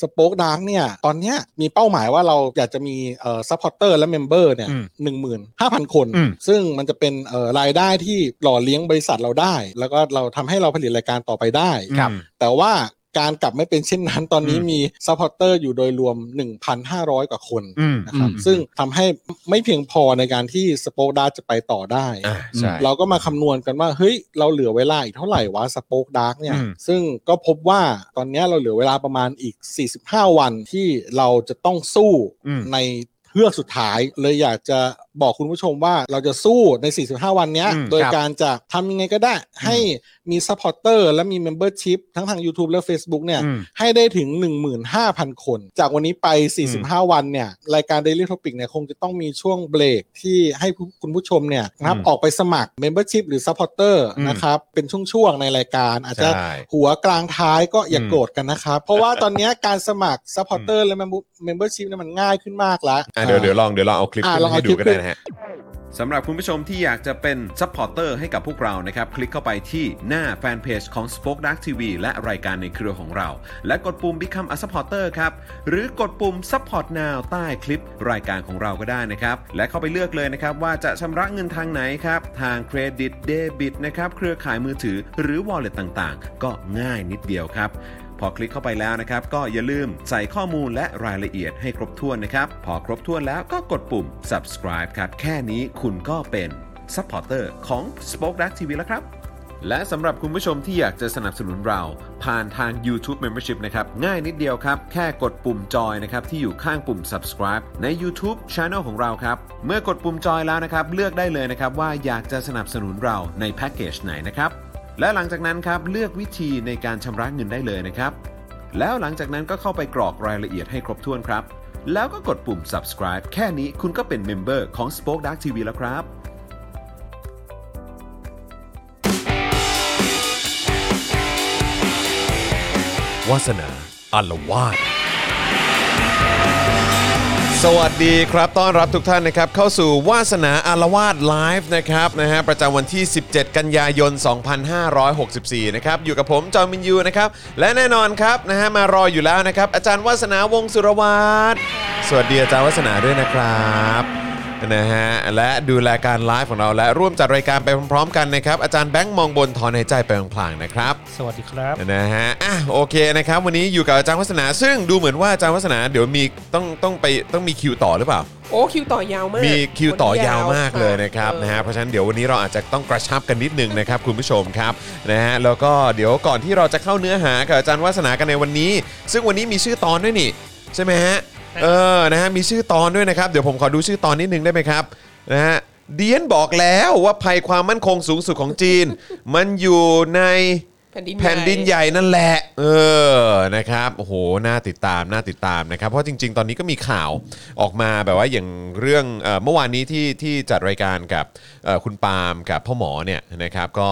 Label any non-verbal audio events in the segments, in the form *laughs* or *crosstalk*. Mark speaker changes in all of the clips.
Speaker 1: สป็อกดังเนี่ย ตอนเนี้ยมีเป้าหมายว่าเราอยากจะมีเอ่อซัพพอร์เตอร์และเมมเบอร์เนี่ย
Speaker 2: อืม
Speaker 1: หนึ่งหมื่นห้าพันคน
Speaker 2: อืม
Speaker 1: ซึ่งมันจะเป็นเอ่อรายได้ที่หล่อเลี้ยงบริษัทเราได้ แล้วก็เราทำให้เราผลิตรายการต่อไปได้
Speaker 2: ครับ
Speaker 1: แต่ว่าการกลับไม่เป็นเช่นนั้นตอนนี้
Speaker 2: อืม
Speaker 1: มีซัพพอร์เตอร์อยู่โดยรวม 1,500 กว่าคน
Speaker 2: อืม
Speaker 1: นะครับ
Speaker 2: อืม
Speaker 1: ซึ่งทำให้ไม่เพียงพอในการที่สป็อกดาร์กจะไปต่อได้
Speaker 2: อ่าใช่
Speaker 1: เราก็มาคำนวณกันว่าเฮ้ยเราเหลือเวลาอีกเท่าไหร่วะสป็อกดาร์กเนี่ย
Speaker 2: อืม
Speaker 1: ซึ่งก็พบว่าตอนเนี้ยเราเหลือเวลาประมาณอีก 45 วันที่เราจะต้องสู้
Speaker 2: อืม
Speaker 1: ในเทือกสุดท้ายเลยอยากจะบอกคุณผู้ชมว่าเราจะสู้ใน 45 วันเนี้ย
Speaker 2: อืม
Speaker 1: โดย
Speaker 2: ครับ
Speaker 1: การจะทำยังไงก็ได้ ให้มีซัพพอร์เตอร์และมีเมมเบอร์ชิพทั้งทาง YouTube และ Facebook เนี่ย
Speaker 2: อืม
Speaker 1: ให้ได้ถึง 15,000 คน จากวันนี้ไป 45 วันเนี่ยรายการ Daily Topic เนี่ยคงจะต้องมีช่วงเบรกที่ให้ผู้คุณผู้ชมเนี่ยนะครับ
Speaker 2: อืม
Speaker 1: ออกไปสมัคร Membership หรือ Supporter
Speaker 2: อืม
Speaker 1: นะครับเป็นช่วงๆในรายการอาจจะ
Speaker 2: ใช่
Speaker 1: หัวกลางท้ายก็อย่า
Speaker 2: อืม
Speaker 1: โกรธกันนะครับ เพราะ
Speaker 2: *laughs*
Speaker 1: ว่าตอนเนี้ยการสมัครซัพพอร์เตอร์และเมมเบอร์ชิพเนี่ยมันง่ายขึ้นมากแล้ว
Speaker 2: ะเดี๋ยวเดี๋ยวลองเดี๋ยวลองเอาคลิป
Speaker 1: อ่ะ
Speaker 2: ขึ้
Speaker 1: ลอน ง
Speaker 2: ให้
Speaker 1: เอา
Speaker 2: ดู
Speaker 1: คลิป
Speaker 2: ก็ได้นะฮะ
Speaker 3: สำหรับคุณผู้ชมที่อยากจะเป็นซัพพอร์เตอร์ให้กับพวกเรานะครับ คลิกเข้าไปที่หน้าแฟนเพจของ Spoke Dark TV และรายการในเครือของเรา และกดปุ่ม Become a supporter ครับ หรือกดปุ่ม support now ใต้คลิปรายการของเราก็ได้นะครับ และเข้าไปเลือกเลยนะครับ ว่าจะชำระเงินทางไหนครับ ทางเครดิตเดบิตนะครับ เครือข่ายมือถือหรือ wallet ต่างๆ ก็ง่ายนิดเดียวครับ พอคลิกเข้าไปแล้วนะครับ ก็อย่าลืมใส่ข้อมูลและรายละเอียดให้ครบถ้วนนะครับ พอครบถ้วนแล้วก็กดปุ่ม subscribe ครับ แค่นี้คุณก็เป็น supporter ของ Spoke Dark TV แล้วครับ และสำหรับคุณผู้ชมที่อยากจะสนับสนุนเรา ผ่านทาง YouTube Membership นะครับ ง่ายนิดเดียวครับ แค่กดปุ่มจอยนะครับ ที่อยู่ข้างปุ่ม subscribe ใน YouTube Channel ของเราครับ เมื่อกดปุ่มจอยแล้วนะครับ เลือกได้เลยนะครับว่าอยากจะสนับสนุนเราในแพ็กเกจไหนนะครับ และหลังจากนั้นครับเลือกวิธีในการชำระเงินได้เลยนะครับ แล้วหลังจากนั้นก็เข้าไปกรอกรายละเอียดให้ครบถ้วนครับ แล้วก็กดปุ่ม subscribe แค่นี้คุณก็เป็นเมมเบอร์ของ Spoke Dark TV แล้วครับ
Speaker 4: วาสนาอารวาส
Speaker 2: สวัสดีครับ ต้อนรับทุกท่านนะครับ เข้าสู่วาสนาอารวาสไลฟ์นะครับนะฮะประจำวันที่ 17 กันยายน 2564 นะครับ อยู่กับผมจอมินยูนะครับ และแน่นอนครับนะฮะมารออยู่แล้วนะครับ อาจารย์วาสนาวงศ์สุรวัตรสวัสดีอาจารย์วาสนาด้วยนะครับนะฮะและดูแลการไลฟ์ของเราและร่วมจัดรายการไปพร้อมๆ กันนะครับอาจารย์แบงค์มองบนถอนหายใจไปพลางๆนะครับ
Speaker 5: สวัสดีครับ
Speaker 2: นะฮะ อ่ะ โอเคนะครับ วันนี้อยู่กับอาจารย์วัฒนา ซึ่งดูเหมือนว่าอาจารย์วัฒนาเดี๋ยวมีต้องต้องไปต้องมีคิวต่อหรือเปล่า
Speaker 6: โอ้คิวต่อยาวมาก
Speaker 2: มีคิวต่อยาวมากเลย
Speaker 6: อ
Speaker 2: นะครับ
Speaker 6: ออ
Speaker 2: นะฮะเพราะฉะนั้นเดี๋ยววันนี้เราอาจจะต้องกระชับกันนิดนึงนะครับคุณผู้ชมครับนะฮะแล้วก็เดี๋ยวก่อนที่เราจะเข้าเนื้อหากับอาจารย์วาสนากันในวันนี้ ซึ่งวันนี้มีชื่อตอนด้วยนี่ใช่ไหมฮะเออนะฮะมีชื่อตอนด้วยนะครับเดี๋ยวผมขอดูชื่อตอนนิดนึงได้ไหมครับนะฮะเดียนบอกแล้วว่าภัยความมั่นคงสูงสุดของจีน มันอยู่ใน
Speaker 6: แผ่นดินใหญ่
Speaker 2: แผ่นดินใหญ่นั่นแหละ เออนะครับโอ้โหน่าติดตามน่าติดตามนะครับเพราะจริง ๆ ตอนนี้ก็มีข่าวออกมาแบบว่าอย่างเรื่องเอ่อเมื่อวานนี้ที่ที่จัดรายการกับเอ่อคุณปาล์มกับพ่อหมอเนี่ยนะครับก็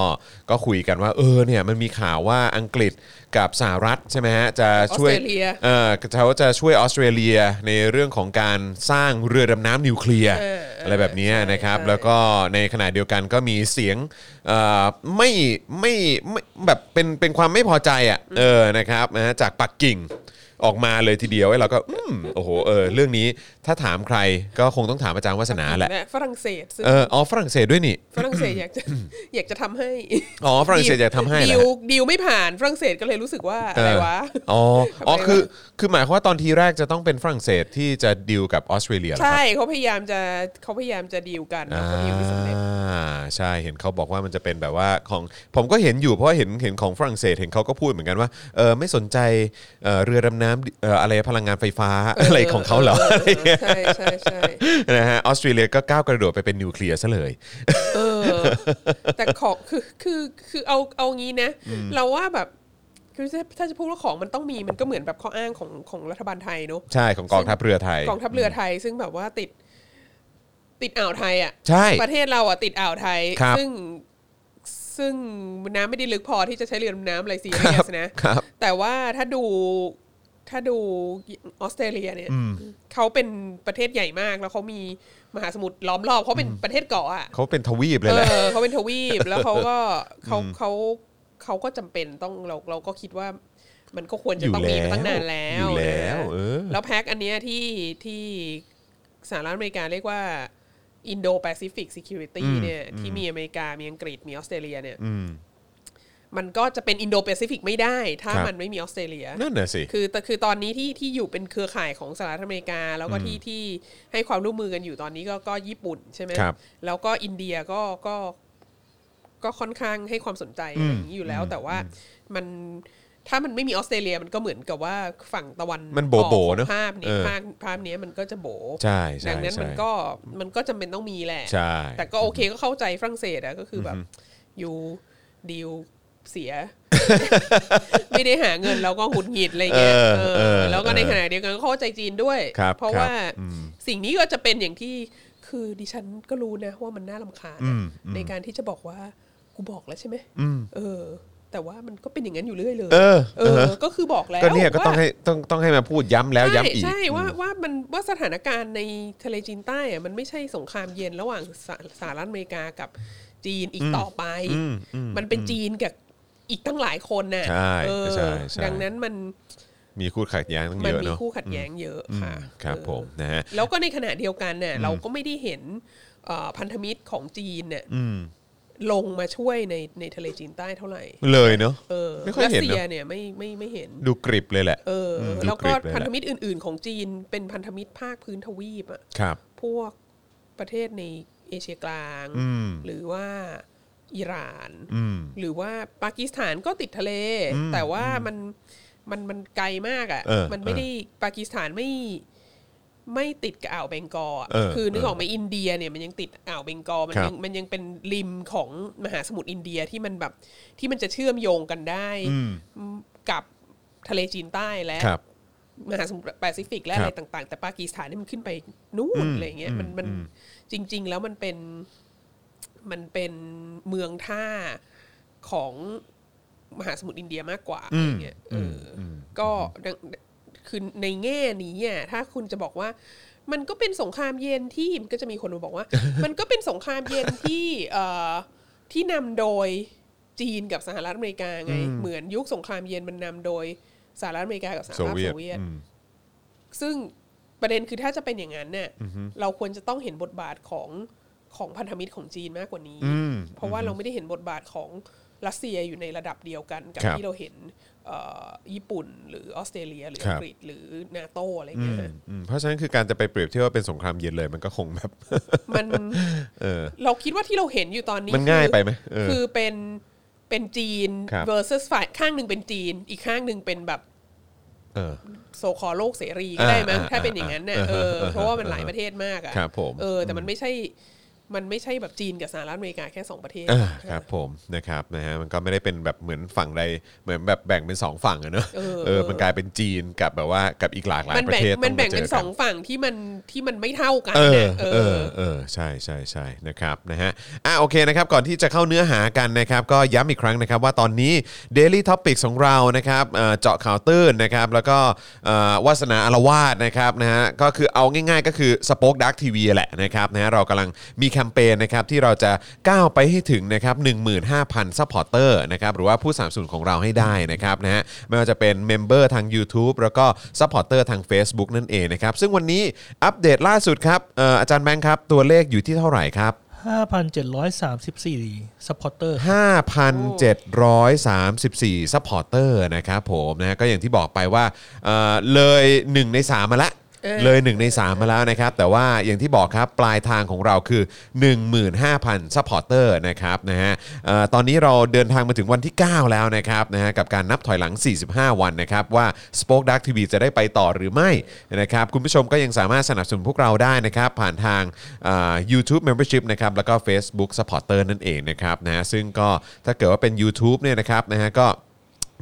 Speaker 2: ก็คุยกันว่าเออเนี่ยมันมีข่าวว่าอังกฤษกับสหรัฐใช่ไหมฮะจะช่วย
Speaker 6: ออสเตรเลีย
Speaker 2: เออเขาจะช่วยออสเตรเลียในเรื่องของการสร้างเรือดำน้ำนิวเคลียร์
Speaker 6: เออเออ
Speaker 2: อะไรแบบเนี้ยนะครับ
Speaker 6: ใช่
Speaker 2: แล้วก็ในขณะเดียวกันก็มีเสียงเอ่อไม่ไม่ไม่แบบเป็นเป็นความไม่พอใจอ่ะเออนะครับนะฮะจากปักกิ่งออกมาเลยทีเดียวไอ้เราก็อืมโอ้โหเออเรื่องนี้ถ้าถามใครก็คงต้องถามอาจารย์วัฒนาแหละ
Speaker 6: และฝรั่งเศสซึ่ง
Speaker 2: เอออ๋อฝรั่งเศสด้วยนี่
Speaker 6: ฝรั่งเศสอ
Speaker 2: *laughs*
Speaker 6: ยากจะ อยากจะทำให้
Speaker 2: อ๋อฝรั่งเศสอยากทำให้เหรอ
Speaker 6: ดิวดิวไม่ผ่านฝรั่งเศสก็เลยรู้สึกว่า
Speaker 2: เอ
Speaker 6: อะไร
Speaker 2: อ
Speaker 6: วะ
Speaker 2: อ๋ออ๋อ
Speaker 6: ทำไมวะ
Speaker 2: คือคือหมายความว่าตอนทีแรกจะต้องเป็นฝรั่งเศสที่จะดีลกับออสเตรเลียเหรอครับ
Speaker 6: ใช่เขาพยายามจะเขาพยายามจะดิวกัน
Speaker 2: อ่
Speaker 6: แต่ดิวไม่สำเร็จ
Speaker 2: าใช่เห็นเขาบอกว่ามันจะเป็นแบบว่าของผมก็เห็นอยู่เพราะว่าเห็นเห็นของฝรั่งเศสเห็นเขาก็พูดเหมือนกันว่าเออไม่สนใจเออเรือดำน้ำเอ่ออะไรพลังงานไฟฟ้าอะไรของเขา
Speaker 6: *laughs*
Speaker 2: เหรออะไรเงี้ย
Speaker 6: ใช่ใช่ใช่
Speaker 2: นะฮะออสเตรเลียก็ก้าวกระโดดไปเป็นนิวเคลียร์ซะเลย
Speaker 6: เออ แต่ของคือคือคือเอาเอางี้นะ เราว่าแบบคือถ้าจะพูดว่าของมันต้องมีมันก็เหมือนแบบข้ออ้างของของรัฐบาลไทยเนอะ
Speaker 2: ใช่ของกองทัพเรือไทย
Speaker 6: กองทัพเรือไทยซึ่งแบบว่าติด ติดอ่าวไทยอ่ะ
Speaker 2: ใช่
Speaker 6: ประเทศเราอ่ะติดอ่าวไทย
Speaker 2: ครับ
Speaker 6: ซึ่งซึ่งน้ำไม่ได้ลึกพอที่จะใช้เรือดำน้ำอะไรซีเรียสนะครับ *laughs* แต่ว่าถ้าดูถ้าดูออสเตรเลียเนี่ยเขาเป็นประเทศใหญ่มากแล้วเขามีมหาสมุทรล้อมรอบเขาเป็นประเทศเกาะอ่ะ
Speaker 2: เขาเป็นทวีปเลย
Speaker 6: เอ
Speaker 2: แหละ
Speaker 6: อเขาเป็นทวีปแล้วเขา
Speaker 2: *laughs*
Speaker 6: ก็เขาเขาเขาก็จำเป็นต้องเราเราก็คิดว่า มันก็ควรจะต้องมีมาตั้งนานแล้ว
Speaker 2: อยู่แล้ว
Speaker 6: แล้วแพ็กอันเนี้ยที่ที่สหรัฐอเมริกาเรียกว่า Indo Pacific Security
Speaker 2: อืม
Speaker 6: เนี่ย
Speaker 2: อืม
Speaker 6: ที่มีอเมริกา มีอังกฤษมีออสเตรเลียเนี่ย
Speaker 2: อืม
Speaker 6: มันก็จะเป็น Indo Pacific ไม่ได้ ถ้า
Speaker 2: ครับ
Speaker 6: มันไม่มีออสเตรเลีย
Speaker 2: นั่นน่ะสิ
Speaker 6: คือแต่คือตอนนี้ที่ที่อยู่เป็นเครือข่ายของสหรัฐอเมริกา แล้วก็ที่ที่ให้ความร่วมมือกันอยู่ตอนนี้ก็ก็ญี่ปุ่นใช่ไหม
Speaker 2: ครับ
Speaker 6: แล้วก็อินเดียก็ก็ก็ค่อนข้างให้ความสนใจ
Speaker 2: อืม
Speaker 6: อะไรอย่างนี้อยู่แล้ว แต่ว่ามันถ้ามันไม่มีออสเตรเลียมันก็เหมือนกับว่าฝั่งตะวัน
Speaker 2: มันโบ๋ๆ
Speaker 6: ออกของ
Speaker 2: เนอะ
Speaker 6: ภาพ
Speaker 2: เอ
Speaker 6: นี้
Speaker 2: อ
Speaker 6: ภาพภาพเนี้ยมันก็จะโบ
Speaker 2: ใช่ใช่
Speaker 6: ดังนั้น
Speaker 2: ใช่
Speaker 6: มันก็มันก็จำเป็นต้องมีแหละ
Speaker 2: ใช่
Speaker 6: แต่ก็โอเคก็เข้าใจฝรั่งเศสอะก็คือแบบอยู่ดีลเสีย *laughs* ไม่ได้หาเงินแล้วก็หงุดหงิดอะไรเงี้ย
Speaker 2: เออ
Speaker 6: เออ
Speaker 2: เออ
Speaker 6: แล้วก็ใน
Speaker 2: เออ
Speaker 6: ขณะเดียวกันก็เข้าใจจีนด้วย
Speaker 2: ครับ
Speaker 6: เพ
Speaker 2: ค
Speaker 6: ราะ
Speaker 2: รับ
Speaker 6: ว่า
Speaker 2: อืม
Speaker 6: สิ่งนี้ก็จะเป็นอย่างที่คือดิฉันก็รู้นะว่ามันน่ารำคาญ
Speaker 2: อื
Speaker 6: อะ
Speaker 2: มอืม
Speaker 6: ในการที่จะบอกว่ากูบอกแล้วใช่ไหม
Speaker 2: อืม
Speaker 6: เออ แต่ว่ามันก็เป็นอย่างนั้นอยู่เรื่อยเลย
Speaker 2: เออ
Speaker 6: เอ
Speaker 2: เอ
Speaker 6: อ
Speaker 2: อ
Speaker 6: ก็คือบอกแล้ว
Speaker 2: ก็เนี่ยก็ต้อง
Speaker 6: ว่า
Speaker 2: ให้ต้องต้องให้มาพูดย้ำแล้ว
Speaker 6: ใช่
Speaker 2: ย้ำอีก
Speaker 6: ใช่ว่าว่ามันว่าสถานการณ์ในทะเลจีนใต้อะมันไม่ใช่สงครามเย็นระหว่างสหสหรัฐอเมริกากับจีนอีกต่อไป
Speaker 2: อืมอืม
Speaker 6: มันเป็นจีนกับอีกตั้งหลายคนน่ะ
Speaker 2: ใช่
Speaker 6: เออ
Speaker 2: ใช่ใช่
Speaker 6: ดังนั้นมัน
Speaker 2: มีคู่ขัดแย้งตั้ง
Speaker 6: มั
Speaker 2: เย
Speaker 6: น
Speaker 2: อะ
Speaker 6: มี
Speaker 2: เนาะ
Speaker 6: คู่ขัดแย้งเยอะ
Speaker 2: อืม
Speaker 6: ค่ะ
Speaker 2: ครับ
Speaker 6: เออ
Speaker 2: ผมนะฮะ
Speaker 6: แล้วก็ในขณะเดียวกันเนี่ยเราก็ไม่ได้เห็นเอ่อพันธมิตรของจีนเนี่ย
Speaker 2: อืม
Speaker 6: ลงมาช่วยในในทะเลจีนใต้เท่าไหร่
Speaker 2: เลยเนาะ
Speaker 6: เออ
Speaker 2: ไม่ค่อย
Speaker 6: รัส
Speaker 2: เห็นเนอะ
Speaker 6: เซียเนี่ยไม่ไม่ไม่เห็น
Speaker 2: ดูกริบเลยแหละ
Speaker 6: เอออ
Speaker 2: ม
Speaker 6: แล้ว
Speaker 2: ดูก
Speaker 6: ก็
Speaker 2: รีกเลยแหละ
Speaker 6: พันธมิตรอื่น ๆ ของจีนเป็นพันธมิตรภาคพื้นทวีปอะ
Speaker 2: ครับ
Speaker 6: พวกประเทศในเอเชียกลาง
Speaker 2: อืม
Speaker 6: หรือว่าอิหร่าน
Speaker 2: อืม
Speaker 6: หรือว่าปากีสถานก็ติดทะเล
Speaker 2: อืม
Speaker 6: แต่ว่ามันมันมันไกลมาก
Speaker 2: เออ
Speaker 6: อะ่ะมันไม่
Speaker 2: เออ
Speaker 6: ได้ปากีสถานไม่ไม่ติดกับอ่าวเบงกอลอะ
Speaker 2: เออ
Speaker 6: คือนึก
Speaker 2: เออ
Speaker 6: ออกไหมอินเดียเนี่ยมันยังติดอ่าวเบงกอลมัน
Speaker 2: ครับ
Speaker 6: ยังมันยังเป็นริมของมหาสมุทรอินเดียที่มันแบบที่มันจะเชื่อมโยงกันได้
Speaker 2: อืม
Speaker 6: กับทะเลจีนใต้และ
Speaker 2: ครับ
Speaker 6: มหาสมุทรแปซิฟิกและอะไร
Speaker 2: ครับ
Speaker 6: ต่าง ๆ แต่ปากีสถานนี่มันขึ้นไปนู่
Speaker 2: อื
Speaker 6: น
Speaker 2: ม
Speaker 6: อะไรเงี้ยมันมัน
Speaker 2: อืม
Speaker 6: จริง ๆ แล้วมันเป็นมันเป็นเมืองท่าของมหาสมุทรอินเดียมากกว่า
Speaker 2: อืม
Speaker 6: อะไรเงี้ยเอออ
Speaker 2: ม
Speaker 6: ก็ดังคือในแง่นี้อะถ้าคุณจะบอกว่า มันก็เป็นสงครามเย็นที่มันก็จะมีคนมาบอก
Speaker 2: *laughs*
Speaker 6: ว่า มันก็เป็นสงครามเย็นที่เอ่อที่นำโดยจีนกับสหรัฐอเมริกาไง เหมือนยุคสงครามเย็นมันนำโดยสหรัฐอเมริกากับสห
Speaker 2: โซ
Speaker 6: ภาพ
Speaker 2: เวีย
Speaker 6: โซ
Speaker 2: ต
Speaker 6: เวียต
Speaker 2: อืม
Speaker 6: ซึ่งประเด็นคือถ้าจะเป็นอย่างนั้นเนี่ยเราควรจะต้องเห็นบทบาทของของพันธมิตรของจีนมากกว่านี้
Speaker 2: อืม
Speaker 6: เพราะว่าเราไม่ได้เห็นบทบาทของรัสเซียอยู่ในระดับเดียวกัน กับ
Speaker 2: ครับ
Speaker 6: ที่เราเห็นเอ่อญี่ปุ่น หรือออสเตรเลีย หรือ
Speaker 2: ครั
Speaker 6: อั
Speaker 2: บ
Speaker 6: งกฤษหรือนาโตอะไร
Speaker 2: อื
Speaker 6: เงี้
Speaker 2: ม
Speaker 6: ย
Speaker 2: อืมเพราะฉะนั้นคือการจะไปเปรียบเทียบว่าเป็นสงครามเย็นเลยมันก็คงแบบ
Speaker 6: มัน
Speaker 2: เออ
Speaker 6: เราคิดว่าที่เราเห็นอยู่ตอนนี้
Speaker 2: มันง่าย
Speaker 6: คือ
Speaker 2: ไปไหมเออ
Speaker 6: คือเป็นเป็นจีน
Speaker 2: ครับ
Speaker 6: versus ฝ่ายข้างหนึ่งเป็นจีน อีกข้างหนึ่งเป็นแบบ
Speaker 2: เออ
Speaker 6: โซคอโลกเสรีก็ได้มั้ง
Speaker 2: อ่า
Speaker 6: ถ้าเป็นอย่างนั้นเนี่ย
Speaker 2: อ่า
Speaker 6: เออ
Speaker 2: อ่า
Speaker 6: เพราะว่ามัน
Speaker 2: อ่า
Speaker 6: หลายประเทศมากอ่ะ
Speaker 2: ครับผม
Speaker 6: เออแต่มันไม่ใช่มันไม่ใช่แบบจีนกับสหรัฐอเมริกาแค่สองประเทศ
Speaker 2: อ่าครับผมนะครับนะฮะมันก็ไม่ได้เป็นแบบเหมือนฝั่งใดเหมือนแบบแบ่งเป็นสองฝั่งอะเนอะเออมันกลายเป็นจีนกับแบบว่ากับอีกหลากหลาย
Speaker 6: มัน
Speaker 2: ประ
Speaker 6: แบ่ง
Speaker 2: เทศ
Speaker 6: มันแบ่งเป็น
Speaker 2: ต้าจ
Speaker 6: สองฝั่งที่มันที่มันไม่เท่ากัน
Speaker 2: เออ
Speaker 6: นะ
Speaker 2: เออเออใช่ใช่ใช่นะครับนะฮะอ่ะโอเคนะครับก่อนที่จะเข้าเนื้อหากันนะครับ ก็ย้ำอีกครั้งนะครับว่าตอนนี้ Daily t o p i c ของเรานะครับเอ่อเจาะข่าวตื้นนะครับ แล้วก็เอ่อวาสนาอารวาสนะครับนะฮะก็คือเอาง่ายๆ ก็คือสป็อคดักทีวีแหละนะครับนะฮะเรากำลังมีแคมเปญนะครับที่เราจะก้าวไปให้ถึงนะครับ 15,000 ซัพพอร์เตอร์นะครับหรือว่าผู้สนับสนุนของเราให้ได้นะครับนะฮะไม่ว่าจะเป็นเมมเบอร์ทาง YouTube แล้วก็ซัพพอร์เตอร์ทาง Facebook นั่นเองนะครับ ซึ่งวันนี้อัปเดตล่าสุดครับเอ่ออาจารย์แบงค์ครับ ตัวเลขอยู่ที่เท่าไหร่ครับ
Speaker 5: 5,734ซัพพอร์เตอร์
Speaker 2: 5,734 ซัพพอร์เตอร์นะครับผมนะฮะก็อย่างที่บอกไปว่าเอ่อเลย 1 ใน 3 มาละ เลย1ใน 3 มาแล้วนะครับ แต่ว่าอย่างที่บอกครับปลายทางของเราคือ 15,000 ซัพพอร์เตอร์นะครับนะฮะเอ่อตอนนี้เราเดินทางมาถึงวันที่ 9 แล้วนะครับนะฮะกับการนับถอยหลัง 45 วันนะครับ ว่า Spoke Dark TV จะได้ไปต่อหรือไม่นะครับ คุณผู้ชมก็ยังสามารถสนับสนุนพวกเราได้นะครับ ผ่านทางอ่า YouTube Membership นะครับแล้วก็ Facebook Supporter นั่นเองนะครับนะฮะซึ่งก็ถ้าเกิดว่าเป็น YouTube เนี่ยนะครับนะฮะก็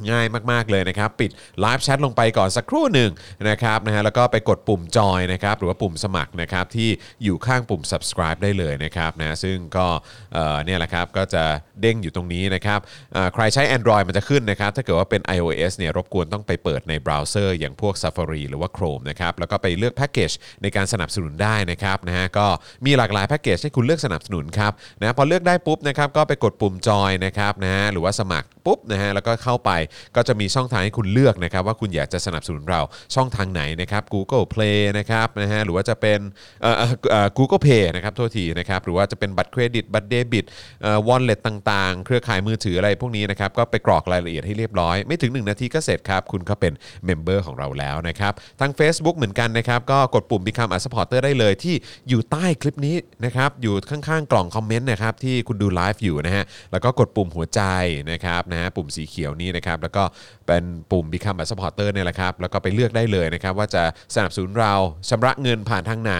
Speaker 2: ง่ายมาก ๆ เลยนะครับ ปิดไลฟ์แชทลงไปก่อนสักครู่หนึ่งนะครับนะฮะแล้วก็ไปกดปุ่มจอยนะครับหรือว่าปุ่มสมัครนะครับที่อยู่ข้างปุ่ม subscribe ได้เลยนะครับนะซึ่งก็เอ่อเนี่ยแหละครับก็จะเด้งอยู่ตรงนี้นะครับเอ่อใครใช้ Android มันจะขึ้นนะครับ ถ้าเกิดว่าเป็น iOS เนี่ยรบกวนต้องไปเปิดในเบราว์เซอร์อย่างพวก Safari หรือว่า Chrome นะครับแล้วก็ไปเลือกแพ็กเกจในการสนับสนุนได้นะครับนะฮะก็มีหลากหลายแพ็กเกจให้คุณเลือกสนับสนุนครับนะพอเลือกได้ปุ๊บนะครับก็ไปกดปุ่มจอยนะครับนะฮะหรือว่าสมัครปุ๊บนะฮะแล้วก็เข้าไป ก็จะมีช่องทางให้คุณเลือกนะครับว่าคุณอยากจะสนับสนุนเราช่องทางไหนนะครับ Google Play นะครับนะฮะหรือว่าจะเป็นเอ่อเอ่อเอ่อ Google Pay นะครับโทษทีนะครับหรือว่าจะเป็นบัตรเครดิตบัตรเดบิตวอลเล็ตต่างๆ เครือข่ายมือถืออะไรพวกนี้นะครับก็ไปกรอกรายละเอียดให้เรียบร้อย ไม่ถึง 1 นาทีก็เสร็จครับ คุณก็เป็นเมมเบอร์ของเราแล้วนะครับทาง Facebook เหมือนกันนะครับ ก็กดปุ่ม Become a supporter ได้เลยที่อยู่ใต้คลิปนี้นะครับอยู่ข้างๆกล่องคอมเมนต์นะครับที่คุณดูไลฟ์อยู่นะฮะแล้วก็กดปุ่มหัวใจนะครับนะฮะปุ่มสีเขียวนี้นะครับแล้วก็เป็นปุ่ม Become a supporter เนี่ยแหละครับแล้วก็ไปเลือกได้เลยนะครับว่าจะสนับสนุนเราชำระเงินผ่านทางไหน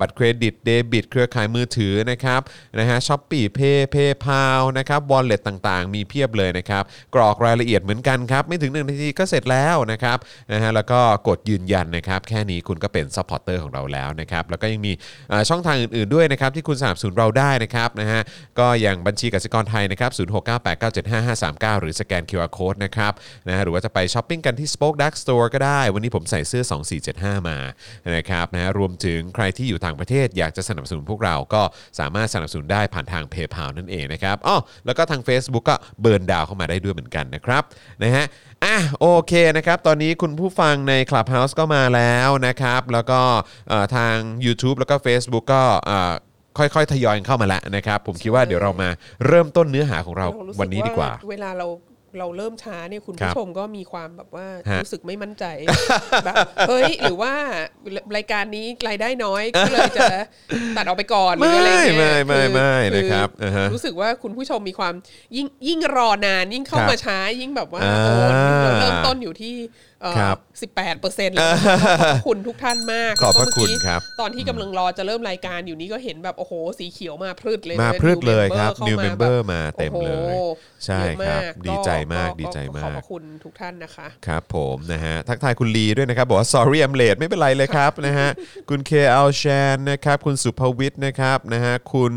Speaker 2: บัตรเครดิตเดบิตเครือข่ายมือถือนะครับนะฮะช้อปปี้เพย์เพย์พาวนะครับวอลเล็ตต่างๆ มีเพียบเลยนะครับ กรอกรายละเอียดเหมือนกันครับ ไม่ถึง 1 นาทีก็เสร็จแล้วนะครับนะฮะแล้วก็กดยืนยันนะครับ แค่นี้คุณก็เป็นซัพพอร์เตอร์ของเราแล้วนะครับ แล้วก็ยังมีเอ่อช่องทางอื่นๆด้วยนะครับ ที่คุณสนับสนุนเราได้นะครับนะฮะก็อย่างบัญชีกสิกรไทยนะครับศูนย์หกเหรือสแกน QR Code นะครับนะฮะหรือว่าจะไปช้อปปิ้งกันที่ Spoke Dark Store ก็ได้ วันนี้ผมใส่เสื้อ 2475 มานะครับนะฮะรวมถึงใครที่อยู่ต่างประเทศอยากจะสนับสนุนพวกเราก็สามารถสนับสนุนได้ผ่านทาง PayPal นั่นเองนะครับอ๋อแล้วก็ทาง Facebook ก็เบิร์นดาวเข้ามาได้ด้วยเหมือนกันนะครับนะฮะอ่ะโอเคนะครับตอนนี้คุณผู้ฟังใน Clubhouse ก็มาแล้วนะครับ แล้วก็เอ่อทาง YouTube แล้วก็ Facebook ก็เอ่อค่อยๆ ทยอยเข้ามาแล้วนะครับ ผมคิดว่าเดี๋ยวเรามาเริ่มต้นเนื้อหาของเรา
Speaker 6: รู้สึก
Speaker 2: วันนี้ดีกว่า
Speaker 6: เวลาเราเราเริ่มช้าเนี่ยคุณ
Speaker 2: ครั
Speaker 6: ผู้
Speaker 2: บ
Speaker 6: ชมก็มีความแบบว่า
Speaker 2: ฮะ
Speaker 6: รู้สึกไม่มั่นใจ *laughs* แบบเฮ้ยหรือว่ารายการนี้รายได้น้
Speaker 2: *laughs*
Speaker 6: อยก็เลยจะตัดออกไปก่อนหรืออะไร
Speaker 2: ไม่
Speaker 6: เงี้ย
Speaker 2: ไม่ไม่
Speaker 6: คื
Speaker 2: ไม่
Speaker 6: ออ
Speaker 2: นะครับอ่าฮะ
Speaker 6: รู้สึกว่าคุณผู้ชมมีความยิ่งยิ่งรอนานยิ่งเข้า
Speaker 2: ครับ
Speaker 6: มาช้ายิ่งแบบว่า
Speaker 2: อ่า
Speaker 6: โอ้เราเริ่มต้นอยู่ที่
Speaker 2: ครับ
Speaker 6: สิบแปดเป
Speaker 2: *laughs*
Speaker 6: อร์เซ็นต์แล้วขอบพระคุณทุกท่านมาก
Speaker 2: ขอบพระ
Speaker 6: แล้วก็เมื่
Speaker 2: คุณ
Speaker 6: กี้
Speaker 2: ครับ
Speaker 6: ตอนที่กำลังรอจะเริ่มรายการอยู่นี้ก็เห็นแบบโอ้โหสีเขียวมาพรืดเลย
Speaker 2: มา
Speaker 6: นะ
Speaker 2: พรึด
Speaker 6: New
Speaker 2: เลยครับ
Speaker 6: Member ข้า
Speaker 2: New
Speaker 6: มาแบบ
Speaker 2: Member มาเต็มเลย
Speaker 6: โอ้โห
Speaker 2: ใช่
Speaker 6: เยอะ
Speaker 2: ครั
Speaker 6: มา
Speaker 2: บ
Speaker 6: ก
Speaker 2: ดีใจมากดีใจมาก
Speaker 6: ขอบพระคุณทุกท่านนะคะ
Speaker 2: ครับผมนะฮะทักทายคุณลีด้วยนะครับ บอกว่า sorry I'm late ไม่เป็นไรเลยครับ *laughs* นะฮะคุณเคอ s ลแชนนะครับ คุณสุภวิทย์นะครับนะฮะคุณ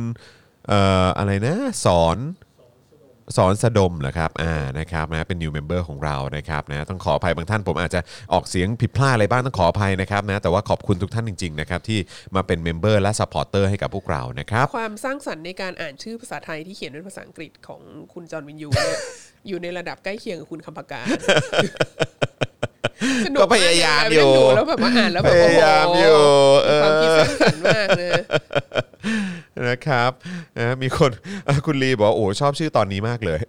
Speaker 2: เอ่ออะไรนะ สอนสอนสะดมเหรอครับอ่านะครับนะเป็น new member ของเรานะครับนะต้องขออภัยบางท่านผมอาจจะออกเสียงผิดพลาดอะไรบ้างต้องขออภัยนะครับนะแต่ว่าขอบคุณทุกท่านจริงๆนะครับที่มาเป็น member และ supporter ให้กับพวกเรานะครับ
Speaker 6: ความสร้างสรรค์ในการอ่านชื่อภาษาไทยที่เขียนเป็นภาษาอังกฤษของคุณจอห์นวินยู
Speaker 2: *laughs*
Speaker 6: เนี่ย อยู่ในระดับใกล้เคียงกับคุณคำพกาสนุก
Speaker 2: ก็พยายามอยู่
Speaker 6: กเลเวลดูแล้วแบบว่าอ่านแล้วแบบ
Speaker 2: พ
Speaker 6: โอ้โห
Speaker 2: ยายามอยู่เอ
Speaker 6: มีความคิด
Speaker 2: อ
Speaker 6: สร้างสรรค์มากเลย
Speaker 2: นะครับนะมีคน *laughs* อ่ะคุณลีบอกว่าโอ้ชอบชื่อตอนนี้มากเลย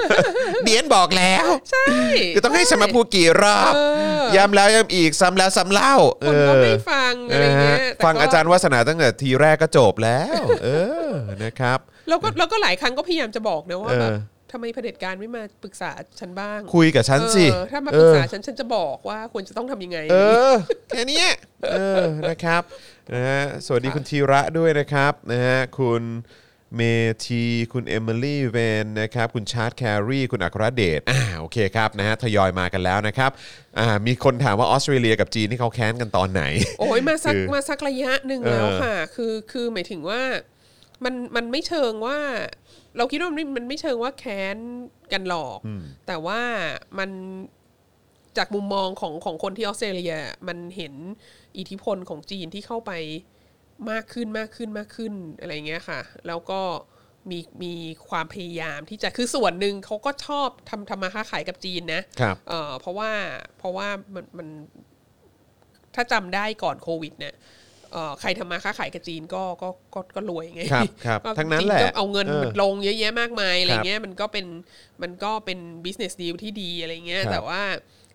Speaker 2: *laughs* เดียนบอก
Speaker 6: *laughs*
Speaker 2: แล้ว
Speaker 6: ใช่
Speaker 2: คือต้องให้ฉันมาพูดกี่รอบ
Speaker 6: เออ
Speaker 2: ย้ำแล้วย้ำอีกซ้ำแล้วซ้ำเล่าเอ
Speaker 6: คน
Speaker 2: อ
Speaker 6: ก็ไม่ฟังอะไร
Speaker 2: นะฮะ
Speaker 6: เงี้ยแต่ก็
Speaker 2: ฟังอาจารย์วาสนาตั้งแต่ทีแรกก็จบแล้ว เออนะครับ
Speaker 6: เราก็เราก็หลายครั้งก็พยายามจะบอกนะว่า
Speaker 2: เออ
Speaker 6: แบบทำไมเผด็จการไม่มาปรึกษาฉันบ้าง
Speaker 2: คุยกับฉันสิ
Speaker 6: เออถ้ามา
Speaker 2: เอ
Speaker 6: ปรึก
Speaker 2: อ
Speaker 6: ษาฉันฉันจะบอกว่าควรจะต้องทำยังไง
Speaker 2: เออแค่เนี้ยเออนะครับนะฮะสวัสดีคุณธีระด้วยนะครับนะฮะคุณเมทีคุณเอมิลี่เวนนะครับคุณชาร์ตแครีคุณอัครเดชอ่าโอเคครับนะฮะทยอยมากันแล้วนะครับอ่ามีคนถามว่าออสเตรเลียกับจีนนี่เขาแค้นกันตอน *laughs* ไหน
Speaker 6: โอ้ยมาสัก
Speaker 2: คือ
Speaker 6: มาสักระยะหนึ่ง
Speaker 2: เออ
Speaker 6: แล้วค่ะ คือคือหมายถึงว่ามันมันไม่เชิงว่า เราคิดว่ามันไม่มันไม่เชิงว่าแค้นกันหลอก แต่ว่ามันจากมุมมองของของคนที่ออสเตรเลีย มันเห็นอิทธิพลของจีนที่เข้าไปมากขึ้นมากขึ้นมากขึ้นอะไรเงี้ยค่ะ แล้วก็มีมีความพยายามที่จะคือส่วนหนึ่งเขาก็ชอบทำทำมาค้าขายกับจีนนะครับ เออเพราะว่าเพราะว่ามันมัน ถ้าจำได้ก่อนโควิดเนี่ยเอ่อใครทำมาค้าขายกับจีนก็ก็ก็ก็รวยไง
Speaker 2: ครับครับ
Speaker 6: *laughs* ก็
Speaker 2: ทั้งนั้นแหละ
Speaker 6: จีก็เอาเงิน
Speaker 2: เออ
Speaker 6: ลงเยอะแยะมากมายอะไร
Speaker 2: ครับ
Speaker 6: เงี้ยมันก็เป็นมันก็เป็น business deal ที่ดีอะไรเงี้ย
Speaker 2: ครับ
Speaker 6: แต่ว่า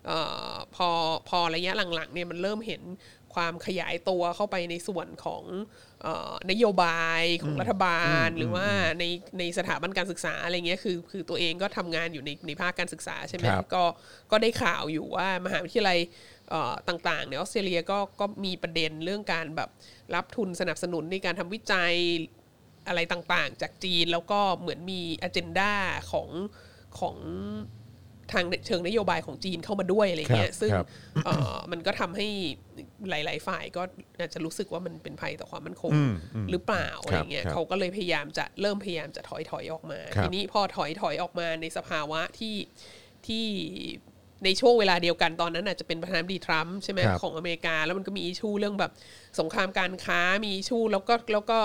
Speaker 6: เอ่อพอพอระยะหลังๆเนี่ยมันเริ่มเห็นความขยายตัวเข้าไปในส่วนของเออนโยบายของรัฐบาล หรือว่าในในสถาบันการศึกษาอะไรเงี้ยคือคือตัวเองก็ทำงานอยู่ในในภาคการศึกษาใช่ไหม
Speaker 2: ครับ
Speaker 6: ก็ก็ได้ข่าวอยู่ว่ามหาวิทยาลัย เอ่อต่างๆในออสเตรเลียก็ก็มีประเด็นเรื่องการแบบรับทุนสนับสนุนในการทำวิจัยอะไรต่างๆ จากจีนแล้วก็เหมือนมีอ g e n d a ของของทางเชิงนโยบายของจีนเข้ามาด้วยอะไรเงี้
Speaker 2: ค
Speaker 6: ย
Speaker 2: รับ
Speaker 6: ซึ่ง
Speaker 2: ครับ
Speaker 6: เอ่อมันก็ทำให้หลายๆฝ่ายก็อาจจะรู้สึกว่ามันเป็นภัยต่อความมั่นคงหรือเปล่าอะไรเงี้ย
Speaker 2: ครับ
Speaker 6: เขาก็เลยพยายามจะเริ่มพยายามจะถอยถอยๆออกมา
Speaker 2: ครับ
Speaker 6: ทีนี้พอถอยถอยๆออกมาในสภาวะที่ที่ ในช่วงเวลาเดียวกันตอนนั้นอาจจะเป็นประธานาธิบดีทรัมป์ใช่ไหม
Speaker 2: ครับ
Speaker 6: ของอเมริกา แล้วมันก็มีอิชูเรื่องแบบสงครามการค้ามีอิชูแล้วก็แล้วก็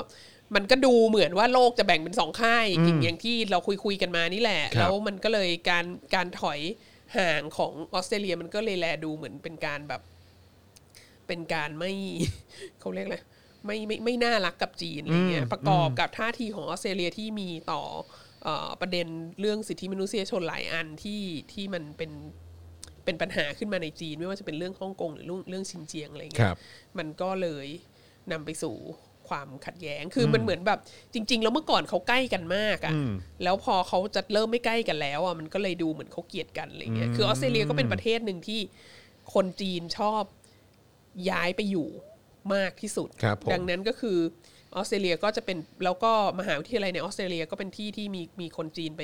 Speaker 6: มันก็ดูเหมือนว่าโลกจะแบ่งเป็นสองค่ายอย่างอย่างที่เราคุยคุยๆกันมานี่แหละ
Speaker 2: ครับ
Speaker 6: แล้วมันก็เลยการการถอย ห่างของออสเตรเลียมันก็เลยแลดูเหมือนเป็นการแบบ เป็นการไม่ *laughs* เขาเรียกอะไรไม่ไม่ไม่น่ารักกับจีนอะไรเงี้ยประกอบกับท่าทีของออสเตรเลียที่มีต่อเอ่อประเด็นเรื่องสิทธิมนุษยชนหลายอันที่ที่มันเป็นเป็นปัญหาขึ้นมาในจีน ไม่ว่าจะเป็นเรื่องฮ่องกงหรือเรื่องเรื่องชินเจียงอะไร
Speaker 2: ค
Speaker 6: เงี้
Speaker 2: รั
Speaker 6: ย
Speaker 2: บ
Speaker 6: มันก็เลยนำไปสู่ความขัดแย้ง คือมันเหมือนแบบจริง ๆ แล้วเมื่อก่อนเขาใกล้กันมากอะ่ะ แล้วพอเขาจะเริ่มไม่ใกล้กันแล้วอ่ะ มันก็เลยดูเหมือนเขาเกลียดกันอะไรเงี้ย คือออสเตรเลียก็เป็นประเทศหนึ่งที่คนจีนชอบย้ายไปอยู่มากที่สุด
Speaker 2: ครับผม
Speaker 6: ดังนั้นก็คือออสเตรเลียก็จะเป็นแล้วก็มหาวิทยาลัยในออสเตรเลียก็เป็นที่ที่มีมีคนจีนไป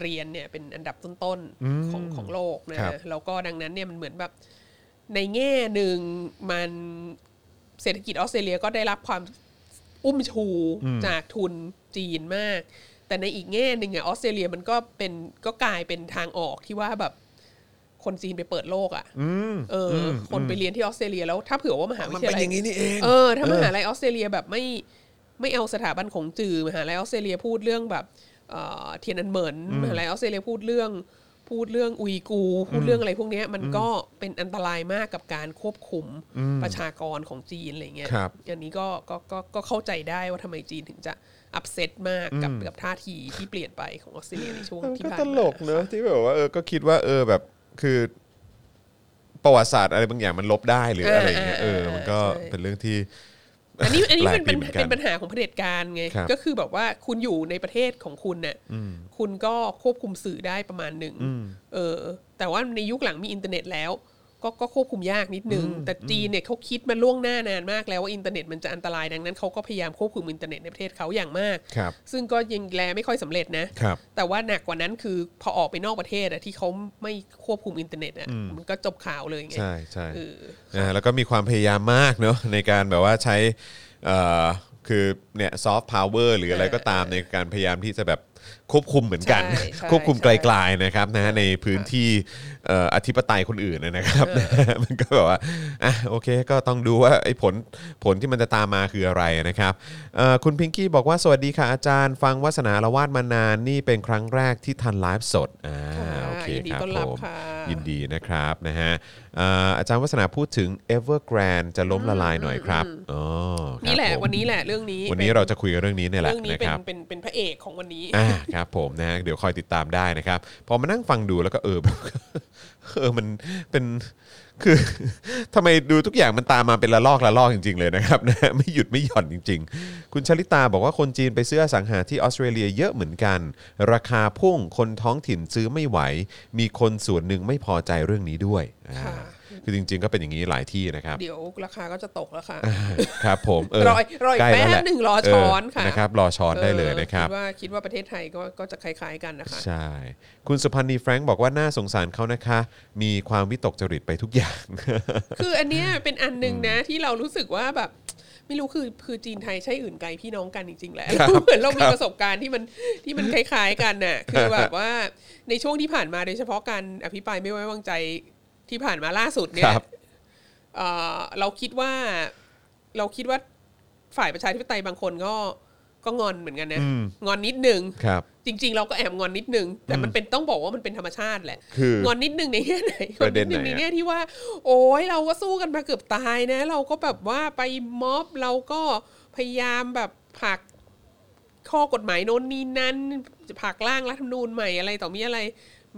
Speaker 6: เรียนเนี่ยเป็นอันดับต้นๆของของโลกนะครับ แล้วก็ดังนั้นเนี่ยมันเหมือนแบบ ในแง่หนึ่งมันเศรษฐกิจออสเตรเลียก็ได้รับความอุ้มชูจากทุนจีนมาก แต่ในอีกแง่หนึ่งอะออสเตรเลียมันก็เป็นก็กลายเป็นทางออกที่ว่าแบบคนจีนไปเปิดโลกอะเอออ คนไปเรียนที่ออสเตรเลียแล้วถ้าเผื่อว่ามหาวิ
Speaker 2: มัน
Speaker 6: ท
Speaker 2: เป็นอย
Speaker 6: ยาลั
Speaker 2: ย่างนี้นี่เอง
Speaker 6: เออถ้ามหาลัยออสเตรเลียแบบไม่ไม่เอาสถาบันของจือมหาลัยออสเตรเลียพูดเรื่องแบบเอ่อเทียนอันเหมินมหาลัยออสเตรเลียพูดเรื่องพูดเรื่องอุยกูร์พูดเรื่องอะไรพวกเนี้ยมันก็เป็นอันตรายมากกับการควบคุมประชากรของจีนอะไรเงี้ย
Speaker 2: ครับ
Speaker 6: อันนี้ก็ก็ก็ก็เข้าใจได้ว่าทำไมจีนถึงจะอับเซตมากกับกับท่าทีที่เปลี่ยนไปของออสเตรเลียในช่วง
Speaker 2: มัน
Speaker 6: ที่
Speaker 2: ก็
Speaker 6: ผ่าน
Speaker 2: ต
Speaker 6: มา
Speaker 2: ลกเนอะที่แบบว่าเออก็คิดว่าเออแบบคือประวัติศาสตร์อะไรบางอย่างมันลบได้หรืออะไรอย่างเงี้ยเออมันก็เป็นเรื่องที่
Speaker 6: อันนี้อันนี้
Speaker 2: หลาย
Speaker 6: มัน
Speaker 2: ปี
Speaker 6: เป็น
Speaker 2: เหมือนกัน
Speaker 6: เป็นปัญหาของเผด็จการไง
Speaker 2: ครับ
Speaker 6: ก็คือแบบว่าคุณอยู่ในประเทศของคุณเนี่ย
Speaker 2: อืม
Speaker 6: คุณก็ควบคุมสื่อได้ประมาณหนึ่ง เออ แต่ว่าในยุคหลังมีอินเทอร์เน็ตแล้ว ก็ก็ควบคุมยากนิดนึง แต่จีนเนี่ยเขาคิดมาล่วงหน้านานมากแล้วว่าอินเทอร์เน็ตมันจะอันตรายดังนั้นเขาก็พยายามควบคุมอินเทอร์เน็ตในประเทศเขาอย่างมาก
Speaker 2: ครับ
Speaker 6: ซึ่งก็ยังแลไม่ค่อยสำเร็จนะ
Speaker 2: ครับ
Speaker 6: แต่ว่าหนักกว่านั้นคือพอออกไปนอกประเทศอะที่เขาไม่ควบคุมอินเทอร์เน็ตอะมันก็จบข่าวเลยไง
Speaker 2: ใช่ใช่
Speaker 6: เออ
Speaker 2: นะฮะแล้วก็มีความพยายามมากเนอะในการแบบว่าใช้เอ่อคือเนี่ยซอฟต์พาวเวอร์หรืออะไรก็ตามในการพยายามที่จะแบบควบคุมเหมือนกัน
Speaker 6: ใช่ใช่
Speaker 2: ควบคุม
Speaker 6: ใช่
Speaker 2: ไกลๆนะครับนะฮะในพื้นที่เอ่ออธิปไตยคนอื่นนะครับนะฮะมันก็แบบว่าอ่ะโอเคก็ต้องดูว่าไอ้ผลผลที่มันจะตามมาคืออะไรนะครับเอ่อคุณพิงกี้บอกว่าสวัสดีค่ะอาจารย์ ฟังวาสนาละวาดมานานนี่เป็นครั้งแรกที่ทันไลฟ์สดอ่า
Speaker 6: ค่ะ
Speaker 2: โอเค
Speaker 6: ยินดี
Speaker 2: ครับ
Speaker 6: ต้อนรับ
Speaker 2: ผม
Speaker 6: ค่ะ
Speaker 2: ยินดีนะครับนะฮะเอ่ออาจารย์วัฒนาพูดถึง Evergrande จะล้มละลายหน่อยครับอ๋อครับ
Speaker 6: นี่แหละ
Speaker 2: ผม
Speaker 6: วันนี้แหละเรื่องนี้
Speaker 2: วันนี้เราจะคุยกันเรื่องนี้เนี่ยแหละ
Speaker 6: เรื่องนี้
Speaker 2: นะ
Speaker 6: เป็
Speaker 2: คน รับ
Speaker 6: เป็นเป็นพระเอกของวันนี้
Speaker 2: *laughs* อ่าครับผมนะฮะเดี๋ยวคอยติดตามได้นะครับ พอมานั่งฟังดูแล้วก็เอ *laughs* อ เออมันเป็น *laughs* คือ ทำไมดูทุกอย่างมันตามมาเป็นละลอกละลอกจริง ๆ เลยนะครับ *laughs* นะ ไม่หยุดไม่หย่อนจริง ๆ คุณชลิตาบอกว่าคนจีนไปซื้ออสังหาที่ออสเตรเลียเยอะเหมือนกัน ราคาพุ่งคนท้องถิ่นซื้อไม่ไหว มีคนส่วนหนึ่งไม่พอใจเรื่องนี้ด้วยอ่า
Speaker 6: ค่ะ
Speaker 2: คือจริง ๆ ก็เป็นอย่างนี้หลายที่นะครับ
Speaker 6: เดี๋ยวราคาก็จะตกแล้วค่ะ
Speaker 2: ครับผมเออ
Speaker 6: รออีกรออีก
Speaker 2: ใล้ล้วห
Speaker 6: แป๊บ
Speaker 2: ละ
Speaker 6: หนึ่งรอช้อนค่ะ
Speaker 2: เนะครับรอช้อนได้เลยนะครับ
Speaker 6: ออดว่าคิดว่าประเทศไทยก็ก็จะคล้ายๆกันนะคะ
Speaker 2: ใช่ คุณสุพันธ์นีแฟรงค์บอกว่าน่าสงสารเขานะคะ มีความวิตกจริตไปทุกอย่าง
Speaker 6: คืออันเนี้ยเป็นอันหนึ่งนะที่เรารู้สึกว่าแบบ ไม่รู้คือคือจีนไทยใช่อื่นไกลพี่น้องกันจริงๆแหละ *laughs* เหมือนเรามีประสบการณ์ที่มันที่มันคล้ายๆกันน่ะคือแบบว่าในช่วงที่ผ่านมาโดยเฉพาะการอภิปรายไม่ไว้วางใจที่ผ่านมาล่าสุดเนี่
Speaker 2: ค
Speaker 6: ย
Speaker 2: รับ
Speaker 6: เอ่อเราคิดว่าเราคิดว่าฝ่ายประชาธิปไตยบางคนก็ก็งอนเหมือนกันนะงอนนิดนึง
Speaker 2: ครับ
Speaker 6: จริง ๆ เราก็แอบงอนนิดนึง แต่มันเป็นต้องบอกว่ามันเป็นธรรมชาติแหละ
Speaker 2: คือง
Speaker 6: อนนิดนึงในแง่ไหน
Speaker 2: ประเด็นไหน
Speaker 6: งอดงใน
Speaker 2: อะ
Speaker 6: แง่ที่ว่า โอ้ยเราก็สู้กันมาเกือบตายนะ เราก็แบบว่าไปม็อบเราก็พยายามแบบผลักข้อกฎหมายโน้นนี่นั่นผลักร่างรัฐธรรมนูญใหม่อะไรต่อมีอะไร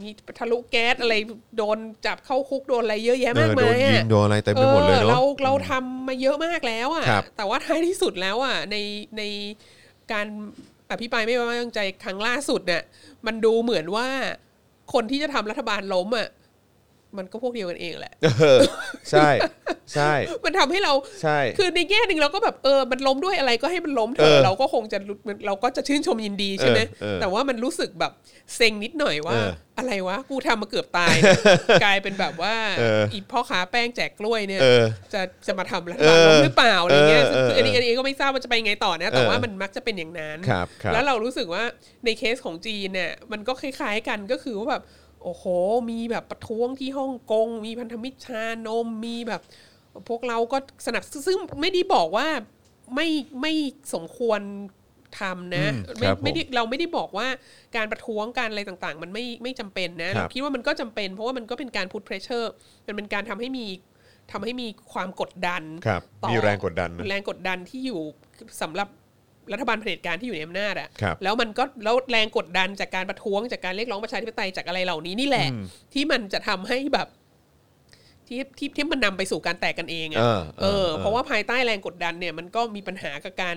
Speaker 6: มีทะลุแก๊สอะไรโดนจับเข้าคุกโดนอะไรเยอะแยะ
Speaker 2: เอ
Speaker 6: มาก
Speaker 2: อโด
Speaker 6: มาน ย
Speaker 2: ยิง
Speaker 6: อะ
Speaker 2: โดนอะไรเต็มไปหมดเลยเนาะ
Speaker 6: ออเราทำมาเยอะมากแล้วอะ
Speaker 2: ครับ
Speaker 6: แต่ว่าท้ายที่สุดแล้วอะในในการอภิปรายไม่ไว้วางใจครั้งล่าสุดเนี่ยมันดูเหมือนว่าคนที่จะทำรัฐบาลล้มอะมันก็พวกเดียวกันเองแห
Speaker 2: *laughs*
Speaker 6: ละ
Speaker 2: เออใช่ใช่
Speaker 6: มันทำให้เรา
Speaker 2: ใช่
Speaker 6: คือในแง่หนึ่งเราก็แบบเออมันล้มด้วยอะไรก็ให้มันล้มเถ
Speaker 2: เออ
Speaker 6: อะเราก็คงจะรู้เราก็จะชื่นชมยินดีใช่ไหม
Speaker 2: เออเออ
Speaker 6: แต่ว่ามันรู้สึกแบบเซ็งนิดหน่อยว่า
Speaker 2: เอออ
Speaker 6: อะไรวะกูทำมาเกือบตาย
Speaker 2: *laughs*
Speaker 6: กลายเป็นแบบว่า
Speaker 2: เอออี
Speaker 6: อีพ่อค้าแป้งแจกกล้วยเนี่ย
Speaker 2: เออ
Speaker 6: จะจะมาทำรั
Speaker 2: เอบ
Speaker 6: ฐาล
Speaker 2: อ
Speaker 6: ล้มหรือเปล่าอะไรเงี้ย
Speaker 2: เออเออ
Speaker 6: คืออันนี้อันนี้ก็ไม่ทราบว่าจะไปไงต่อนะ แต่
Speaker 2: เออ
Speaker 6: ว่ามันมักจะเป็นอย่างนั้น
Speaker 2: ครับครับ
Speaker 6: แล้วเรารู้สึกว่าในเคสของจีนเนี่ยมันก็คล้ายๆกันก็คือว่าแบบโอ้โห มีแบบประท้วงที่ฮ่องกง มีพันธมิตรชานม มีแบบ พวกเราก็สนับซึ่งไม่ได้บอกว่าไม่ไม่สมควร ทำนะ
Speaker 2: อืม
Speaker 6: ไม่
Speaker 2: ครับผม
Speaker 6: ไม่ได้เราไม่ได้บอกว่าการประท้วงการอะไรต่างๆ มันไม่ไม่จำเป็นนะ
Speaker 2: ครับ
Speaker 6: เราคิดว่ามันก็จำเป็น เพราะว่ามันก็เป็นการพุทเพรสเชอร์มันเป็นการทำให้มีทำให้มีความกดดัน
Speaker 2: ครับ
Speaker 6: ต่อ
Speaker 2: มีแรงกดดันนะ
Speaker 6: แรงกดดันที่อยู่สำหรับรัฐบาลเผด็จการที่อยู่ในอำนาจอะ
Speaker 2: ครับ
Speaker 6: แล้วมันก็แล้วแรงกดดันจากการประท้วงจากการเรียกร้องประชาธิปไตยจากอะไรเหล่านี้นี่แหละ
Speaker 2: อืม
Speaker 6: ที่มันจะทำให้แบบที่ที่ที่มันนำไปสู่การแตกกันเองอะ
Speaker 2: เออเออ
Speaker 6: เออ
Speaker 2: เออ
Speaker 6: เพราะว่าภายใต้แรงกดดันเนี่ย มันก็มีปัญหากับการ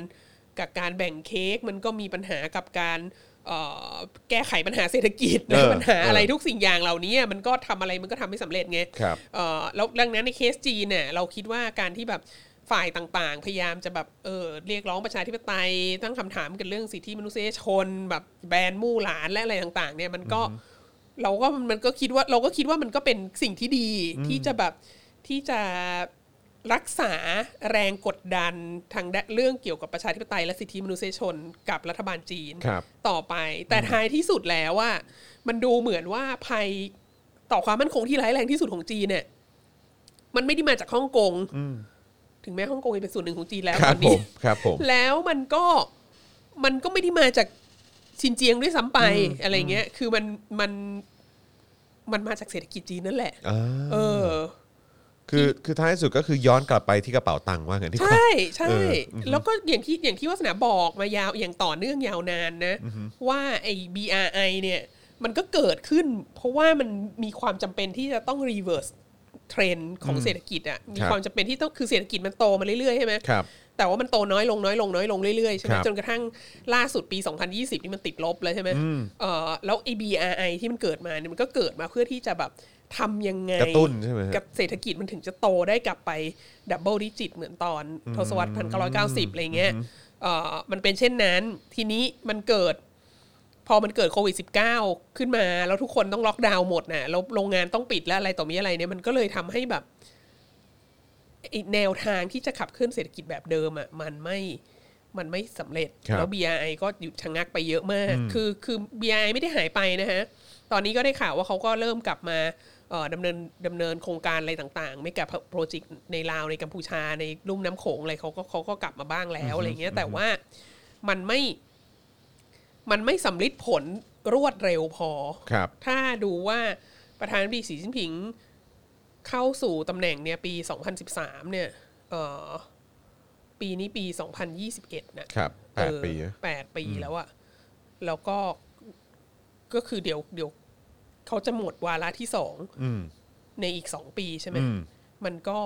Speaker 6: กับการแบ่งเค้กมันก็มีปัญหากับการเอ่อแก้ไขปัญหาเศรษฐกิจ
Speaker 2: เออ
Speaker 6: ปัญหา
Speaker 2: เอออ
Speaker 6: อะไรทุกสิ่งอย่างเหล่านี้มันก็ทำอะไรมันก็ทำไม่สำเร็จไง
Speaker 2: ครับ
Speaker 6: เอ่อแล้วดังนั้นในเคสจีนเนี่ยเราคิดว่าการที่แบบฝ่ายต่างๆ พยายามจะแบบเออเรียกร้องประชาธิปไตยตั้งคำถามกันเรื่องสิทธิมนุษยชน แบบแบนมู่หลานและอะไรต่างๆเนี่ยมันก็เราก็มันก็คิดว่าเราก็คิดว่ามันก็เป็นสิ่งที่ดีที่จะแบบที่จะรักษาแรงกดดันทางด้านเรื่องเกี่ยวกับประชาธิปไตยและสิทธิมนุษยชนกับรัฐบาลจีน
Speaker 2: ครับ
Speaker 6: ต่อไปแต่ท้ายที่สุดแล้วว่า มันดูเหมือนว่าภัยต่อความมั่นคงที่ร้ายแรงที่สุดของจีนเนี่ย มันไม่ได้มาจากฮ่องกงถึงแม้ฮ่องกงเป็นส่วนหนึ่งของจีนแล้ว
Speaker 2: ค
Speaker 6: ต
Speaker 2: รับ
Speaker 6: อน
Speaker 2: ผ
Speaker 6: นี้
Speaker 2: มครับผม
Speaker 6: แล้วมันก็มันก็ไม่ได้มาจากชินเจียงด้วยซ้ำไปอะไรเงี้ย คือมันมันมันมาจากเศรษฐกิจจีนนั่นแหละ
Speaker 2: อ่า
Speaker 6: เออ
Speaker 2: คือคือท้ายสุดก็คือย้อนกลับไปที่กระเป๋าตังค์ว่าเงินที่
Speaker 6: ใช่ใช่
Speaker 2: เอออือฮึ
Speaker 6: แล้วก็อย่างที่อย่างที่วัฒนาบอกมายาวอย่างต่อเนื่องยาวนานนะ ว่าไอ้ BRI เนี่ย มันก็เกิดขึ้น เพราะว่ามันมีความจำเป็นที่จะต้อง reverse เทรนด์ของเศรษฐกิจอะมี
Speaker 2: ครับ
Speaker 6: ความจำเป็นที่ต้องคือเศรษฐกิจมันโตมาเรื่อยๆใช่ไหม
Speaker 2: ครับ
Speaker 6: แต่ว่ามันโตน้อยลงน้อยลงน้อยลงเรื่อยๆใช่ไหม
Speaker 2: ครับ
Speaker 6: จนกระทั่งล่าสุดปี 2020 นี่มันติดลบเลยใช่ไหมเออแล้ว ABRI ที่มันเกิดมาเนี่ยมันก็เกิดมาเพื่อที่จะแบบทำยังไง
Speaker 2: กระตุ้นใช่ไหมฮะ
Speaker 6: กับเศรษฐกิจมันถึงจะโตได้กลับไปดับเบิลดิจิตเหมือนตอนทศวรรษ 1990 อะไรเงี้ยเออมันเป็นเช่นนั้นทีนี้มันเกิด พอมันเกิดโควิด -19 ขึ้นมา แล้วทุกคนต้องล็อกดาวน์หมดน่ะแล้วโรงงานต้องปิดแล้วอะไรต่อมีอะไรเนี่ยมันก็เลยทำให้แบบ ไอ้แนวทางที่จะขับเคลื่อนเศรษฐกิจแบบเดิมอ่ะมันไม่มันไม่สำเร็จ
Speaker 2: ครับ
Speaker 6: แล้ว BRI ก็หยุดชะงักไปเยอะมาก คือคือ BRI ไม่ได้หายไปนะฮะ ตอนนี้ก็ได้ข่าวว่าเขาก็เริ่มกลับมาเอ่อดำเนินดำเนินโครงการอะไรต่างๆ ไม่กับโปรเจกต์ในลาวในกัมพูชาในลุ่มน้ำโขงอะไรเขาก็เขาก็กลับมาบ้างแล้วอะไรเงี้ยแต่ว่ามันไม่ มันไม่สำลิดผลรวดเร็วพอ
Speaker 2: ครับ
Speaker 6: ถ้าดูว่าประธานาธิบดีสีจิ้นผิง เข้าสู่ตำแหน่งเนี่ยปี 2013 เนี่ยเอ่อปีนี้ปี 2021 นะครับ
Speaker 2: แปด
Speaker 6: เออ
Speaker 2: ปีนะ
Speaker 6: แปดปีแล้วอะแล้วก็ก็คือเดี๋ยวเดี๋ยวเขาจะหมดวาระที่สอง
Speaker 2: อืม
Speaker 6: ในอีกสองปีใช่ไหม
Speaker 2: อืม
Speaker 6: มันก็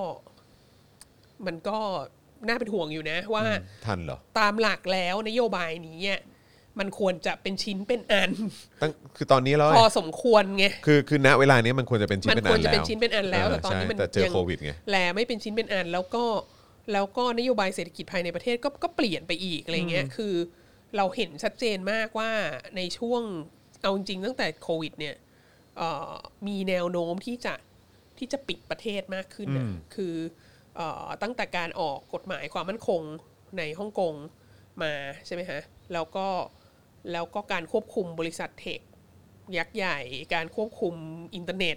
Speaker 6: มันก็น่าเป็นห่วงอยู่นะว่า
Speaker 2: ทันเหรอ
Speaker 6: ตามหลักแล้วนโยบายนี้อะมันควรจะเป็นชิ้นเป็นอัน
Speaker 2: ตั้งคือตอนนี้แล้ว
Speaker 6: พอสมควรไง
Speaker 2: คือคือณเวลานี้มันควรจะเป็นชิ้น
Speaker 6: มัน
Speaker 2: เป็น
Speaker 6: ค
Speaker 2: อั
Speaker 6: วร
Speaker 2: น
Speaker 6: จะ
Speaker 2: แล้ว
Speaker 6: เป็นชิ้นเป็นอันแล้วแต่ตอนนี้มัน
Speaker 2: ใช่แต่เจอ
Speaker 6: ยัง
Speaker 2: โควิดไง
Speaker 6: แลไม่เป็นชิ้นเป็นอันแล้วก็แล้วก็นโยบายเศรษฐกิจภายในประเทศก็ก็เปลี่ยนไปอีกอะไรเงี้ยคือ เราเห็นชัดเจนมากว่าในช่วงเอาจริงๆตั้งแต่โควิดเนี่ยเอ่อมีแนวโน้มที่จะที่จะปิดประเทศมากขึ้นน่ะคือเอ่อตั้งแต่การออกกฎหมายความมั่นคงในฮ่องกงมาใช่ไหมฮะแล้วก็แล้วก็การควบคุมบริษัทเทค ยักษ์ใหญ่การควบคุมอินเทอร์เน็ต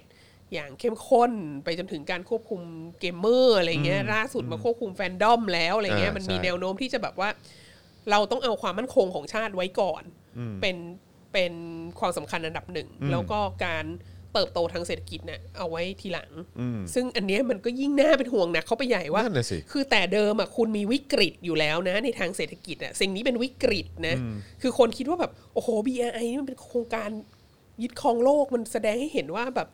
Speaker 6: อย่างเข้มข้นไปจนถึงการควบคุมเกมเมอร์อะไรเงี้ยล่าสุดมาควบคุมแฟนดอมแล้วอะไรเงี้ย
Speaker 2: อ่ามั
Speaker 6: มันมี
Speaker 2: ใช่
Speaker 6: แนวโน้มที่จะแบบว่า เราต้องเอาความมั่นคงของชาติไว้ก่อน เป็นเป็นความสำคัญอันดับหนึ่ง แล้วก็การเติบโตทางเศรษฐกิจเนี่ยเอาไว้ทีหลัง ซึ่งอันเนี้ยมันก็ยิ่งน่าเป็นห่วงหนะเขาไปใหญ่ว่า
Speaker 2: นั่นน่ะสิ
Speaker 6: คือแต่เดิมอ่ะคุณมีวิกฤตอยู่แล้วนะในทางเศรษฐกิจอ่ะสิ่งนี้เป็นวิกฤตนะ คือคนคิดว่าแบบ โอ้โห BRI นี่มันเป็นโครงการยึดครองโลกมันแสดงให้เห็นว่าแบบ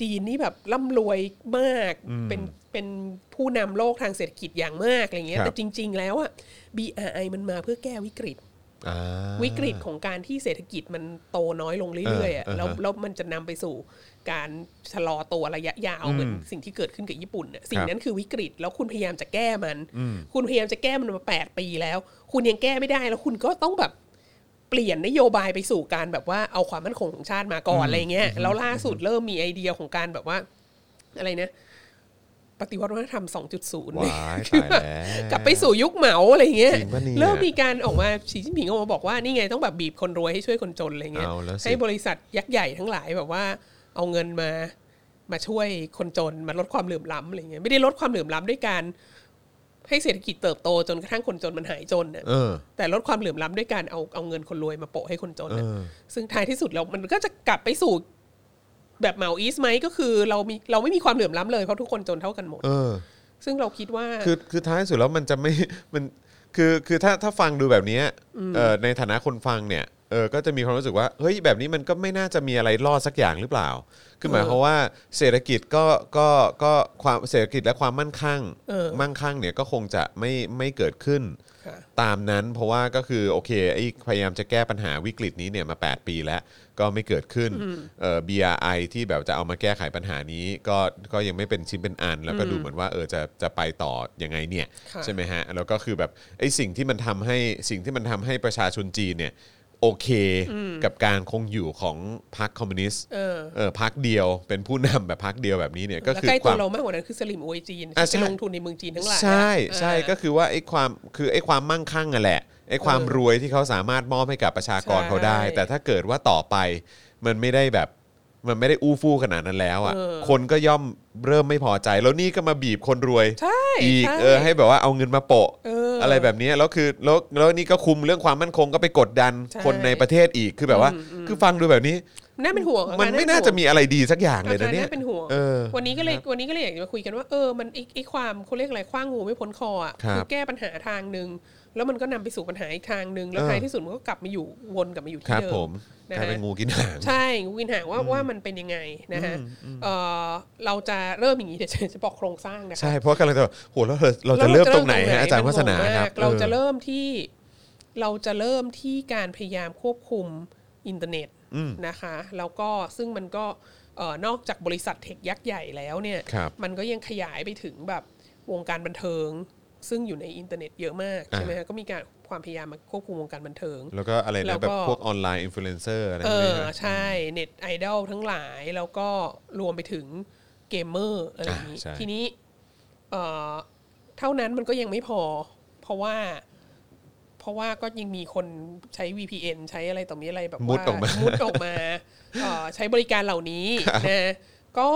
Speaker 6: จีนนี่แบบร่ำรวยมากเป็นเป็นผู้นำโลกทางเศรษฐกิจอย่างมากอะไรเงี้ย
Speaker 2: ครับ
Speaker 6: แต่จริง ๆ แล้วอ่ะ BRI มันมาเพื่อแก้วิกฤต
Speaker 2: อ่า
Speaker 6: วิกฤตของการที่เศรษฐกิจมันโตน้อยลงเรื่อยๆอะ
Speaker 2: เออเออ
Speaker 6: แล้ว
Speaker 2: ฮะ
Speaker 6: แล้วมันจะนำไปสู่การชะลอตัวระยะยาวเหมือนสิ่งที่เกิดขึ้นกับญี่ปุ่นน่ะสิ่งนั้นคือวิกฤตแล้วคุณพยายามจะแก้มัน คุณพยายามจะแก้มันมา 8 ปีแล้ว คุณยังแก้ไม่ได้แล้วคุณก็ต้องแบบเปลี่ยนนโยบายไปสู่การแบบว่าเอาความมั่นคงของชาติมาก่อนอะไรเงี้ยแล้วล่าสุดเริ่มมีไอเดียของการแบบว่า อะไรนะ ปฏิวัติวัฒนธรรม 2.0
Speaker 2: ว้าย
Speaker 6: คือ
Speaker 2: ตายแล้ว
Speaker 6: กลับไปสู่ยุคเหมาอะไรเงี้ย
Speaker 2: จริงปะเนี่ย
Speaker 6: เริ่มมีการออกมาสีจิ้นผิงออกมาบอกว่านี่ไงต้องแบบบีบคนรวยให้ช่วยคนจนอะไรเงี้ย
Speaker 2: เอาแล้วสิ
Speaker 6: ให้บริษัทยักษ์ใหญ่ทั้งหลายแบบว่า เอาเงินมามาช่วยคนจนมาลดความเหลื่อมล้ำอะไรเงี้ยไม่ได้ลดความเหลื่อมล้ำด้วยการ ให้เศรษฐกิจเติบโตจนกระทั่งคนจนมันหายจนเนี่ย
Speaker 2: เออ
Speaker 6: แต่ลดความเหลื่อมล้ำด้วยการเอาเอาเงินคนรวยมาโปะให้คนจนน่ะ
Speaker 2: เออ
Speaker 6: ซึ่งท้ายที่สุดแล้วมันก็จะกลับไปสู่แบบเหมาอีสไหมก็คือเรามีเราไม่มีความเหลื่อมล้ำเลยเพราะทุกคนจนเท่ากันหมด
Speaker 2: เออ
Speaker 6: ซึ่งเราคิดว่า
Speaker 2: คือคือท้ายสุดแล้วมันจะไม่ *laughs* มันคือคือถ้าถ้าฟังดูแบบเนี้ยเอ่อในฐานะคนฟังเนี่ยเออก็จะมีความรู้สึกว่าเฮ้ยแบบนี้มันก็ไม่น่าจะมีอะไรรอดสักอย่างหรือเปล่า คือหมายความว่าเศรษฐกิจก็ก็ก็ความเศรษฐกิจและความมั่นคง
Speaker 6: เออ
Speaker 2: มั่งคั่งเนี่ยก็คงจะไม่ไม่เกิดขึ้น
Speaker 6: ค่ะ
Speaker 2: ตามนั้นเพราะว่าก็คือโอเคไอ้พยายามจะแก้ปัญหาวิกฤตนี้เนี่ยมา 8 ปีแล้ว ก็ไม่เกิดขึ้นเอ่อ BRI ที่แบบจะเอามาแก้ไขปัญหานี้ ก็ก็ยังไม่เป็นชิ้นเป็นอัน แล้วก็ดูเหมือนว่าเออจะจะไปต่อยังไงเนี่ย
Speaker 6: ค่ะ
Speaker 2: ใช่ไหมฮะแล้วก็คือแบบไอ้สิ่งที่มันทำให้สิ่งที่มันทำให้ประชาชนจีนเนี่ยโอเคกับการคงอยู่ของพรรคคอมมิวนิสต์
Speaker 6: เออ
Speaker 2: เออพรรคเดียว เป็นผู้นำแบบพรรคเดียวแบบนี้เนี่ยก็
Speaker 6: แล้ว
Speaker 2: คือ
Speaker 6: ใกล้ตัว
Speaker 2: คาว ม
Speaker 6: เรามากกว่านั้นคือสลิมอวยจีน
Speaker 2: อ่ะ
Speaker 6: ที่
Speaker 2: ใช่
Speaker 6: ไปลงทุนในเมืองจีนทั้งหลาย
Speaker 2: ใช่
Speaker 6: อะ
Speaker 2: ใช่
Speaker 6: เออ
Speaker 2: ก็คือว่าไอ้ความคือไอ้ความมั่งคั่งนั่นแหละไอ้ความ
Speaker 6: เออ
Speaker 2: รวยที่เขาสามารถมอบให้กับประชากร
Speaker 6: ใช่
Speaker 2: เขาได้ แต่ถ้าเกิดว่าต่อไปมันไม่ได้แบบมันไม่ได้อู้ฟู่ขนาดนั้นแล้วอ่ะ
Speaker 6: เออ
Speaker 2: คนก็ย่อมเริ่มไม่พอใจ แล้วนี่ก็มาบีบคนรวย
Speaker 6: ใช่
Speaker 2: อีก
Speaker 6: ใช่
Speaker 2: เออให้แบบว่าเอาเงินมาโปะ
Speaker 6: เอออ
Speaker 2: ไรแบบนี้แล้วคือแล้วแล้วนี่ก็คุมเรื่องความมั่นคงก็ไปกดดัน
Speaker 6: ใช่
Speaker 2: คนในประเทศอีกคือแบบว่า คือฟังดูแบบนี้
Speaker 6: น่าเป็นห่วงอ
Speaker 2: มันไม่น่าจะมีอะไรดีสักอย่างเลยนะเนี่ย
Speaker 6: อาการาเป็นห่วง
Speaker 2: เออ
Speaker 6: วันนี้ก็เลยวันนี้ก็เลยอยากจะมาคุยกันว่าเออมันไอ้ไอ้ความเขาเรียกอะไรคว้างงูไม่พ้นคออ่ะ
Speaker 2: ครับ
Speaker 6: แก้ปัญหาทางหนึ่งแล้วมันก็นำไปสู่ปัญหาอีกทางหนึ่งแล้ว
Speaker 2: เออ
Speaker 6: ท้ายที่สุดมันก็กลับมาอยู่วนกลับมาอยู่
Speaker 2: ค
Speaker 6: ที่
Speaker 2: รับ
Speaker 6: เดิ
Speaker 2: ผม
Speaker 6: นะ
Speaker 2: กลาย
Speaker 6: ฮะ
Speaker 2: เป็นงูกินหาง
Speaker 6: ใช่งูกินหางว่าว่ามันเป็นยังไงนะฮะเออเราจะเริ่มอย่างนี้เดี๋ยวจะบอกโครงสร้างนะคะ
Speaker 2: ใช่เพราะกำลังจะแบบโหเราเราจะเริ่มตรงไหนฮะอาจารย์วัฒนาครับ
Speaker 6: เราจะเริ่มที่เราจะเริ่มที่การพยายามควบคุมอินเทอร์เน็ตนะคะ แล้วก็ซึ่งมันก็เอ่อนอกจากบริษัทเทคยักษ์ใหญ่แล้วเนี่ย
Speaker 2: ครับ
Speaker 6: มันก็ยังขยายไปถึงแบบวงการบันเทิง ซึ่งอยู่ในอินเทอร์เน็ตเยอะมากใช่ไหมฮะก็มีการความพยายามมาควบคุมวงการบันเทิง
Speaker 2: แล้วก็อะไร
Speaker 6: แล้
Speaker 2: นะ
Speaker 6: วก็
Speaker 2: แบบพวกออนไลน์อินฟลูเอนเซอร์อะไรพ
Speaker 6: เอ
Speaker 2: วกนี้
Speaker 6: อ
Speaker 2: นะ
Speaker 6: ใช่เน็ตไอดอลทั้งหลายแล้วก็รวมไปถึงเกมเมอร์อะไรอย่างนี้
Speaker 2: อ่ะใช่
Speaker 6: ทีนี้เอ่อเท่านั้นมันก็ยังไม่พอ เพราะว่า เพราะว่าก็ยังมีคนใช้ VPN ใช้อะไรต่อมีอะไรแบบ
Speaker 2: มุ
Speaker 6: ว่า
Speaker 2: ดออกมามุ
Speaker 6: ดออกมาเอ่อใช้บริการเหล่านี้นะก็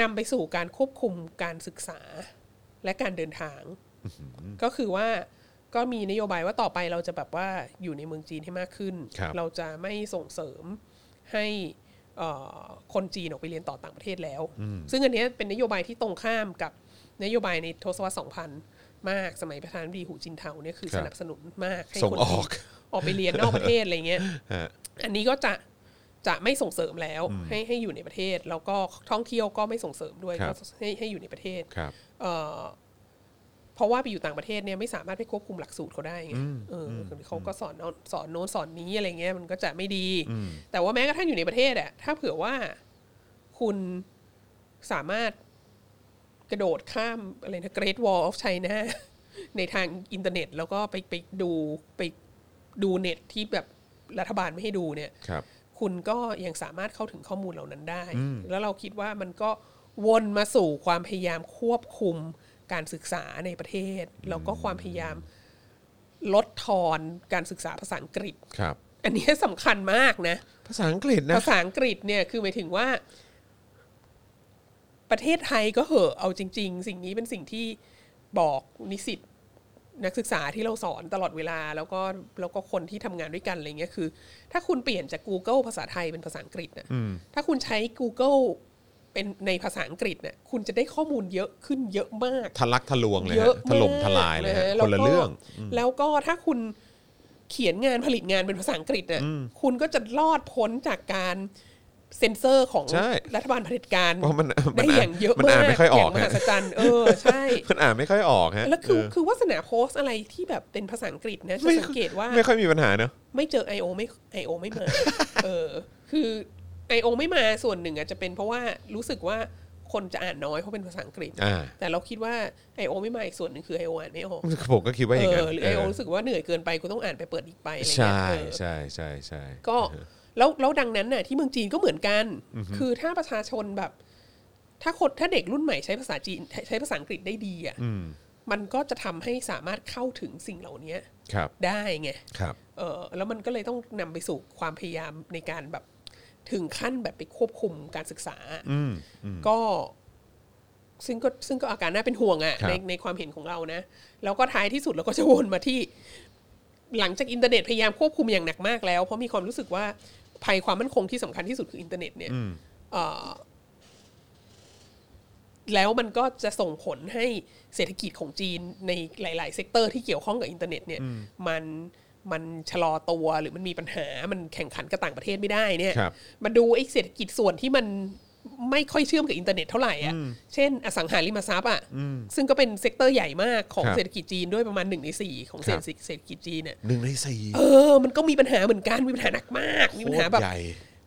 Speaker 6: นำไปสู่การควบคุมการศึกษาและการเดินทาง ก็คือว่าก็มีนโยบายว่าต่อไปเราจะแบบว่าอยู่ในเมืองจีนให้มากขึ้น
Speaker 2: ครับ
Speaker 6: เราจะไม่ส่งเสริมให้เอ่อคนจีนออกไปเรียนต่อต่างประเทศแล้ว ซึ่งอันเนี้ยเป็นนโยบายที่ตรงข้ามกับนโยบายในทศวรรษ 2000 มากสมัยประธานาธิบดีหูจินเทาเนี่ยคือ
Speaker 2: ครั
Speaker 6: ส
Speaker 2: บ
Speaker 6: นับสนุนมากให้
Speaker 2: ส่ง
Speaker 6: คน
Speaker 2: อ
Speaker 6: จี
Speaker 2: อก *laughs*
Speaker 6: นออกไปเรียนนอกประเทศอะไรเงี้ย
Speaker 2: ฮะ
Speaker 6: อันนี้ก็จะจะไม่ส่งเสริมแล้วให้ให้อยู่ในประเทศ แล้วก็ท่องเที่ยวก็ไม่ส่งเสริมด้วย
Speaker 2: ครั
Speaker 6: ก็
Speaker 2: บ
Speaker 6: ให้ให้อยู่ในประเทศ
Speaker 2: ครับ
Speaker 6: เอ่อเพราะว่าไปอยู่ต่างประเทศเนี่ยไม่สามารถไปควบคุมหลักสูตรเขาได้ไงเอออเขาก็สอนโน้นสอนโน้นสอนนี้อะไรเงี้ยมันก็จะไม่ดี แต่ว่าแม้กระทั่งอยู่ในประเทศอะถ้าเผื่อว่าคุณสามารถกระโดดข้ามอะไรนะ Great Wall of China *laughs* ในทางอินเทอร์เน็ต แล้วก็ไปไปดูไปดูเน็ตที่แบบรัฐบาลไม่ให้ดูเนี่ย
Speaker 2: ครับ
Speaker 6: คุณก็ยังสามารถเข้าถึงข้อมูลเหล่านั้นได้ แล้วเราคิดว่ามันก็วนมาสู่ความพยายามควบคุมการศึกษาในประเทศ แล้วก็ความพยายามลดทอนการศึกษาภาษาอังกฤษ
Speaker 2: ครับ
Speaker 6: อันนี้ *laughs* สำคัญมากนะ
Speaker 2: ภาษาอังกฤษนะ
Speaker 6: ภาษาอังกฤษเนี่ยคือหมายถึงว่า ประเทศไทยก็เหอะเอาจริง ๆ สิ่งนี้เป็นสิ่งที่บอกนิสิตนักศึกษาที่เราสอนตลอดเวลา แล้วก็แล้วก็คนที่ทำงานด้วยกันอะไรเงี้ยคือ ถ้าคุณเปลี่ยนจาก Google ภาษาไทยเป็นภาษาอังกฤษนะถ้าคุณใช้ Google เป็นในภาษาอังกฤษเนี่ยคุณจะได้ข้อมูลเยอะขึ้นเยอะมาก
Speaker 2: ทะลักทะลวงเลย
Speaker 6: เย
Speaker 2: ฮะ
Speaker 6: อะ
Speaker 2: ถล่มทลายเลยฮะ
Speaker 6: มาก
Speaker 2: คนละ
Speaker 6: แวก็
Speaker 2: เรื่อง
Speaker 6: แล้วก็ถ้าคุณเขียนงานผลิตงานเป็นภาษาอังกฤษเนี่ยคุณก็จะรอดพ้นจากการเซ็นเซอร์ของ
Speaker 2: ใช่
Speaker 6: รัฐบาลเผด็จการ
Speaker 2: เพราะมันมัน
Speaker 6: ได้อย่างเยอะ
Speaker 2: มัน
Speaker 6: มา
Speaker 2: อ่าน
Speaker 6: ก
Speaker 2: ไม่ค่อยออก
Speaker 6: ย่างมหั
Speaker 2: ฮะ
Speaker 6: ศจรรย์เออใช่
Speaker 2: มันอ่านไม่ค่อยออกฮะ
Speaker 6: แล้วคือ
Speaker 2: เ
Speaker 6: คือวาสนาโพสต์อะไรที่แบบเป็นภาษาอังกฤษนะจะ
Speaker 2: ไม่
Speaker 6: สังเกตว่า
Speaker 2: ไม่ค่อยมีปัญหาเนอะ
Speaker 6: ไม่เจอ I.O. ไม่ I.O. ไม่มา เออ คือ I.O. ไม่มาส่วนหนึ่งอาจจะเป็นเพราะว่ารู้สึกว่าคนจะอ่านน้อยเพราะเป็นภาษาอังกฤษ
Speaker 2: อ่า
Speaker 6: แต่เราคิดว่า I.O. ไม่มาอีกส่วนหนึ่งคือ I.O. อ่านไม่ออก
Speaker 2: ผมก็คิดว่าอย่าง
Speaker 6: เอ
Speaker 2: นั้น
Speaker 6: อหรือ
Speaker 2: เอ
Speaker 6: ไอ
Speaker 2: อ
Speaker 6: โอรู้สึกว่าเหนื่อยเกินไปกูต้องอ่านไปเปิดอีกไปอะไร
Speaker 2: ใช่
Speaker 6: เงี้ยเออ
Speaker 2: ใช่ใช่ใช่
Speaker 6: ก็แล้วแล้วดังนั้นน่ะที่เมืองจีนก็เหมือนกัน คือถ้าประชาชนแบบ ถ้าคนถ้าเด็กรุ่นใหม่ใช้ภาษาจีนใช้ภาษาอังกฤษได้ดีอ่ะมันก็จะทำให้สามารถเข้าถึงสิ่งเหล่านี้
Speaker 2: ครับ
Speaker 6: ได้ไง
Speaker 2: ครับ
Speaker 6: เออแล้วมันก็เลยต้องนำไปสู่ความพยายามในการแบบถึงขั้นแบบไปควบคุมการศึกษา ก็ ซึ่งก็ซึ่งก็อาการน่าเป็นห่วงอะ่ะ
Speaker 2: ครับ
Speaker 6: ในในความเห็นของเรานะ แล้วก็ท้ายที่สุดเราก็จะวนมาที่ หลังจากอินเทอร์เน็ตพยายามควบคุมอย่างหนักมากแล้ว เพราะมีความรู้สึกว่าภัยความมั่นคงที่สำคัญที่สุดคืออินเทอร์เน็ตเนี่ยเอ่อแล้วมันก็จะส่งผลให้เศรษฐกิจของจีนในหลาย ๆ เซกเตอร์ที่เกี่ยวข้องกับอินเทอร์เน็ตเนี่ยมันมันชะลอตัวหรือมันมีปัญหามันแข่งขันกับต่างประเทศไม่ได้เนี่ย
Speaker 2: ครับ
Speaker 6: มาดูไอ้เศรษฐกิจส่วนที่มันไม่ค่อยเชื่อมกับอินเทอร์เน็ตเท่าไหร่อ่ะ เช่น อสังหาริมทรัพย์อ่ะ ซึ่งก็เป็นเซกเตอร์ใหญ่มากของ
Speaker 2: ครับ
Speaker 6: เศรษฐกิจจีนด้วยประมาณหนึ่งในสี่ของ
Speaker 2: ค
Speaker 6: เศ
Speaker 2: รั
Speaker 6: ร
Speaker 2: บ
Speaker 6: ษฐกิจเศรษฐกิจจีนเนี่ย
Speaker 2: หนึ่งในสี่
Speaker 6: เออ มันก็มีปัญหาเหมือนกัน มีปัญหาหนักมาก มีปัญหาแบบ
Speaker 2: โคตรใหญ่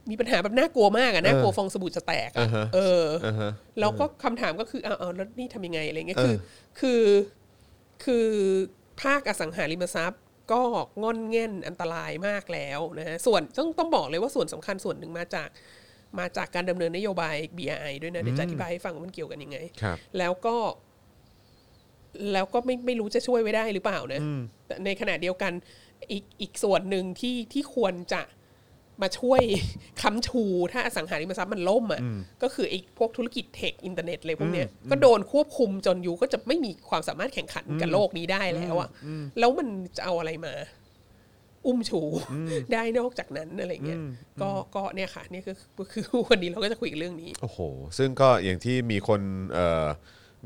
Speaker 6: มีปัญหาแบบน่ากลัวมากอะน่ากลัวฟองสบู่จะแตกอะ
Speaker 2: อ่าฮะ
Speaker 6: เอออา
Speaker 2: ฮะ
Speaker 6: แล้วก็คำถามก็คือเอาเอาแล้วนี่ทำยังไงอะไรเงี้ยคือ
Speaker 2: เออ
Speaker 6: คือคือภาคอสังหาริมทรัพย์ก็งอนแง่นอันตรายมากแล้วนะฮะส่วนต้องต้องบอกเลยว่าส่วนสำคัญส่วนหนึ่งมาจากมาจากการดำเนินนโยบาย BRI ด้วยนะเดี๋ยวจะอธิบายให้ฟังว่ามันเกี่ยวกันยังไง
Speaker 2: ครับ
Speaker 6: แล้วก็ แล้วก็ไม่ไม่รู้จะช่วยไว้ได้หรือเปล่านะแต่ในขณะเดียวกันอีกอีกส่วนหนึ่งที่ที่ควรจะมาช่วย *laughs* ค้ำชู ถ้าอสังหาริมทรัพย์มันล่มอะ่ะก็คือไอ้พวกธุรกิจเทคอินเทอร์เน็ตอะไรพวกเนี้ยก็โดนควบคุมจนอยู่ก็จะไม่มีความสามารถแข่งขันกับโลกนี้ได้แล้วอะ่ะแล้วมันจะเอาอะไรมา อุ้มชูได้นอกจากนั้นอะไรเงี้ยก็ก็เนี่ยค่ะเนี่ยคือคือวันนี้เราก็จะคุยเรื่องนี้
Speaker 2: โอ้โห ซึ่งก็อย่างที่มีคนเอ่อ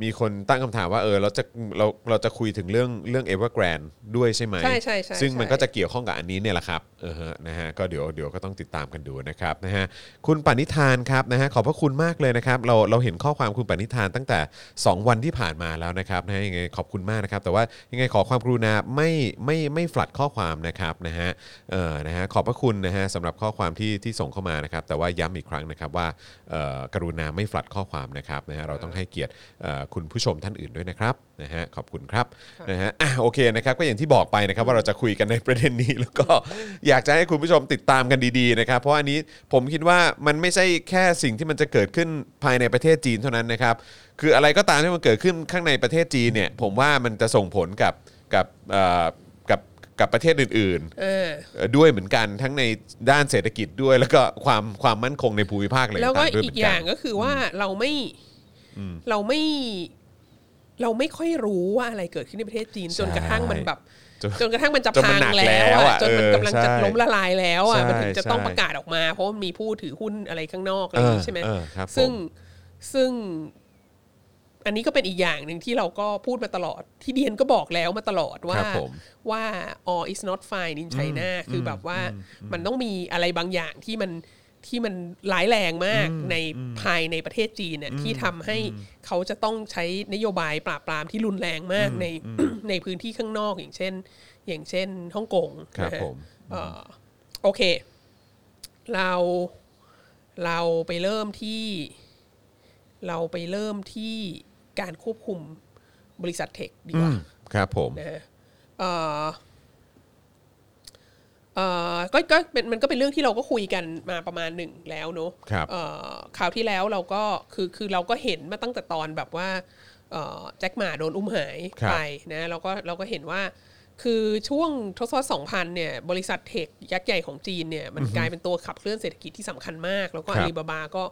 Speaker 2: มีคนตั้งคำถามว่าเออเราจะเราเราจะคุยถึงเรื่องเรื่องเอเวอร์แกรนด้วยใช่ไหม
Speaker 6: ใช่ใช่ใช่
Speaker 2: ซึ่งมัน
Speaker 6: ใช่
Speaker 2: ก็จะเกี่ยวข้องกับอันนี้เนี่ยแหละครับเออฮะนะฮะก็เดี๋ยวเดี๋ยวก็ต้องติดตามกันดูนะครับนะฮะคุณปณิธานครับนะฮะขอบพระคุณมากเลยนะครับ เราเราเห็นข้อความคุณปณิธานตั้งแต่ 2 วันที่ผ่านมาแล้วนะครับนะฮะยังไงขอบคุณมากนะครับ แต่ว่ายังไงขอความกรุณาไม่ไม่ไม่ฝลัดข้อความนะครับนะฮะเออนะฮะขอบพระคุณนะฮะสำหรับข้อความที่ที่ส่งเข้ามานะครับ แต่ว่าย้ำอีกครั้งนะครับว่าเอ่อกรุณาไม่ฝลัดข้อความนะครับนะฮะเราต้องให้เกียรติเอ่อคุณผู้ชมท่านอื่นด้วยนะครับนะฮะขอบคุณครับนะฮะอ่ะโอเคนะครับก็อย่างที่บอกไปนะครับว่าเราจะคุยกันในประเด็นนี้ แล้วก็ *laughs* อยากจะให้คุณผู้ชมติดตามกันดีๆนะครับ เพราะอันนี้ผมคิดว่ามันไม่ใช่แค่สิ่งที่มันจะเกิดขึ้นภายในประเทศจีนเท่านั้นนะครับ คืออะไรก็ตามที่มันเกิดขึ้นข้างในประเทศจีนเนี่ยผมว่ามันจะส่งผลกับกับเอ่อกับกับประเทศอื่น ๆ
Speaker 6: เออ
Speaker 2: เอ่อด้วยเหมือนกันทั้งในด้านเศรษฐกิจด้วย แล้วก็ความความมั่นคงในภูมิภาคอะไร
Speaker 6: แล้วก็
Speaker 2: ต่างๆด้วยเหมื
Speaker 6: อี
Speaker 2: อ
Speaker 6: ก
Speaker 2: น
Speaker 6: อ
Speaker 2: กั
Speaker 6: ย่าง
Speaker 2: น
Speaker 6: ก็คือว่าเราไม่เราไม่เราไม่ค่อยรู้ว่าอะไรเกิดขึ้นในประเทศจีน จนกระทั่งมันแบบ
Speaker 2: จน
Speaker 6: จนกระทั่งมันจะ
Speaker 2: จนมัน
Speaker 6: พัง
Speaker 2: หนัก
Speaker 6: แล้ว
Speaker 2: แล้วอะ
Speaker 6: อะจนมั
Speaker 2: เออก
Speaker 6: นำลังจะ
Speaker 2: ใช่
Speaker 6: ล้มละลายแล้วอะ
Speaker 2: ใช่
Speaker 6: มันถึงจะต้อง
Speaker 2: ใช่
Speaker 6: ประกาศออกมา เพราะมันมีผู้ถือหุ้นอะไรข้างนอกอะไรอย่างนี้ใช่ไหม
Speaker 2: เออเออครับผม
Speaker 6: ซึ่งซึ่ง อันนี้ก็เป็นอีกอย่างหนึ่งที่เราก็พูดมาตลอด ที่เดียนก็บอกแล้วมาตลอด
Speaker 2: ค
Speaker 6: ว่า
Speaker 2: รับผม
Speaker 6: ว่า all is not fine in China คือแบบว่ามันต้องมีอะไรบางอย่างที่มันที่มันร้ายแรงมากในภายในประเทศจีนเนี่ยที่ทำให้เขาจะต้องใช้นโยบายปราบปรามที่รุนแรงมากในในพื้นที่ข้างนอกอย่างเช่น อย่างเช่นฮ่องกง
Speaker 2: ครับ
Speaker 6: นะฮะ
Speaker 2: ผม
Speaker 6: เอ่อโอเค เราเราไปเริ่มที่ เราไปเริ่มที่การควบคุมบริษัทเทคดีกว่า
Speaker 2: ครับผม
Speaker 6: นะฮะเอ่อเอ่อก็ก็เป็นมันก็เป็นเรื่องที่เราก็คุยกันมาประมาณหนึ่งแล้วเนอะ
Speaker 2: ครับ
Speaker 6: เอ่อคราวที่แล้วเราก็คือคือเราก็เห็นมาตั้งแต่ตอนแบบว่าเอ่อแจ็คหมาโดนอุ้มหาย
Speaker 2: ครับ
Speaker 6: ไปนะเราก็เราก็เห็นว่า คือช่วงทศวรรษ 2000 เนี่ย บริษัทเทคยักษ์ใหญ่ของจีนเนี่ย มันกลายเป็นตัวขับเคลื่อนเศรษฐกิจที่สำคัญมาก แล้วก็
Speaker 2: ครั
Speaker 6: อา
Speaker 2: บ
Speaker 6: ลีบาบาก็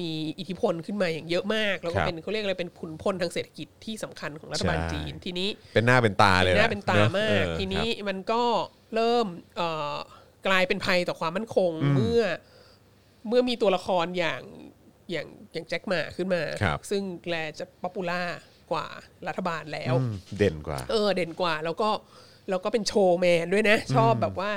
Speaker 6: มีอิทธิพลขึ้นมาอย่างเยอะมาก แล้วก็
Speaker 2: ครับ
Speaker 6: เป็นเขาเรียกอะไรเป็นขุนพลทางเศรษฐกิจที่สำคัญของรัฐบาลจีนทีนี้
Speaker 2: เป็นหน้าเป็นตาเลย
Speaker 6: หน้าเป็นตา
Speaker 2: แหละ
Speaker 6: มาก
Speaker 2: อะ
Speaker 6: ทีนี้
Speaker 2: เออ
Speaker 6: มันก็เริ่มเอ่อกลายเป็นภัยต่อความมั่นคงเมื่อเมื่อมีตัวละครอย่างอย่างอย่างแจ็คหมาขึ้นมา
Speaker 2: ครับ
Speaker 6: ซึ่งแกจะป๊อปปูล่ากว่ารัฐบาลแล้ว
Speaker 2: ครับอืมเด่นกว่า
Speaker 6: เออเด่นกว่าแล้วก็แล้วก็เป็นโชว์แมนด้วยนะ ชอบแบบว่า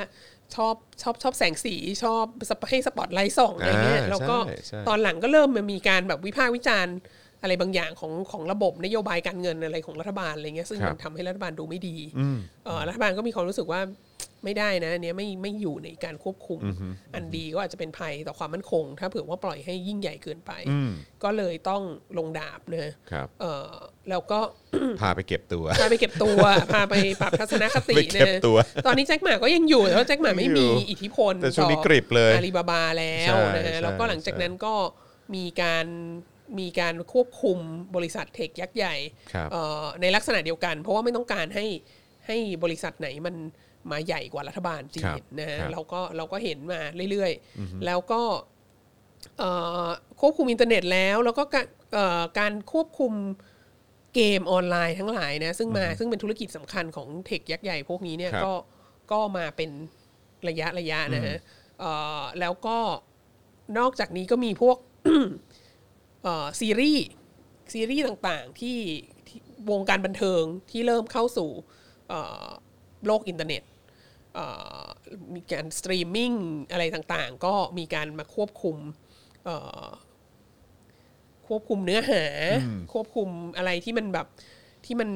Speaker 6: ชอบชอบชอบแสงสีชอบสปให้สปอตไลท์ส่องอะไรเงี้ย
Speaker 2: อ่า
Speaker 6: แล้วก็
Speaker 2: ใช่ใช่
Speaker 6: ตอนหลังก็เริ่มมามีการแบบวิพากษ์วิจารณ์อะไรบางอย่างของของระบบนโยบายการเงินอะไรของรัฐบาลอะไรเงี้ยซึ่งมันทำให้รัฐบาลดูไม่ดีเออรัฐบาลก็มีความรู้สึกว่าไม่ได้นะอันเนี้ยไม่ไม่อยู่ในการควบคุม อันดีก็อาจจะเป็นภัยต่อความมั่นคง ถ้าเผื่อว่าปล่อยให้ยิ่งใหญ่เกินไป ก็เลยต้องลงดาบเนะครับ เออแล้วก็ *coughs*
Speaker 2: พาไปเก็บตัว
Speaker 6: พาไปเก็บตัว พาไปปรับทัศนคติ
Speaker 2: ไปเก็
Speaker 6: นะ
Speaker 2: บตัว
Speaker 6: ตอนนี้แจ็คหมาก็ยังอยู่แต่ว่าแจ็คหมาไม่มีอิทธิพล
Speaker 2: แต่ช่วงนี้กริบเลย
Speaker 6: อาลีบาบาแล้วนะ
Speaker 2: ใช่
Speaker 6: ฮะแล้วก็หลังจากนั้นก็มีการมีการควบคุมบริษัทเทคยักษ์ใหญ่
Speaker 2: ครับ
Speaker 6: เอ่อในลักษณะเดียวกัน เพราะว่าไม่ต้องการให้ให้บริษัทไหนมันมาใหญ่กว่ารัฐบาลจี
Speaker 2: ครั
Speaker 6: น
Speaker 2: บ
Speaker 6: นะฮะ
Speaker 2: ครับ
Speaker 6: เราก็เราก็เห็นมาเรื่อยๆ แล้วก็ เอ่อควบคุมอินเทอร์เน็ตแล้ว แล้วก็การเอ่อการควบคุมเกมออนไลน์ทั้งหลายนะ ซึ่งมาซึ่งเป็นธุรกิจสำคัญของเทคยักษ์ใหญ่พวกนี้เนี่ย
Speaker 2: ครับ
Speaker 6: ก็ก็มาเป็นระยะระยะนะฮะเอ่อแล้วก็นอกจากนี้ก็มีพวก *coughs* เอ่อซีรีส์ซีรีส์ต่างๆที่ที่วงการบันเทิงที่เริ่มเข้าสู่เอ่อโลกอินเทอร์เน็ตเอ่อมีการสตรีมมิ่งอะไรต่างๆ ก็มีการมาควบคุมเอ่อควบคุมเนื้อหา ควบคุมอะไรที่มันแบบที่มัน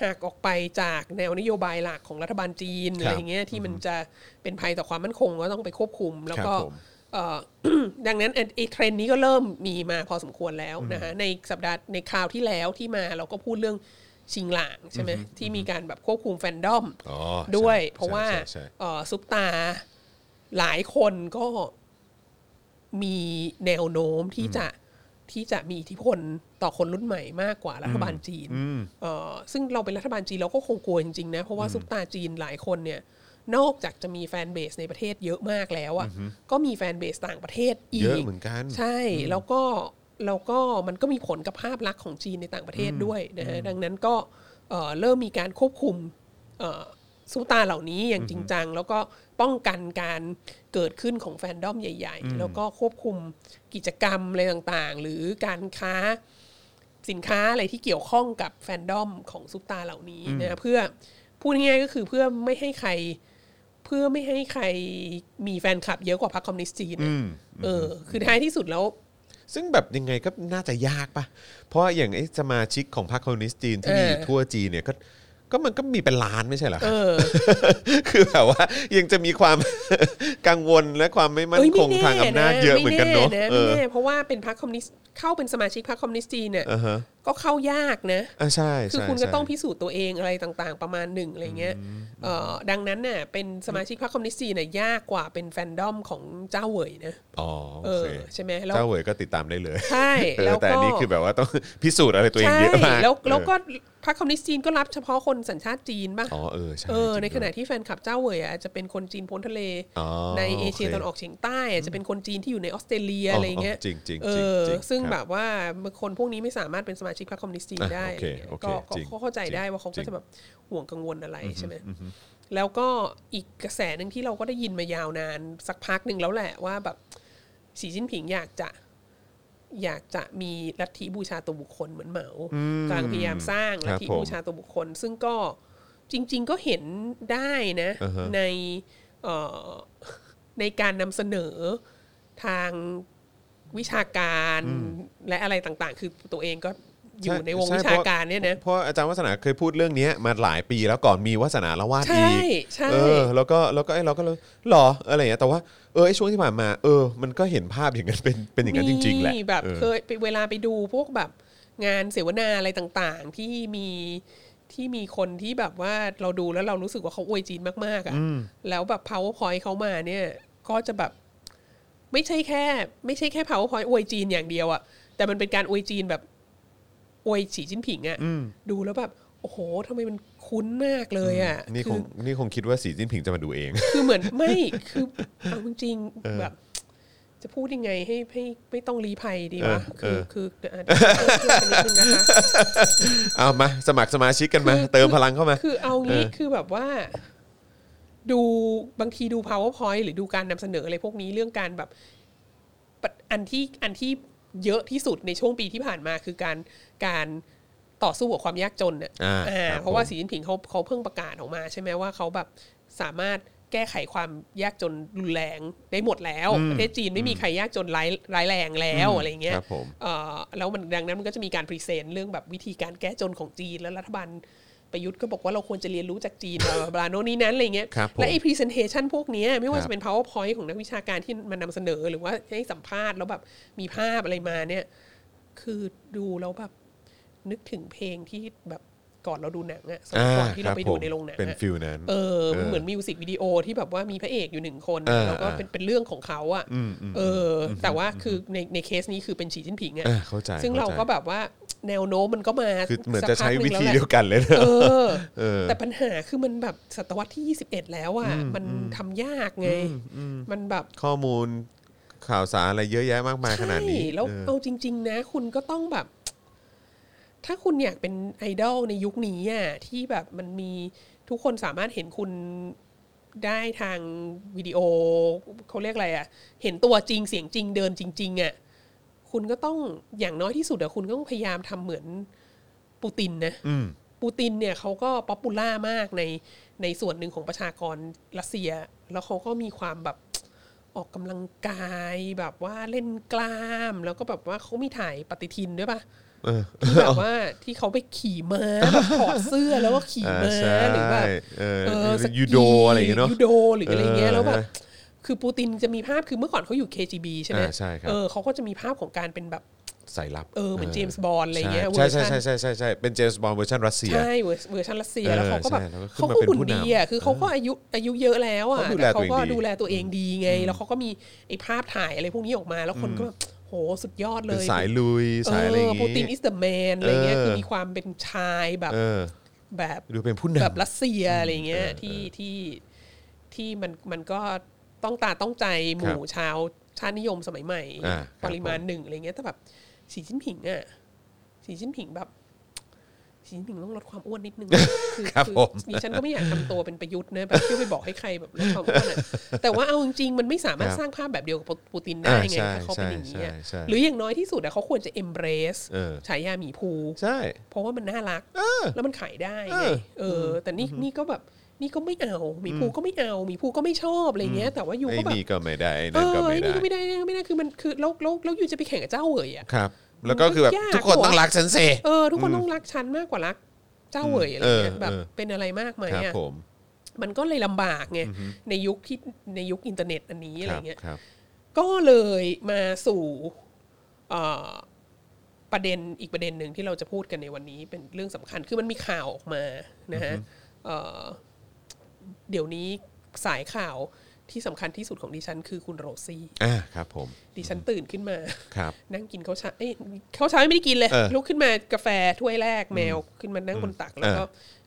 Speaker 6: หักออกไปจากแนวนโยบายหลักของรัฐบาลจีนอะไรอย่างเงี้ยที่มันจะเป็นภัยต่อความมั่นคงก็ต้องไปควบคุมแล้วก็
Speaker 2: ครับผม
Speaker 6: เอ่อ ดังนั้นไอ้ไอ้เทรนด์นี้ก็เริ่มมีมาพอสมควรแล้วนะคะในสัปดาห์ในคราวที่แล้วที่มาเราก็พูดเรื่องชิงหลางใช่ไหมที่มีการแบบควบคุมแฟนดอม
Speaker 2: อ๋อ
Speaker 6: ด้วย
Speaker 2: ใช่
Speaker 6: เพราะว่า
Speaker 2: ใช่ใช่
Speaker 6: เอ่อซุปตาหลายคนก็มีแนวโน้มที่จะที่จะมีอิทธิพลต่อคนรุ่นใหม่มากกว่ารัฐบาลจีนเอ่อซึ่งเราเป็นรัฐบาลจีนเราก็คงกลัวจริงๆนะ เพราะว่าซุปตาจีนหลายคนเนี่ย นอกจากจะมีแฟนเบสในประเทศเยอะมากแล้วอ่ะก็มีแฟนเบสต่างประเทศอีก
Speaker 2: เยอะเหมือนกัน
Speaker 6: ใช่ แล้วก็แล้วก็มันก็มีผลกับภาพลักษณ์ของจีนในต่างประเทศด้วยนะฮะดังนั้นก็เอ่อเริ่มมีการควบคุมเอ่อซุปตาเหล่านี้อย่างจริงจัง แล้วก็ป้องกันการเกิดขึ้นของแฟนดอมใหญ่ ๆ แล้วก็ควบคุมกิจกรรมอะไรต่างๆ หรือการค้า สินค้าอะไรที่เกี่ยวข้องกับแฟนดอมของซุปตาเหล่านี้นะเพื่อพูดง่ายๆก็คือเพื่อไม่ให้ใคร เพื่อไม่ให้ใครมีแฟนคลับเยอะกว่าพรรคคอมมิวนิสต์จีนนะเออ คือท้ายที่สุดแล้ว
Speaker 2: ซึ่งแบบยังไงก็น่าจะยากปะเพราะอย่างไอ้สมาชิกของพรรคคอมมิวนิสต์จีนที่มีอยู่
Speaker 6: เออ
Speaker 2: ทั่วจีนเนี่ยก็ก็มันก็มีเป็นล้านไม่ใช่เหรอค
Speaker 6: เอ
Speaker 2: รับ
Speaker 6: อ
Speaker 2: *laughs* คือแบบว่ายังจะมีความ *laughs* กังวลและความไม่มั่นคง
Speaker 6: เอ้ย
Speaker 2: ทางอำนาจเยอะเหมือนกันเนาะ
Speaker 6: ไม่
Speaker 2: เออ
Speaker 6: แไม่แเพราะว่าเป็นพรรคคอมมิวนิสต์เข้าเป็นสมาชิกพรรคคอมมิวนิสต์จีนเนี่ย
Speaker 2: อ่าฮะ
Speaker 6: ก็เข้ายากนะ
Speaker 2: อ่าใช่ใช่
Speaker 6: คือคุณก็
Speaker 2: ใช่
Speaker 6: ต้องพิสูจน์ตัวเองอะไรต่างๆ ประมาณหนึ่งอะไรเงี้ยเอ่อดังนั้นน่ะเป็นสมาชิกพรรคคอมมิวนิสต์จีนเนี่ยยากกว่าเป็นแฟนดอมของเจ้าเหวยนะ
Speaker 2: อ๋อโอ
Speaker 6: เออ
Speaker 2: เค
Speaker 6: ใช่ไหมแล้ว
Speaker 2: เจ้าเหวยก็ติดตามได้เลย
Speaker 6: ใช่
Speaker 2: เออ
Speaker 6: แล้วก็
Speaker 2: แต่อันนี้คือแบบว่าต้อง *laughs* พิสูจน์อะไรตัวเอง
Speaker 6: ใช่
Speaker 2: เยอะมาก
Speaker 6: แล้วแล้ว
Speaker 2: เออ
Speaker 6: ก็พรรคคอมมิวนิสต์จีนก็รับเฉพาะคนสัญชาติจีนป่ะ
Speaker 2: อ๋อเออใช่
Speaker 6: เออ
Speaker 2: จริง
Speaker 6: ในขณะ
Speaker 2: ด้วย
Speaker 6: ที่แฟนคลับเจ้าเหวยอะอาจจะเป็นคนจีนพ้นทะเล
Speaker 2: อ๋อ
Speaker 6: ในเอเชีย
Speaker 2: โอเค
Speaker 6: ตะวันออกเฉียงใต้อาจจะเป็นคนจีนที่อยู่ในออสเตรเลีย
Speaker 2: อ๋ออ
Speaker 6: อะไรเงี้ย
Speaker 2: อ๋อจริงๆจริงๆ
Speaker 6: เออ
Speaker 2: จริงๆ
Speaker 6: ซึ่ง
Speaker 2: ครับ
Speaker 6: แบบว่าคนพวกนี้ไม่สามารถเป็นสมาชิกพรรคคอมมิวนิสต์จีน
Speaker 2: อ่ะ
Speaker 6: ได้
Speaker 2: โอเค
Speaker 6: อะไรเงี้ย
Speaker 2: โอเค
Speaker 6: ก็
Speaker 2: จริง
Speaker 6: ก็เข้าใจ
Speaker 2: จริง
Speaker 6: ได้ว่าเขา
Speaker 2: จริ
Speaker 6: ก็
Speaker 2: ง
Speaker 6: จะแบบห่วงกังวลอะไรใช่ไหมแล้วก็อีกกระแสหนึ่งที่เราก็ได้ยินมายาวนานสักพักหนึ่งแล้วแหละว่าแบบสีจิ้นผิงอยากจะ อยากจะมีลัทธิบูชาตัวบุคคลเหมือนเหมากำลังพยายามสร้าง
Speaker 2: ค
Speaker 6: ลั
Speaker 2: รั
Speaker 6: ท
Speaker 2: บ
Speaker 6: ธิ
Speaker 2: ผม
Speaker 6: บูชาตัวบุคคล ซึ่งก็จริง ๆ ก็เห็นได้นะ
Speaker 2: อ่าฮะ
Speaker 6: ในเอ่อในการนำเสนอทางวิชาการและอะไรต่างๆ คือตัวเองก็อยู่ในวง
Speaker 2: ช่
Speaker 6: วิ
Speaker 2: ช่
Speaker 6: ชาการเนี่ยนะ
Speaker 2: เพราะเพราะอาจารย์วัฒนาเคยพูดเรื่องเนี้ยมาหลายปีแล้วก่อนมีวัฒนาละวาด
Speaker 6: ใช่
Speaker 2: อีก
Speaker 6: ใช่
Speaker 2: เออแล้วก็แล้วก็ไอ้เราก็เลยหรออะไรอย่างเงี้ยแต่ว่าเออไอ้ช่วงที่ผ่านมาเออ มันก็เห็นภาพอย่างนั้นเป็นเป็นอย่างนั้นจริง ๆแหละ
Speaker 6: มีแบบ
Speaker 2: ออ
Speaker 6: เคยไปเวลาไปดูพวกแบบงานเสวนาอะไรต่างๆ ที่มีที่มีคนที่แบบว่าเราดูแล้วเรารู้สึกว่าเขาอวยจีนมากๆอะ่ะแล้วแบบ powerpoint เขามาเนี่ย ก็จะแบบไม่ใช่แค่ ไม่ใช่แค่ powerpoint อวยจีนอย่างเดียวอะ่ะแต่มันเป็นการอวยจีนแบบอวยฉีจิ้นผิงอะ่ะดูแล้วแบบ โอ้โหทำไมมันคุ้นมากเลยอะ่ะ
Speaker 2: นี่ค
Speaker 6: คื
Speaker 2: ง
Speaker 6: อ
Speaker 2: นี่คงคิดว่าสีจิ้นผิงจะมาดูเอง *laughs*
Speaker 6: คือเหมือน *laughs* ไม่คือเอาจริงๆแบบ จะพูดยังไงให้ให้ไม่ต้องรีภัยดีวะ
Speaker 2: เอ
Speaker 6: คือ
Speaker 2: อ
Speaker 6: คืออาจจะช่วยกัน *laughs* นิดนึงนะคะ
Speaker 2: เอามาสมัครสมาชิกกันมา เติมพลังเข้ามา
Speaker 6: คือเอางี้
Speaker 2: เออ
Speaker 6: คือแบบว่า ดูบางทีดู powerpoint หรือดูการนำเสนออะไรพวกนี้เรื่องการแบบปะอันที่อันที่เยอะที่สุดในช่วงปีที่ผ่านมาคือการการต่อสู้กับความยากจนเนี่ย
Speaker 2: อ่า
Speaker 6: อ่า
Speaker 2: ครับ
Speaker 6: เพราะว่า
Speaker 2: ผม
Speaker 6: สีจิ้นผิงเขาเขาเพิ่งประกาศออกมาใช่ไหมว่าเขาแบบสามารถแก้ไขความยากจนรุนแรงได้หมดแล้วประเทศจีนไม่มีใครยากจนร้ายร้ายแรงแล้วอะไรเงี้ย
Speaker 2: ครับผม
Speaker 6: เอ่อแล้วมันดังนั้นมันก็จะมีการพรีเซนต์เรื่องแบบวิธีการแก้จนของจีน แล้วรัฐบาลประยุทธ์ก็บอกว่าเราควรจะเรียนรู้จากจีน บลาบลาบลาโน่นนี่นั้นอะไรเงี้ย
Speaker 2: ครับผม
Speaker 6: และไอ้พรีเซนเทชันพวกเนี้ยไม่
Speaker 2: ค
Speaker 6: ว่า
Speaker 2: รั
Speaker 6: จะ
Speaker 2: บ
Speaker 6: เป็น powerpoint ของนักวิชาการที่มันนำเสนอหรือว่าให้สัมภาษณ์แล้วแบบมีภาพอะไรมาเนี่ย คือดูแล้วแบบนึกถึงเพลงที่แบบก่อนเราดูหนังอะสมัยก่อนที่เราไป
Speaker 2: อ่คบ
Speaker 6: ดู
Speaker 2: ผม
Speaker 6: ในโรงหนัง
Speaker 2: เป็น
Speaker 6: อะ
Speaker 2: ฟิลนั้น
Speaker 6: เออ
Speaker 2: เออ
Speaker 6: มันเหมือนมิวสิกวิดีโอที่แบบว่ามีพระเอกอยู่หนึ่งคน
Speaker 2: อ่า
Speaker 6: แล้วก็
Speaker 2: อ่า
Speaker 6: เป็นเป็นเรื่องของเขาอะเอออ แต่ว่าคือในในเคสนี้คือเป็นฉีจิ้นผิงอะ
Speaker 2: อ่าเข้าใจ
Speaker 6: ซึ่งเรา
Speaker 2: ข้ใจ
Speaker 6: ก็แบบว่าแนวโน้มมันก็มา
Speaker 2: คือเหมือน
Speaker 6: สัก
Speaker 2: จะใช้
Speaker 6: พักห
Speaker 2: วิ
Speaker 6: นึ่งแล้
Speaker 2: ธี
Speaker 6: แหละ
Speaker 2: เดียวกันเลยนะ
Speaker 6: เออ
Speaker 2: เออ
Speaker 6: แต่ปัญหาคือมันแบบศตวรรษที่ 21 แล้วอ่ะมันทำยากไง มันแบบ
Speaker 2: ข้อมูล ข่าวสารอะไรเยอะแยะมากมายขนาดนี้
Speaker 6: ใช่แล้ว
Speaker 2: เออ
Speaker 6: เอาจริง ๆ นะ คุณก็ต้องแบบ ถ้าคุณอยากเป็นไอดอลในยุคนี้อ่ะที่แบบมันมีทุกคนสามารถเห็นคุณได้ทางวิดีโอเขาเรียกอะไรอ่ะ เห็นตัวจริงเสียงจริงเดินจริง ๆ อ่ะ คุณก็ต้องอย่างน้อยที่สุดอะคุณก็ต้องพยายามทำเหมือนปูตินนะ
Speaker 2: อืม
Speaker 6: ปูตินเนี่ยเขาก็ป๊อปปูล่ามากในในส่วนหนึ่งของประชากรรัสเซีย แล้วเขาก็มีความแบบ ออกกำลังกายแบบว่าเล่นกล้าม แล้วก็แบบว่าเขามีถ่ายปฏิทินด้วยปะ
Speaker 2: เออ
Speaker 6: ที่แบบ
Speaker 2: *laughs*
Speaker 6: ว่าที่เขาไปขี่ม้าแบบถอดเสื้อแล้วก็ขี่
Speaker 2: อ่า
Speaker 6: ม้า
Speaker 2: ใช่
Speaker 6: หรือแบบ
Speaker 2: เออ
Speaker 6: เออสกี
Speaker 2: ยูโดอะไรอย่างเงี้ยเนาะ
Speaker 6: ยูโดหรืออะไรเงี้ยแล้วแบบ
Speaker 2: เออ
Speaker 6: คือปูตินจะมีภาพคือเมื่อก่อนเขาอยู่ KGB ใช่ไหม
Speaker 2: อ่าใช่ครับ
Speaker 6: เออเขาก็จะมีภาพของการเป็นแบบ
Speaker 2: ใส่ลับ
Speaker 6: เออเหมือนเจมส์บอลอะไรเงี้ยเว
Speaker 2: ใช่
Speaker 6: อร์
Speaker 2: ใช่
Speaker 6: ชัน
Speaker 2: ใช่ใช่ใช่ใช่เป็นเจมส์บอลเวอร์ชันรัสเซีย
Speaker 6: ใช่เวอร์เวอร์ชันรัสเซีย
Speaker 2: เออ
Speaker 6: แล้วเขาก็แบบ
Speaker 2: ใช่แล้วก็ขึ้น
Speaker 6: เขา
Speaker 2: มา
Speaker 6: ก็
Speaker 2: เป็น
Speaker 6: หุ่น
Speaker 2: ผู้นำ
Speaker 6: ดีอ่ะคือเขาก็อายุอายุเยอะแล้วอ่ะ
Speaker 2: เขาดูแล
Speaker 6: แต่เขาก็
Speaker 2: ตัวเองดี
Speaker 6: ดูแลตัวเองดีไง แล้วเขาก็มีไอ้ภาพถ่ายอะไรพวกนี้ออกมา แล้วคนก็แบบโหสุดยอดเล
Speaker 2: เป็น
Speaker 6: ย
Speaker 2: สายลุย
Speaker 6: เอ
Speaker 2: สายอะไรอย่า
Speaker 6: องปูตินอิ
Speaker 2: งี้
Speaker 6: สเตอร์แมนอะไรเงี้ย
Speaker 2: เออ
Speaker 6: คือมีความเป็นชายแบบ
Speaker 2: เออ
Speaker 6: แบบ
Speaker 2: ดูเป็นผู้
Speaker 6: แบบ
Speaker 2: นำ
Speaker 6: รัสเซียอะไรเงี้ยที่ที่ที่มันมันก็ต้องตาต้องใจหมู่ชาวชาตินิยมสมัยใหม่
Speaker 2: อ่าครับ
Speaker 6: ปริมาณหนึ่งอะไรเงี้ยแต่แบบสีจิ้นผิงอ่ะสีจิ้นผิงแบบ สีจิ้นผิงต้องลดความอ้วนนิ
Speaker 2: *laughs*
Speaker 6: ดนึง คือ
Speaker 2: ครับ
Speaker 6: คือ
Speaker 2: ผม
Speaker 6: ดิฉันก็ไม่อยากทำตัวเป็นประยุทธ์นะแบบที่ไปบอกให้ใครแบบลดความ
Speaker 2: *laughs*
Speaker 6: อ้วนอะแต่ว่าเอาจริงๆมันไม่สามารถ
Speaker 2: ครับ
Speaker 6: สร้างภาพแบบเดียวกับปูตินได้ไง
Speaker 2: อ่าใช่
Speaker 6: ถ้าเขาเป็นอย่างนี้
Speaker 2: ใช่
Speaker 6: อะ
Speaker 2: ใช่ใช่
Speaker 6: หรืออย่างน้อยที่สุดอะเขาควรจะ embrace
Speaker 2: เออ
Speaker 6: ฉายาหมีภู
Speaker 2: ใช่
Speaker 6: เพราะว่ามันน่ารัก แล้วมันขายได้
Speaker 2: เอ
Speaker 6: ไง
Speaker 2: อ
Speaker 6: เออ แต่นี่นี่ก็แบบนี่ก็ไม่เอาหมีภูก็ไม่เอาหมีภูก็ไม่ชอบอะไรเงี้ย แต่ว่ายู
Speaker 2: ไอ้
Speaker 6: ก็แบบ
Speaker 2: นี่ก็ไม่ได้ไอ้
Speaker 6: เอ
Speaker 2: นั่น
Speaker 6: อ
Speaker 2: ก็
Speaker 6: ไอ้
Speaker 2: ไม่
Speaker 6: นี่
Speaker 2: ได้
Speaker 6: ก็ไม่ได้นี่ก็ไม่ได้คือมันคือแล้วแล้วแล้วยูจะไปแข่งกับเจ้าเหยอ่ะ
Speaker 2: ครับ แล้วก็คือแบบ
Speaker 6: ยาก
Speaker 2: ทุกคน
Speaker 6: กว่า
Speaker 2: ต้องรักฉันเซ
Speaker 6: เออทุกคนต้องรักฉันมากกว่ารักเจ้าเหยอะไรเงี้ย
Speaker 2: เออ
Speaker 6: แบบ
Speaker 2: เออ
Speaker 6: เป็นอะไรมากไหม
Speaker 2: ครับ
Speaker 6: อ่ะ
Speaker 2: ผม
Speaker 6: มันก็เลยลำบากไงในยุคที่ในยุคอินเทอร์เน็ตอันนี้อะไร
Speaker 2: ครับ
Speaker 6: เงี้ย
Speaker 2: ครับ
Speaker 6: ก็เลยมาสู่เอ่อประเด็นอีกประเด็นหนึ่งที่เราจะพูดกันในวันนี้เป็นเรื่องสำคัญ คือมันมีข่าวออกมานะฮะเอ่อเดี๋ยวนี้สายข่าวที่สำคัญที่สุดของดิฉันคือคุณโรซี่
Speaker 2: อ่าครับผม
Speaker 6: ดิฉันตื่นขึ้นมา
Speaker 2: ครับ
Speaker 6: นั่งกินข้าวเช้าเอ้ยข้าวเช้ายังไม่ได้กินเลย
Speaker 2: เออ
Speaker 6: ลุกขึ้นมากาแฟถ้วยแรกแมวขึ้นมานั่งบนตักแล้วก็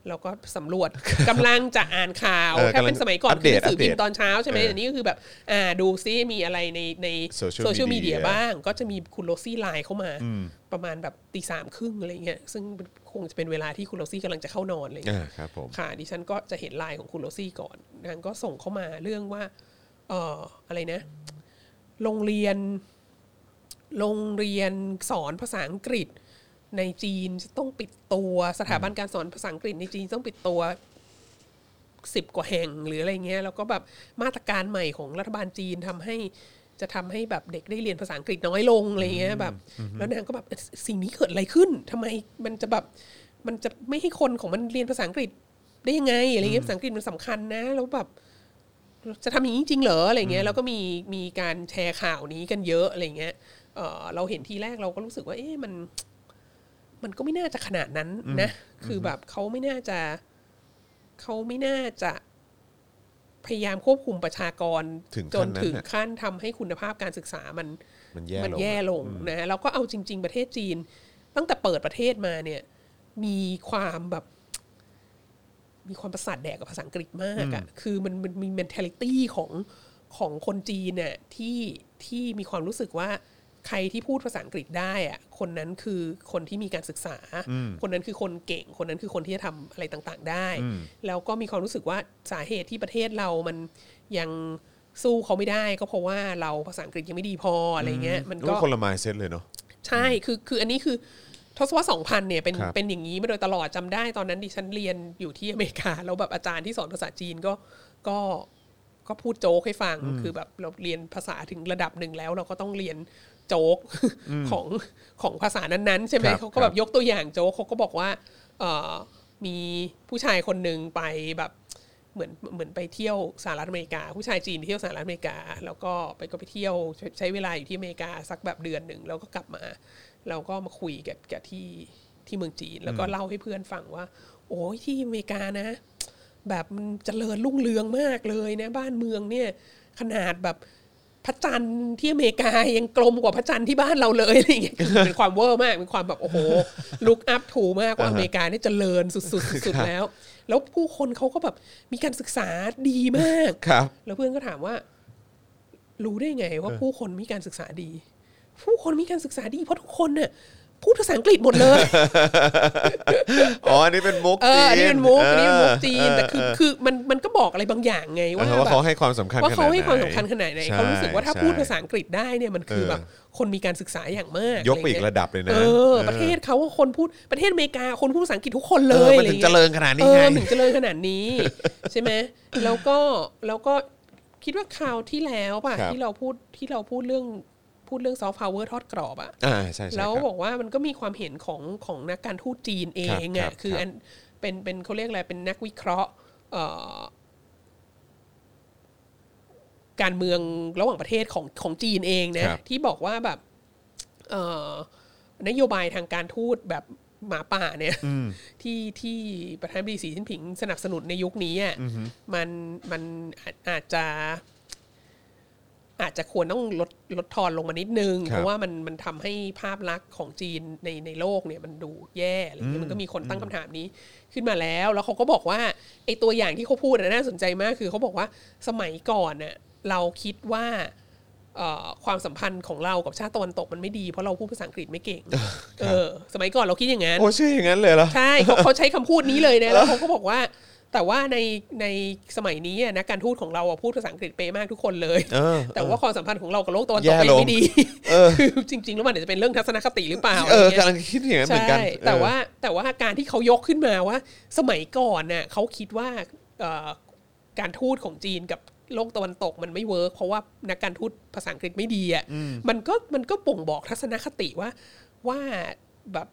Speaker 6: แล้วก็สำรวจ *laughs* กำลังจะอ่านข่าว
Speaker 2: เอ
Speaker 6: ถ้าก
Speaker 2: อำลัง
Speaker 6: เป็นสมัยก่อน
Speaker 2: อัป
Speaker 6: คื
Speaker 2: เดต
Speaker 6: อหนังสือพิมพ์ตอนเช้าใช่ไหม
Speaker 2: เออ
Speaker 6: แต่นี่ก็คือแบบอ่าดูซิมีอะไรในในโ
Speaker 2: Social
Speaker 6: ซเชียลมีเดีย
Speaker 2: media
Speaker 6: บ้าง ก็จะมีคุณโรซี่ไลน์เข้ามาประมาณแบบตีสามครึ่งอะไรเงี้ยซึ่งคงจะเป็นเวลาที่คุณโรซี่กำลังจะเข้านอนอะไรเงี้ย
Speaker 2: อ่าครับผม
Speaker 6: ค่ะดิฉันก็จะเห็นไลน์ของคุณโรซี่ก่อนนางก็ส่งเข้ามาเรื่องว่า เอ่ออะไรนะ โรงเรียน โรงเรียนสอนภาษาอังกฤษ ในจีนจะต้องปิดตัว สถาบันการสอนภาษาอังกฤษในจีนต้องปิดตัวสิบกว่าแห่งหรืออะไรเงี้ยแล้วก็แบบมาตรการใหม่ของรัฐบาลจีนทำให้จะทำให้แบบเด็กได้เรียนภาษาอังกฤษน้อยลงอะไรเงี้ยแบบ แล้วนางก็แบบเอ๊ะสิ่งนี้เกิดอะไรขึ้นทำไมมันจะแบบมันจะไม่ให้คนของมันเรียนภาษาอังกฤษได้ยังไงอะไรเงี้ยภาษาอังกฤษมันสำคัญนะ แล้วแบบ จะทำอย่างนี้จริงเหรออะไรเงี้ยแล้วก็มีมีการแชร์ข่าวนี้กันเยอะอะไรเงี้ยเออเราเห็นทีแรกเราก็รู้สึกว่า เอ๊ะมัน มันก็ไม่น่าจะขนาดนั้นนะ คือแบบเขาไม่น่าจะเขาไม่น่าจะพยายามควบคุมประชากร
Speaker 2: ถึงขั้
Speaker 6: จ
Speaker 2: น
Speaker 6: น
Speaker 2: นั้น
Speaker 6: ถึง
Speaker 2: น่ะ
Speaker 6: ขั้นทำให้คุณภาพการศึกษามัน
Speaker 2: มันแย่
Speaker 6: มัน
Speaker 2: ลง
Speaker 6: แย่ลงนะแล้วก็เอาจริง ๆ ประเทศจีน ตั้งแต่เปิดประเทศมาเนี่ย มีความแบบ มีความประสาทแดกกับภาษาอังกฤษมากอะ่ะคือมันมันมี mentality ของของคนจีนเนี่ยที่ที่มีความรู้สึกว่าใครที่พูดภาษาอังกฤษได้อะ่ะคนนั้นคือคนที่มีการศึกษา คนนั้นคือคนเก่ง คนนั้นคือคนที่จะทำอะไรต่างๆ ได้ แล้วก็มีความรู้สึกว่าสาเหตุที่ประเทศเรามันยังสู้เขาไม่ได้ ก็เพราะว่าเราภาษาอังกฤษยังไม่ดีพออะไรเงี้ยมัน
Speaker 2: แล้ว
Speaker 6: ก็
Speaker 2: ก็คนละไมเซ็ตเลยเนาะ
Speaker 6: ใช่ คือ คือ อันนี้คือทศวรรษสองพันเนี่ย เป็น
Speaker 2: ครับ
Speaker 6: เป็นอย่างนี้มาโดยตลอดจำได้ ตอนนั้นดิฉันเรียนอยู่ที่อเมริกา แล้วแบบอาจารย์ที่สอนภาษาจีนก็ ก็ ก็พูดโจ๊กให้ฟัง คือแบบเราเรียนภาษาถึงระดับหนึ่งแล้ว เราก็ต้องเรียนโจ๊กของ ของภาษานั้นๆ ใช่ไหม
Speaker 2: ครับ
Speaker 6: เขาก็แบบยกตัวอย่างโจ๊กเขาก็บอกว่าเอ่อมีผู้ชายคนหนึ่งไปแบบ เหมือนเหมือนไปเที่ยวสหรัฐอเมริกา ผู้ชายจีนเที่ยวสหรัฐอเมริกา แล้วก็ไปก็ไปเที่ยวใช้ใช้เวลาอยู่ที่อเมริกาสักแบบเดือนหนึ่งแล้วก็กลับมา แล้วก็มาคุยกับกับที่ที่เมืองจีน แล้วก็เล่าให้เพื่อนฟังว่า โอ้ยที่อเมริกานะ แบบมันเจริญรุ่งเรืองมากเลยนะ บ้านเมืองเนี่ย ขนาดแบบพระจันทร์ที่อเมริกายังกลมกว่าพระจันทร์ที่บ้านเราเลยอะไรอย่างเงี้ยคือเป็นความเวอร์มากเป็นความแบบโอ้โหลุกอัพถูมากว่าอเมริกาเนี่ยเจริญสุดๆสุดๆแล้ว แล้วผู้คนเขาก็แบบมีการศึกษาดีมาก
Speaker 2: ครับ
Speaker 6: แล้วเพื่อนก็ถามว่า รู้ได้ไงว่าผู้คนมีการศึกษาดี ผู้คนมีการศึกษาดีเพราะทุกคนเนี่ยพูดภาษาอังกฤษหมดเลย
Speaker 2: อ๋ออันนี้เป็นมุก
Speaker 6: เอออัน
Speaker 2: จี
Speaker 6: นี้เป็นมุกอันนี้เป็นมุกจีน
Speaker 2: เ
Speaker 6: แต่คือคือมันมันก็บอกอะไรบางอย่างไง
Speaker 2: เออ
Speaker 6: ว่า
Speaker 2: ว่า
Speaker 6: แบบ
Speaker 2: เขาให้ความสำคัญ
Speaker 6: ว่าเขาให้ความสำคัญ
Speaker 2: ไหน
Speaker 6: ขนาดไหน
Speaker 2: ใช่
Speaker 6: เขารู้สึกว่าถ้า
Speaker 2: ใช่
Speaker 6: พูดภาษาอังกฤษได้เนี่ยมันคือ
Speaker 2: เออ
Speaker 6: แบบคนมีการศึกษาอย่างมาก
Speaker 2: ยกไปอีกระดับเลยนะ
Speaker 6: เอ
Speaker 2: เอ
Speaker 6: อ
Speaker 2: อ
Speaker 6: ประเทศเขาว่าคนพูดประเทศอเมริกาคนพูดภาษาอังกฤษทุกคนเล
Speaker 2: เอย อมั
Speaker 6: อะ
Speaker 2: น
Speaker 6: ไร
Speaker 2: ถึง
Speaker 6: เงี้
Speaker 2: เจ
Speaker 6: ย
Speaker 2: ริญขนาด
Speaker 6: เอ
Speaker 2: นี้ไง
Speaker 6: อถึงเจริญขนาด
Speaker 2: *laughs*
Speaker 6: นี้ ใช่ไหมแล้วก็แล้วก็คิดว่าคราวที่แล้วป่ะ
Speaker 2: ครับ
Speaker 6: ที่เราพูดที่เราพูดเรื่องพูดเรื่องซอฟต์พาวเวอร์ทอดกรอบอะ
Speaker 2: อ่าใช่ใช่ค
Speaker 6: แล้
Speaker 2: รั
Speaker 6: ว
Speaker 2: บ
Speaker 6: บอกว่ามันก็มีความเห็นของของนักการทูตจีนเอ
Speaker 2: ครับค
Speaker 6: ง
Speaker 2: รั
Speaker 6: อ่ะ
Speaker 2: บ
Speaker 6: คื
Speaker 2: ค
Speaker 6: อ
Speaker 2: รับ
Speaker 6: อันเป็นเป็นเขาเรียกอะไรเป็นนักวิเคราะห์เอ่อการเมืองระหว่างประเทศของของจีนเองนะครับ ที่บอกว่าแบบเอ่อนโยบายทางการทูตแบบหมาป่าเนี่ยที่ที่ประธานาธิบดีสีจิ้นผิงสนับสนุนในยุคนี้อ่ะมันมันอาจอาจจะ อาจจะควรต้องลดลดทอนลงมานิดนึง
Speaker 2: ครับ
Speaker 6: เพราะว่ามันมันทำให้ภาพลักษณ์ของจีนในในโลกเนี่ยมันดูแย่อะไรเงี้ยมันก็มีคนตั้งคำถามนี้ขึ้นมาแล้ว แล้วเขาก็บอกว่าไอ้ตัวอย่างที่เขาพูดน่ะน่าสนใจมากคือเขาบอกว่าสมัยก่อนน่ะเราคิดว่าเอ่อความสัมพันธ์ของเรากับชาติตะวันตกมันไม่ดีเพราะเราพูดภาษาอังกฤษไม่เก่ง
Speaker 2: ครับ
Speaker 6: เออสมัยก่อนเราคิดอย่างนั้น
Speaker 2: โอ้ชื่ออย่างนั้นเลยเหรอ
Speaker 6: ใช่เขาเขาใช้คำพูดนี้เลยนะแล้วเขาก็บอกว่า แต่ว่าในในสมัยนี้อะนะการทูตของเราอะพูดภาษาอังกฤษเป๊ะมากทุกคนเลย
Speaker 2: เออ
Speaker 6: แต่ว่าความสัมพันธ์ของเรากับโลกตะวันตก
Speaker 2: แย่ลง
Speaker 6: เป็นไม่ดี
Speaker 2: เออ
Speaker 6: คือ *laughs* จริง ๆ แล้วมันอาจจะเป็นเรื่องทัศนคติหรือเปล่า
Speaker 2: เออ
Speaker 6: อะ
Speaker 2: กำ
Speaker 6: ไรเงี้ย
Speaker 2: ลังคิดอย่างนั้นเหมือนกัน
Speaker 6: ใช่แต่
Speaker 2: เออ
Speaker 6: ว่าแต่ว่าการที่เขายกขึ้นมาว่า สมัยก่อนน่ะเขาคิดว่าเอ่อการทูตของจีนกับโลกตะวันตกมันไม่เวิร์กเพราะว่านักการทูตภาษาอังกฤษไม่ดีอ่ะมันก็มันก็บ่งบอกทัศนคติว่าว่าแบบ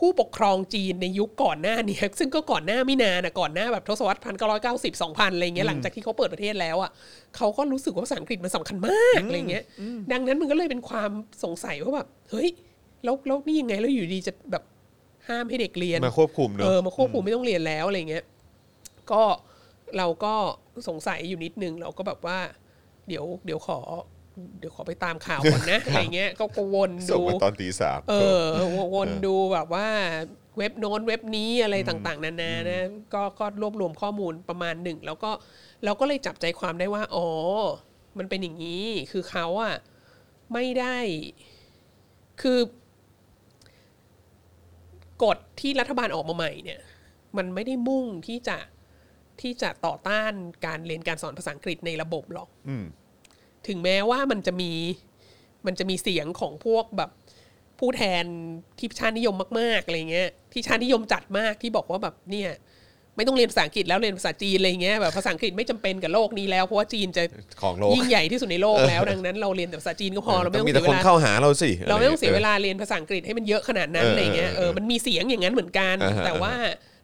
Speaker 6: ผู้ปกครองจีนในยุคก่อนหน้านี้ *laughs* ซึ่งก็ก่อนหน้าไม่นานนะก่อนหน้าแบบทศวรรษพันเก้าร้อยเก้าสิบสองพันอะไรเงี้ยหลังจากที่เขาเปิดประเทศแล้วอ่ะเขาก็รู้สึกว่าภาษาอังกฤษมันสำคัญมากอะไรเงี้ย ดังนั้นมันก็เลยเป็นความสงสัยว่าแบบเฮ้ยแล้วแล้วนี่ยังไงแล้วอยู่ดีจะแบบห้ามให้เด็กเรียน
Speaker 2: มาควบคุมเนอะ
Speaker 6: เออมาควบคุมไม่ต้องเรียนแล้วอะไรเงี้ย ก็เราก็สงสัยอยู่นิดนึงเราก็แบบว่า เดี๋ยวเดี๋ยวขอ เดี๋ยวขอไปตามข่าวก่อนนะ อะไรเงี้ยก็ก็วน
Speaker 2: ส่ง
Speaker 6: ดู
Speaker 2: มาตอนตีสาม
Speaker 6: เออวนดูแบบว่าเว็บโน้นเว็บนี้อะไรต่างๆ นานานะก็ก็รวบรวมข้อมูลประมาณหนึ่ง แล้วก็เราก็เลยจับใจความได้ว่า อ๋อ มันเป็นอย่างนี้ คือเขาอะไม่ได้ คือกฎที่รัฐบาลออกมาใหม่เนี่ย มันไม่ได้มุ่งที่จะที่จะต่อต้านการเรียนการสอนภาษาอังกฤษในระบบหรอก
Speaker 2: อืม
Speaker 6: ถึงแม้ว่ามันจะมีมันจะมีเสียงของพวกแบบผู้แทนที่ชาตินิยมมากๆอะไรเงี้ยที่ชาตินิยมจัดมากที่บอกว่าแบบเนี่ย ไม่ต้องเรียนภาษาอังกฤษแล้วเรียนภาษาจีนอะไรเงี้ยแบบภาษาอังกฤษไม่จำเป็นกับโลกนี้แล้ว เพราะว่าจีนจะ
Speaker 2: ของโลก
Speaker 6: ยิ่งใหญ่ที่สุดในโลกแล้ว ดังนั้นเราเรียนแต่ภาษาจีนก็พอเราไม่ต้อง
Speaker 2: มี
Speaker 6: เสี
Speaker 2: แต่
Speaker 6: ย
Speaker 2: ค
Speaker 6: เวน ลา
Speaker 2: เข้าหาเราสิ
Speaker 6: เราไม่ต้องเสียเวลาเรียนภาษาอังกฤษให้มันเยอะขนาดนั้น
Speaker 2: เออ
Speaker 6: อะไรเงี้ย
Speaker 2: เออ
Speaker 6: เออ มันมีเสียงอย่างนั้นเหมือนกัน
Speaker 2: อ่าฮะ
Speaker 6: แต่ว่า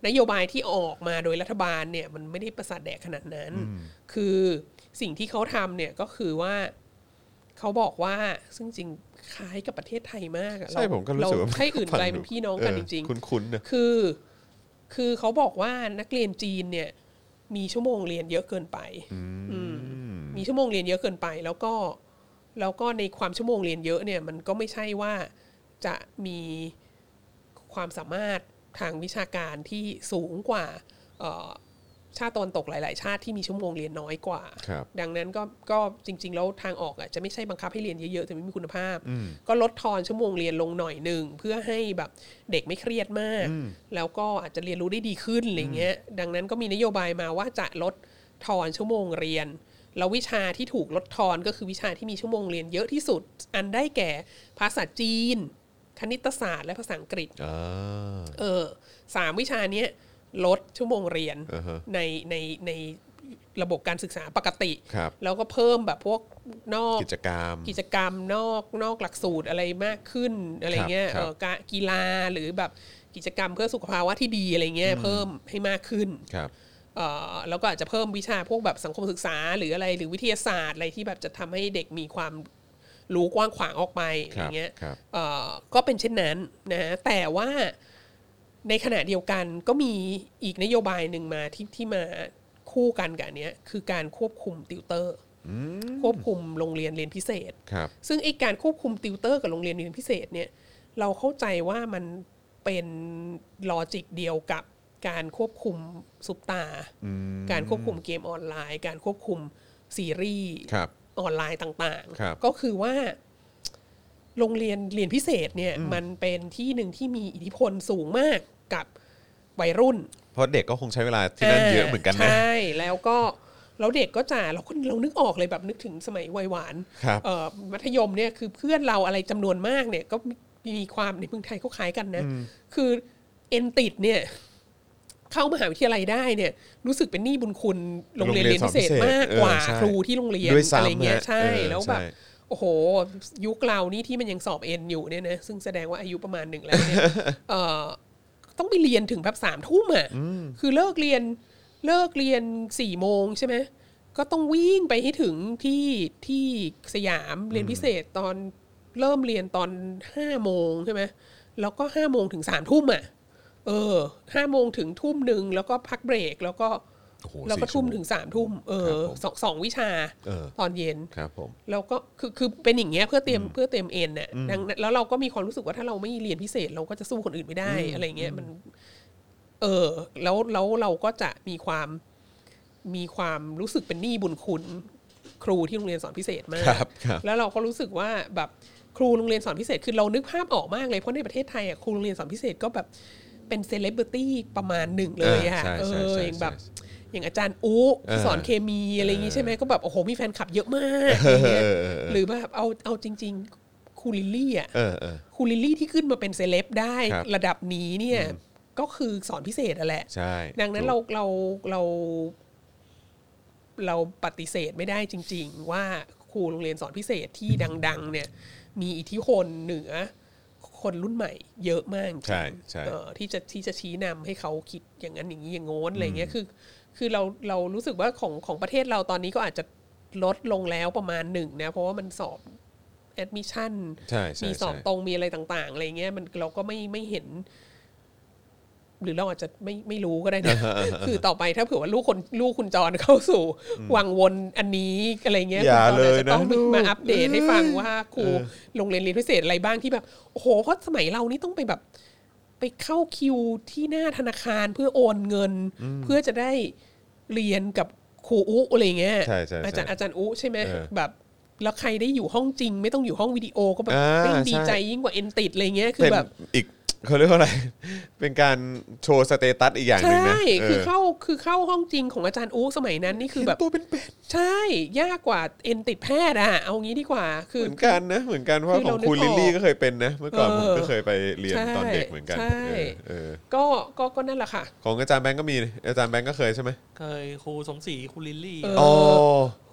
Speaker 6: นโยบายที่ออกมาโดยรัฐบาลเนี่ย มันไม่ได้ประสาทแดกขนาดนั้น คือสิ่งที่เขาทำเนี่ยก็คือว่าเขาบอกว่าซึ่งจริงคล้ายกับประเทศไทยมากอะ
Speaker 2: ใช่ผมก็รู้สึกว่า
Speaker 6: เให้อื่นไกลเป็นพี่น้องกัน
Speaker 2: เออ
Speaker 6: จริง
Speaker 2: คุ้นๆนะ
Speaker 6: คือ คือเขาบอกว่านักเรียนจีนเนี่ย มีชั่วโมงเรียนเยอะเกินไป อืม มีชั่วโมงเรียนเยอะเกินไป แล้วก็แล้วก็ในความชั่วโมงเรียนเยอะเนี่ยมันก็ไม่ใช่ว่าจะมีความสามารถทางวิชาการที่สูงกว่าเอ่อชาติตะวันตกหลาย ๆ ชาติที่มีชั่วโมงเรียนน้อยกว่า
Speaker 2: ครับ
Speaker 6: ดังนั้นก็ก็จริง ๆ แล้วทางออกอ่ะจะไม่ใช่บังคับให้เรียนเยอะ ๆ แต่ไม่มีคุณภาพ ก็ลดทอนชั่วโมงเรียนลงหน่อยหนึ่งเพื่อให้แบบเด็กไม่เครียดมาก แล้วก็อาจจะเรียนรู้ได้ดีขึ้นอะไรเงี้ย ดังนั้นก็มีนโยบายมาว่าจะลดทอนชั่วโมงเรียน แล้ววิชาที่ถูกลดทอนก็คือวิชาที่มีชั่วโมงเรียนเยอะที่สุด อันได้แก่ภาษาจีน คณิตศาสตร์และภาษาอังกฤษ
Speaker 2: อ่า
Speaker 6: เออสามวิชาเนี้ยลดชั่วโมงเรียน
Speaker 2: อ่าฮะ
Speaker 6: ในในในระบบการศึกษาปกติ
Speaker 2: ครับ
Speaker 6: แล้วก็เพิ่มแบบพวกนอก
Speaker 2: กิจกรรม
Speaker 6: กิจกรรมนอกนอกหลักสูตรอะไรมากขึ้นอะไรเงี้ย
Speaker 2: ครั
Speaker 6: เอ่
Speaker 2: บ
Speaker 6: อการกีฬาหรือแบบกิจกรรมเพื่อสุขภาวะที่ดีอะไรเงี้ยเพิ่มให้มากขึ้น
Speaker 2: ครับ
Speaker 6: เอ่อแล้วก็อาจจะเพิ่มวิชาพวกแบบสังคมศึกษาหรืออะไรหรือวิทยาศาสตร์อะไรที่แบบจะทำให้เด็กมีความรู้กว้างขวางออกไปอะ
Speaker 2: ค
Speaker 6: ไร
Speaker 2: รับ
Speaker 6: เงี้ย
Speaker 2: ครับ
Speaker 6: เอ่อก็เป็นเช่นนั้นนะฮะแต่ว่าในขณะเดียวกันก็มีอีกนโยบายหนึ่งมาที่ที่มาคู่กันกับอันเนี้ยคือการควบคุมติวเตอร์ ควบคุมโรงเรียนเรียนพิเศษ
Speaker 2: ครับ
Speaker 6: ซึ่งไอการควบคุมติวเตอร์กับโรงเรียนเรียนพิเศษเนี่ยเราเข้าใจว่ามันเป็นลอจิกเดียวกับการควบคุมซุปตา การควบคุมเกมออนไลน์ การควบคุมซีรีส์
Speaker 2: ครับ
Speaker 6: ออนไลน์ต่าง
Speaker 2: ครับ
Speaker 6: ๆ ก็คือว่า โรงเรียนเรียนพิเศษเนี่ย มันเป็นที่หนึ่งที่มีอิทธิพลสูงมากกับวัยรุ่น
Speaker 2: เพราะเด็กก็คงใช้เวลาที่นั่นเยอะเหมือนกันนะ
Speaker 6: ใช่แล้วก็แล้วเด็กก็จ่าเราก็เรานึกออกเลยแบบนึกถึงสมัยวัยหวาน
Speaker 2: ครับ
Speaker 6: เอ่อมัธยมเนี่ยคือเพื่อนเราอะไรจำนวนมากเนี่ย ก็มีความในเมืองไทยก็คล้ายกันนะ คือเอนติดเนี่ย เข้ามหาวิทยาลัยได้เนี่ย รู้สึกเป็นหนี้บุญคุณโรงเรียนเรียนพิเศษ
Speaker 2: โรงเรียนสอนพิเศษ
Speaker 6: มากกว่า
Speaker 2: เออใช่
Speaker 6: ครูที่โรงเรียน
Speaker 2: ด้วยซ้ำ
Speaker 6: อะไรเงี้ย
Speaker 2: ฮะ
Speaker 6: ใช่
Speaker 2: เออ
Speaker 6: แล้วแบบ
Speaker 2: ใช่
Speaker 6: โอ้โห ยุคเรานี่ที่มันยังสอบเอ็นอยู่เนี่ยนะซึ่งแสดงว่าอายุประมาณหนึ่งแล้ว
Speaker 2: *laughs*
Speaker 6: เนี่ยเอ่อ ต้องไปเรียนถึงแบบสามทุ่มอ่ะ คือเลิกเรียนเลิกเรียนสี่โมงใช่ไหม ก็ต้องวิ่งไปให้ถึงที่ที่สยามเรียนพิเศษตอนเริ่มเรียนตอนห้าโมงใช่ไหม แล้วก็ห้าโมงถึงสามทุ่มอ่ะ เออห้าโมงถึงทุ่มหนึ่งแล้วก็พักเบรกแล้วก็
Speaker 2: โอ้โห
Speaker 6: แล้วก็
Speaker 2: สี่ชั่
Speaker 6: ทุ่
Speaker 2: ว
Speaker 6: ม
Speaker 2: โง
Speaker 6: ถึงสามทุ่มเอ
Speaker 2: ครั
Speaker 6: อบ
Speaker 2: ผม
Speaker 6: สองสองวิชา
Speaker 2: เออ
Speaker 6: ตอนเย็น
Speaker 2: ครับผม
Speaker 6: แล้วก็คือคือเป็นอย่างเงี้ยเพื่อเตรียมเพื่อเตรียมเอ็นน่ะดังนั้นแล้วเราก็มีความรู้สึกว่าถ้าเราไม่เรียนพิเศษเราก็จะสู้คนอื่นไม่ได้อะไรเงี้ยมัน เออ แล้วแล้วเราก็จะมีความมีความรู้สึกเป็นหนี้บุญคุณครูที่โรงเรียนสอนพิเศษมาก
Speaker 2: ครับครับ
Speaker 6: แล้วเราก็รู้สึกว่าแบบครูโรงเรียนสอนพิเศษ คือเรานึกภาพออกมากเลยเพราะในประเทศไทยอ่ะครูโรงเรียนสอนพิเศษก็แบบเป็นเซเลบริตี้ประมาณหนึ่งเลยอ่ะ
Speaker 2: อ่าใช่
Speaker 6: เอ
Speaker 2: ใช่
Speaker 6: อ
Speaker 2: ใช่
Speaker 6: อย่างแบบ
Speaker 2: ใช่
Speaker 6: อย่างอาจารย์อู้ที่สอน
Speaker 2: เออ
Speaker 6: เคมีอะไรอย่างงี้ใช่ไหมก็แบบโอ้โหมีแฟนคลับเยอะมากอย่างเงี้ย
Speaker 2: เออเออเออ
Speaker 6: หรือแบบเอาเอาจริง ๆครูลิลลี่อ่ะ
Speaker 2: เออเออ
Speaker 6: ครูลิลลี่ที่ขึ้นมาเป็นเซเลบได้
Speaker 2: ครับ
Speaker 6: ระดับนี้เนี่ยก็คือสอนพิเศษอะแหละ
Speaker 2: ใช่
Speaker 6: ดังนั้นเราเราเราเราปฏิเสธไม่ได้จริง ๆ ว่าครูโรงเรียนสอนพิเศษที่ดัง ๆ เนี่ย มีอิทธิพลเหนือคนรุ่นใหม่ เยอะมากจริง
Speaker 2: ใช่ใช่
Speaker 6: เอ่อที่จะที่จะชี้นำให้เขาคิดอย่างนั้นอย่างนี้อย่างโน้นอะไรเงี้ยคือ คือเราเรารู้สึกว่าของของประเทศเราตอนนี้ก็อาจจะลดลงแล้วประมาณหนึ่งนะเพราะว่ามันสอบแอดมิช i o n
Speaker 2: ใช่ใช่
Speaker 6: มีสอบ
Speaker 2: ใช่
Speaker 6: ตรงมีอะไรต่าง ๆ อะไรเงี้ยมันเราก็ไม่ไม่เห็น หรือเราอาจจะไม่ไม่รู้ก็ได้นะ คือต่อไปถ้าเผื่อว่าลูกคนลูกคุณจรเข้าสู่ วังวนอันนี้อะไรเงี้ย
Speaker 2: อย่า
Speaker 6: คุณจร
Speaker 2: เลย
Speaker 6: จะ
Speaker 2: นะ
Speaker 6: ต้อง
Speaker 2: ลูก
Speaker 6: มาอัปเดตให้ฟังว่าครูโรงเรียนเรียนพิเศษอะไรบ้างที่แบบโอ้โหเพราะสมัยเรานี่ต้องไปแบบ ไปเข้าคิวที่หน้าธนาคารเพื่อโอนเงิน เพื่อจะได้เรียนกับครูอุอะไรเงี้ย
Speaker 2: ใช่ใช่ใช่
Speaker 6: อาจารย์อาจารย์อุใช่ไหม
Speaker 2: เออ
Speaker 6: แบบแล้วใครได้อยู่ห้องจริง ไม่ต้องอยู่ห้องวิดีโอก็แบบ
Speaker 2: อ่า
Speaker 6: ไม่งดี
Speaker 2: ใช่
Speaker 6: ใจยิ่งกว่าเอนติดอะไรเงี้ยคือ
Speaker 2: เป็น
Speaker 6: แบบ
Speaker 2: อีกเขาเรียกว่าอะไร *laughs* เป็นการโชว์สเตตัสอีกอย่างหนึ่งนะ
Speaker 6: ใช่ คือ
Speaker 2: เ
Speaker 6: เข้า คือเข้าห้องจริงของอาจารย์อู้สมัยนั้นนี่คือแบบ
Speaker 2: ตัวเป็นเป็น
Speaker 6: ใช่ ยากกว่าเอ็นติดแพทย์อะเอางี้ดีกว่า คื
Speaker 2: เห
Speaker 6: อ
Speaker 2: มือนกันนะ เหมือนกันเพราะ
Speaker 6: คือ
Speaker 2: ของ
Speaker 6: เรานึก
Speaker 2: คุณ
Speaker 6: ออก
Speaker 2: ลิลลี่ก็เคยเป็นนะ เมื่อก่อนผ
Speaker 6: เออ
Speaker 2: มก็เคยไปเรียน
Speaker 6: ใช่
Speaker 2: ตอนเด็กเหมือนกัน
Speaker 6: ใช่
Speaker 2: เออเออ
Speaker 6: ก็ ก็ ก็นั่นแหละค่ะ
Speaker 2: ของอาจารย์แบงก์ก็มีนะอาจารย์แบงก์ก็เคยใช่ไหม
Speaker 5: เคยครูสมศรีครูลิลลี่
Speaker 6: เอ
Speaker 2: อ๋อ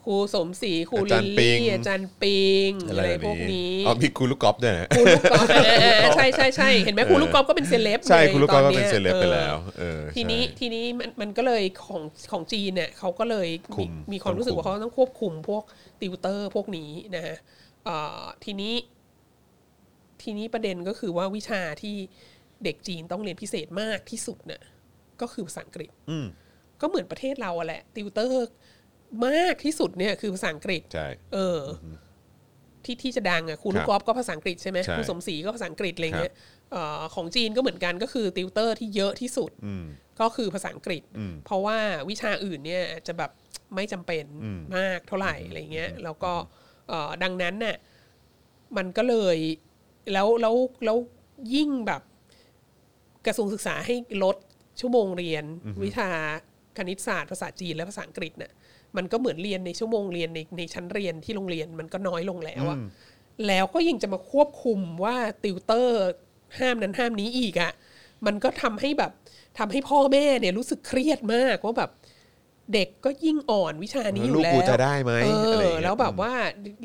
Speaker 6: ครูสมศรี ครู
Speaker 2: อา
Speaker 6: ลิ
Speaker 2: จารย์
Speaker 6: ล
Speaker 2: ปิง
Speaker 6: ลี่อาจารย์ปิง
Speaker 2: อะ
Speaker 6: อะไร ไร
Speaker 2: แบบ
Speaker 6: พวก
Speaker 2: นี้
Speaker 6: นี้
Speaker 2: อ๋อมีครูลูกกอล์ฟด้วย
Speaker 6: *laughs*
Speaker 2: นะ
Speaker 6: ครูลูกกอล์ฟเออเออใช่ใช่ใช่ เห็นไหมครูลูกกอล์ฟก็เป็นเซเลบ
Speaker 2: ใช่
Speaker 6: ไง
Speaker 2: ครูลูกกอล์ฟ
Speaker 6: ต
Speaker 2: ก็
Speaker 6: อ
Speaker 2: เป็น
Speaker 6: ย
Speaker 2: เซเลบไปแล้ว
Speaker 6: เออ
Speaker 2: เออ
Speaker 6: ทีนี้
Speaker 2: ใช่
Speaker 6: ทีนี้มัน มันก็เลยของ ของจีนเนี่ยเขาก็เลย
Speaker 2: คุม
Speaker 6: มีความรู้สึกว่าเขาต้องควบคุมพวกติวเตอร์พวกนี้นะฮะเอ่อทีนี้ ทีนี้ประเด็นก็คือว่าวิชาที่เด็กจีนต้องเรียนพิเศษมากที่สุดเนี่ยก็คือภาษาอังกฤษก็เหมือนประเทศเราอะแหละ ติวเตอร์มากที่สุดเนี่ยคือภาษาอังกฤษ
Speaker 2: ใช่
Speaker 6: เอออที่ที่จะดังอ่ะครูลูกกอล์ฟก็ภาษาอังกฤษใช่ไหม
Speaker 2: ใช่
Speaker 6: ครูสมศรีก็ภาษาอังกฤษอะไรเงี้ยเอ่อของจีนก็เหมือนกันก็คือติวเตอร์ที่เยอะที่สุดก็คือภาษาอังกฤษ เพราะว่าวิชาอื่นเนี่ยอาจจะแบบไม่จำเป็นมากเท่าไหร่อะไรเงี้ยแล้วก็เอ่อดังนั้นน่ะมันก็เลยแล้วแล้วแล้วยิ่งแบบกระทรวงศึกษาให้ลดชั่วโมงเรียน วิชาคณิตศาสตร์ภาษาจีนและภาษาอังกฤษเนี่ยมันก็เหมือนเรียนในชั่วโมงเรียนในในชั้นเรียนที่โรงเรียนมันก็น้อยลงแล้วอะแล้วก็ยังจะมาควบคุมว่าติวเตอร์ห้ามนั้นห้ามนี้อีกอะมันก็ทำให้แบบทำให้พ่อแม่เนี่ยรู้สึกเครียดมากว่าแบบ เด็กก็ยิ่งอ่อนวิชานี้อยู่
Speaker 2: แล้วลู
Speaker 6: แล้
Speaker 2: ก
Speaker 6: ว
Speaker 2: กูจะได้ไหม
Speaker 6: เอ
Speaker 2: อะไรอย่าง
Speaker 6: อ
Speaker 2: เงี้ย
Speaker 6: แล้วแบบว่า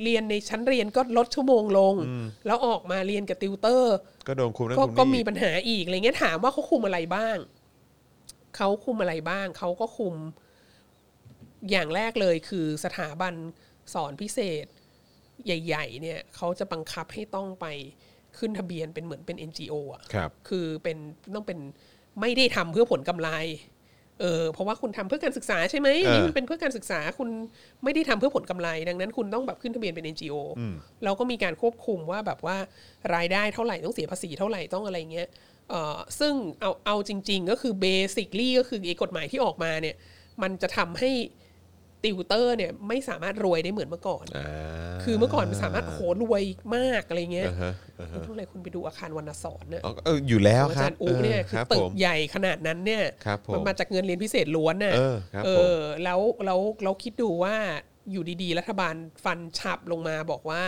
Speaker 6: เรียนในชั้นเรียนก็ลดชั่วโมงลง แล้วออกมาเรียนกับติวเตอร์
Speaker 2: ก็โดนครูนั่นค
Speaker 6: ก็
Speaker 2: รู
Speaker 6: ก็
Speaker 2: นี่
Speaker 6: มีปัญหาอีกอะไรเงี้ยถามว่าเขาคุมอะไรบ้าง เขาคุมอะไรบ้าง เขาก็คุมอย่างแรกเลยคือสถาบันสอนพิเศษ ใหญ่ ๆ เนี่ย เขาจะบังคับให้ต้องไปขึ้นทะเบียนเป็นเหมือนเป็น NGO อ่ะ
Speaker 2: ครับ
Speaker 6: คือเป็นต้องเป็นไม่ได้ทำเพื่อผลกำไร เออเพราะว่าคุณทำเพื่อการศึกษาใช่ไหม
Speaker 2: เออ
Speaker 6: นี่มันเป็นเพื่อการศึกษาคุณไม่ได้ทำเพื่อผลกำไร ดังนั้นคุณต้องแบบขึ้นทะเบียนเป็น NGO แล้วก็มีการควบคุมว่าแบบว่ารายได้เท่าไหร่ต้องเสียภาษีเท่าไหร่ต้องอะไรเงี้ยเออซึ่งเอาเอาจริง ๆ ก็คือเบสิคลี่ก็คือไอ้กฎหมายที่ออกมาเนี่ย มันจะทำให้ ติวเตอร์เนี่ยไม่สามารถรวยได้เหมือนเมื่อก่อน
Speaker 2: อ่า
Speaker 6: คือเมื่อก่อนมันสามารถโอ้โหรวยมากอะไรเงี้ย
Speaker 2: อ่าฮะอ่า
Speaker 6: คุณ
Speaker 2: ฮะ
Speaker 6: รู้เลยคุณไปดูอาคารวรรณศรเนี่ย
Speaker 2: อ๋อเอออยู่แล้ว
Speaker 6: อา
Speaker 2: ครั
Speaker 6: จา
Speaker 2: บ
Speaker 6: รย์อุ๊เนี่ย
Speaker 2: เออค
Speaker 6: คือ
Speaker 2: รับ
Speaker 6: ตึ
Speaker 2: ผ
Speaker 6: ก
Speaker 2: ม
Speaker 6: ใหญ่ขนาดนั้นเนี่ย
Speaker 2: ครับผม
Speaker 6: มันมาจากเงินเรียนพิเศษล้วนน่ะ
Speaker 2: เออครับผม
Speaker 6: เออแล้วแล้วเราคิดดูว่าอยู่ดีๆ รัฐบาลฟันฉับลงมาบอกว่า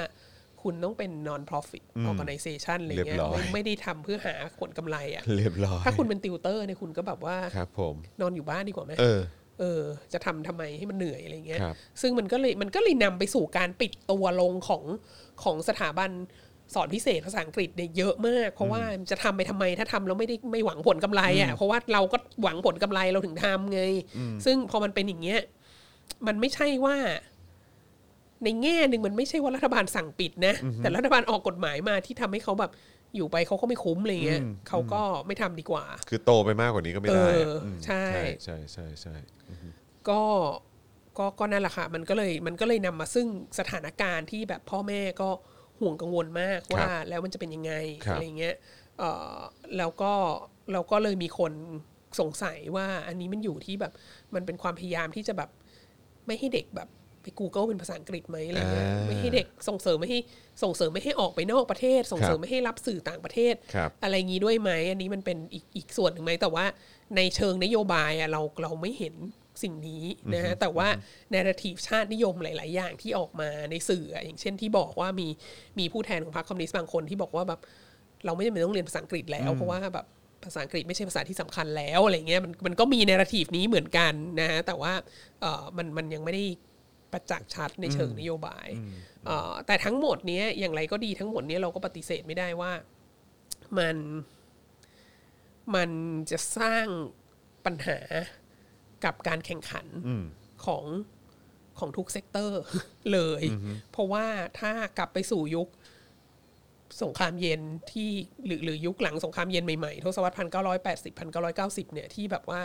Speaker 6: คุณต้องเป็น non profit organization อะไร
Speaker 2: เรี
Speaker 6: เงี้
Speaker 2: ย
Speaker 6: ย
Speaker 2: บร้อย
Speaker 6: ไม่ไม่ได้ทำเพื่อหาผลกำไรอ่ะ
Speaker 2: *laughs* เรียบร้อย
Speaker 6: ถ้าคุณเป็นติวเตอร์เนี่ยคุณก็แบบว่า
Speaker 2: ครับผม
Speaker 6: นอนอยู่บ้านดีกว่าไหม
Speaker 2: เออ
Speaker 6: เออจะทำทำไมให้มันเหนื่อยอะไรเงี้ย
Speaker 2: ครับ
Speaker 6: ซึ่งมันก็เลยมันก็เลยนำไปสู่การปิดตัวลงของของสถาบันสอนพิเศษภาษาอังกฤษเนี่ยเยอะมาก เพราะว่าจะทำไปทำไมถ้าทำแล้วไม่ได้ไม่หวังผลกำไรอ่ะเพราะว่าเราก็หวังผลกำไรเราถึงทำไง ซึ่งพอมันเป็นอย่างเงี้ยมันไม่ใช่ว่า ในแง่หนึ่งมันไม่ใช่ว่ารัฐบาลสั่งปิดนะ แต่รัฐบาลออกกฎหมายมาที่ทำให้เขาแบบอยู่ไปเขาก็ไม่คุ้มอะไรเงี้ยเขาก็ไม่ทำดีกว่า
Speaker 2: คือโตไปมากกว่านี้ก็ไม่ได้
Speaker 6: เอออื
Speaker 2: ม
Speaker 6: ใช่
Speaker 2: ใช่ใช่ใช่
Speaker 6: ก็ก็ก็นั่นแหละค่ะ มันก็เลยมันก็เลยนำมาซึ่งสถานการณ์ที่แบบพ่อแม่ก็ห่วงกังวลมากว่าแล้วมันจะเป็นยังไง
Speaker 2: ครับ
Speaker 6: อะไรเงี้ยเอ่อแล้วก็เราก็เลยมีคนสงสัยว่าอันนี้มันอยู่ที่แบบมันเป็นความพยายามที่จะแบบไม่ให้เด็กแบบไป Google เป็นภาษาอังกฤษไหมอะไรเงี้ยไม่ให้เด็กส่งเสริมไม่ให้ส่งเสริมไม่ให้ออกไปนอกประเทศ ส่งเสริมไม่ให้รับสื่อต่างประเทศ
Speaker 2: ครับ
Speaker 6: อะไรงี้ด้วยไหมอันนี้มันเป็นอีกอีกส่วนหนึ่งไหมแต่ว่าในเชิงนโยบายอะเราเราไม่เห็นสิ่งนี้นะฮะแต่ว่าเนรทีฟชาตินิยมหลาย ๆ อย่างที่ออกมาในสื่ออะอย่างเช่นที่บอกว่ามีมีผู้แทนของพรรคคอมมิวนิสต์บางคนที่บอกว่าแบบเราไม่จำเป็นต้องเรียนภาษาอังกฤษแล้ว เพราะว่าแบบภาษาอังกฤษไม่ใช่ภาษาที่สำคัญแล้วอะไรเงี้ยมันมันก็มีเนรทีฟนี้เหมือนกันนะฮะแต่ว่าเออมันมันยังไม่ได้ประจักษ์ชัดในเชิงนโยบายเอ่อแต่ทั้งหมดเนี้ยอย่างไรก็ดีทั้งหมดเนี้ยเราก็ปฏิเสธไม่ได้ว่า มันมันจะสร้างปัญหากับการแข่งขันของของทุกเซกเตอร์ *laughs* เลย เพราะว่าถ้ากลับไปสู่ยุคสงครามเย็นที่หรือหรือยุคหลังสงครามเย็นใหม่ๆ ทศวรรษพันเก้าร้อยแปดสิบพันเก้าร้อยเก้าสิบเนี่ยที่แบบว่า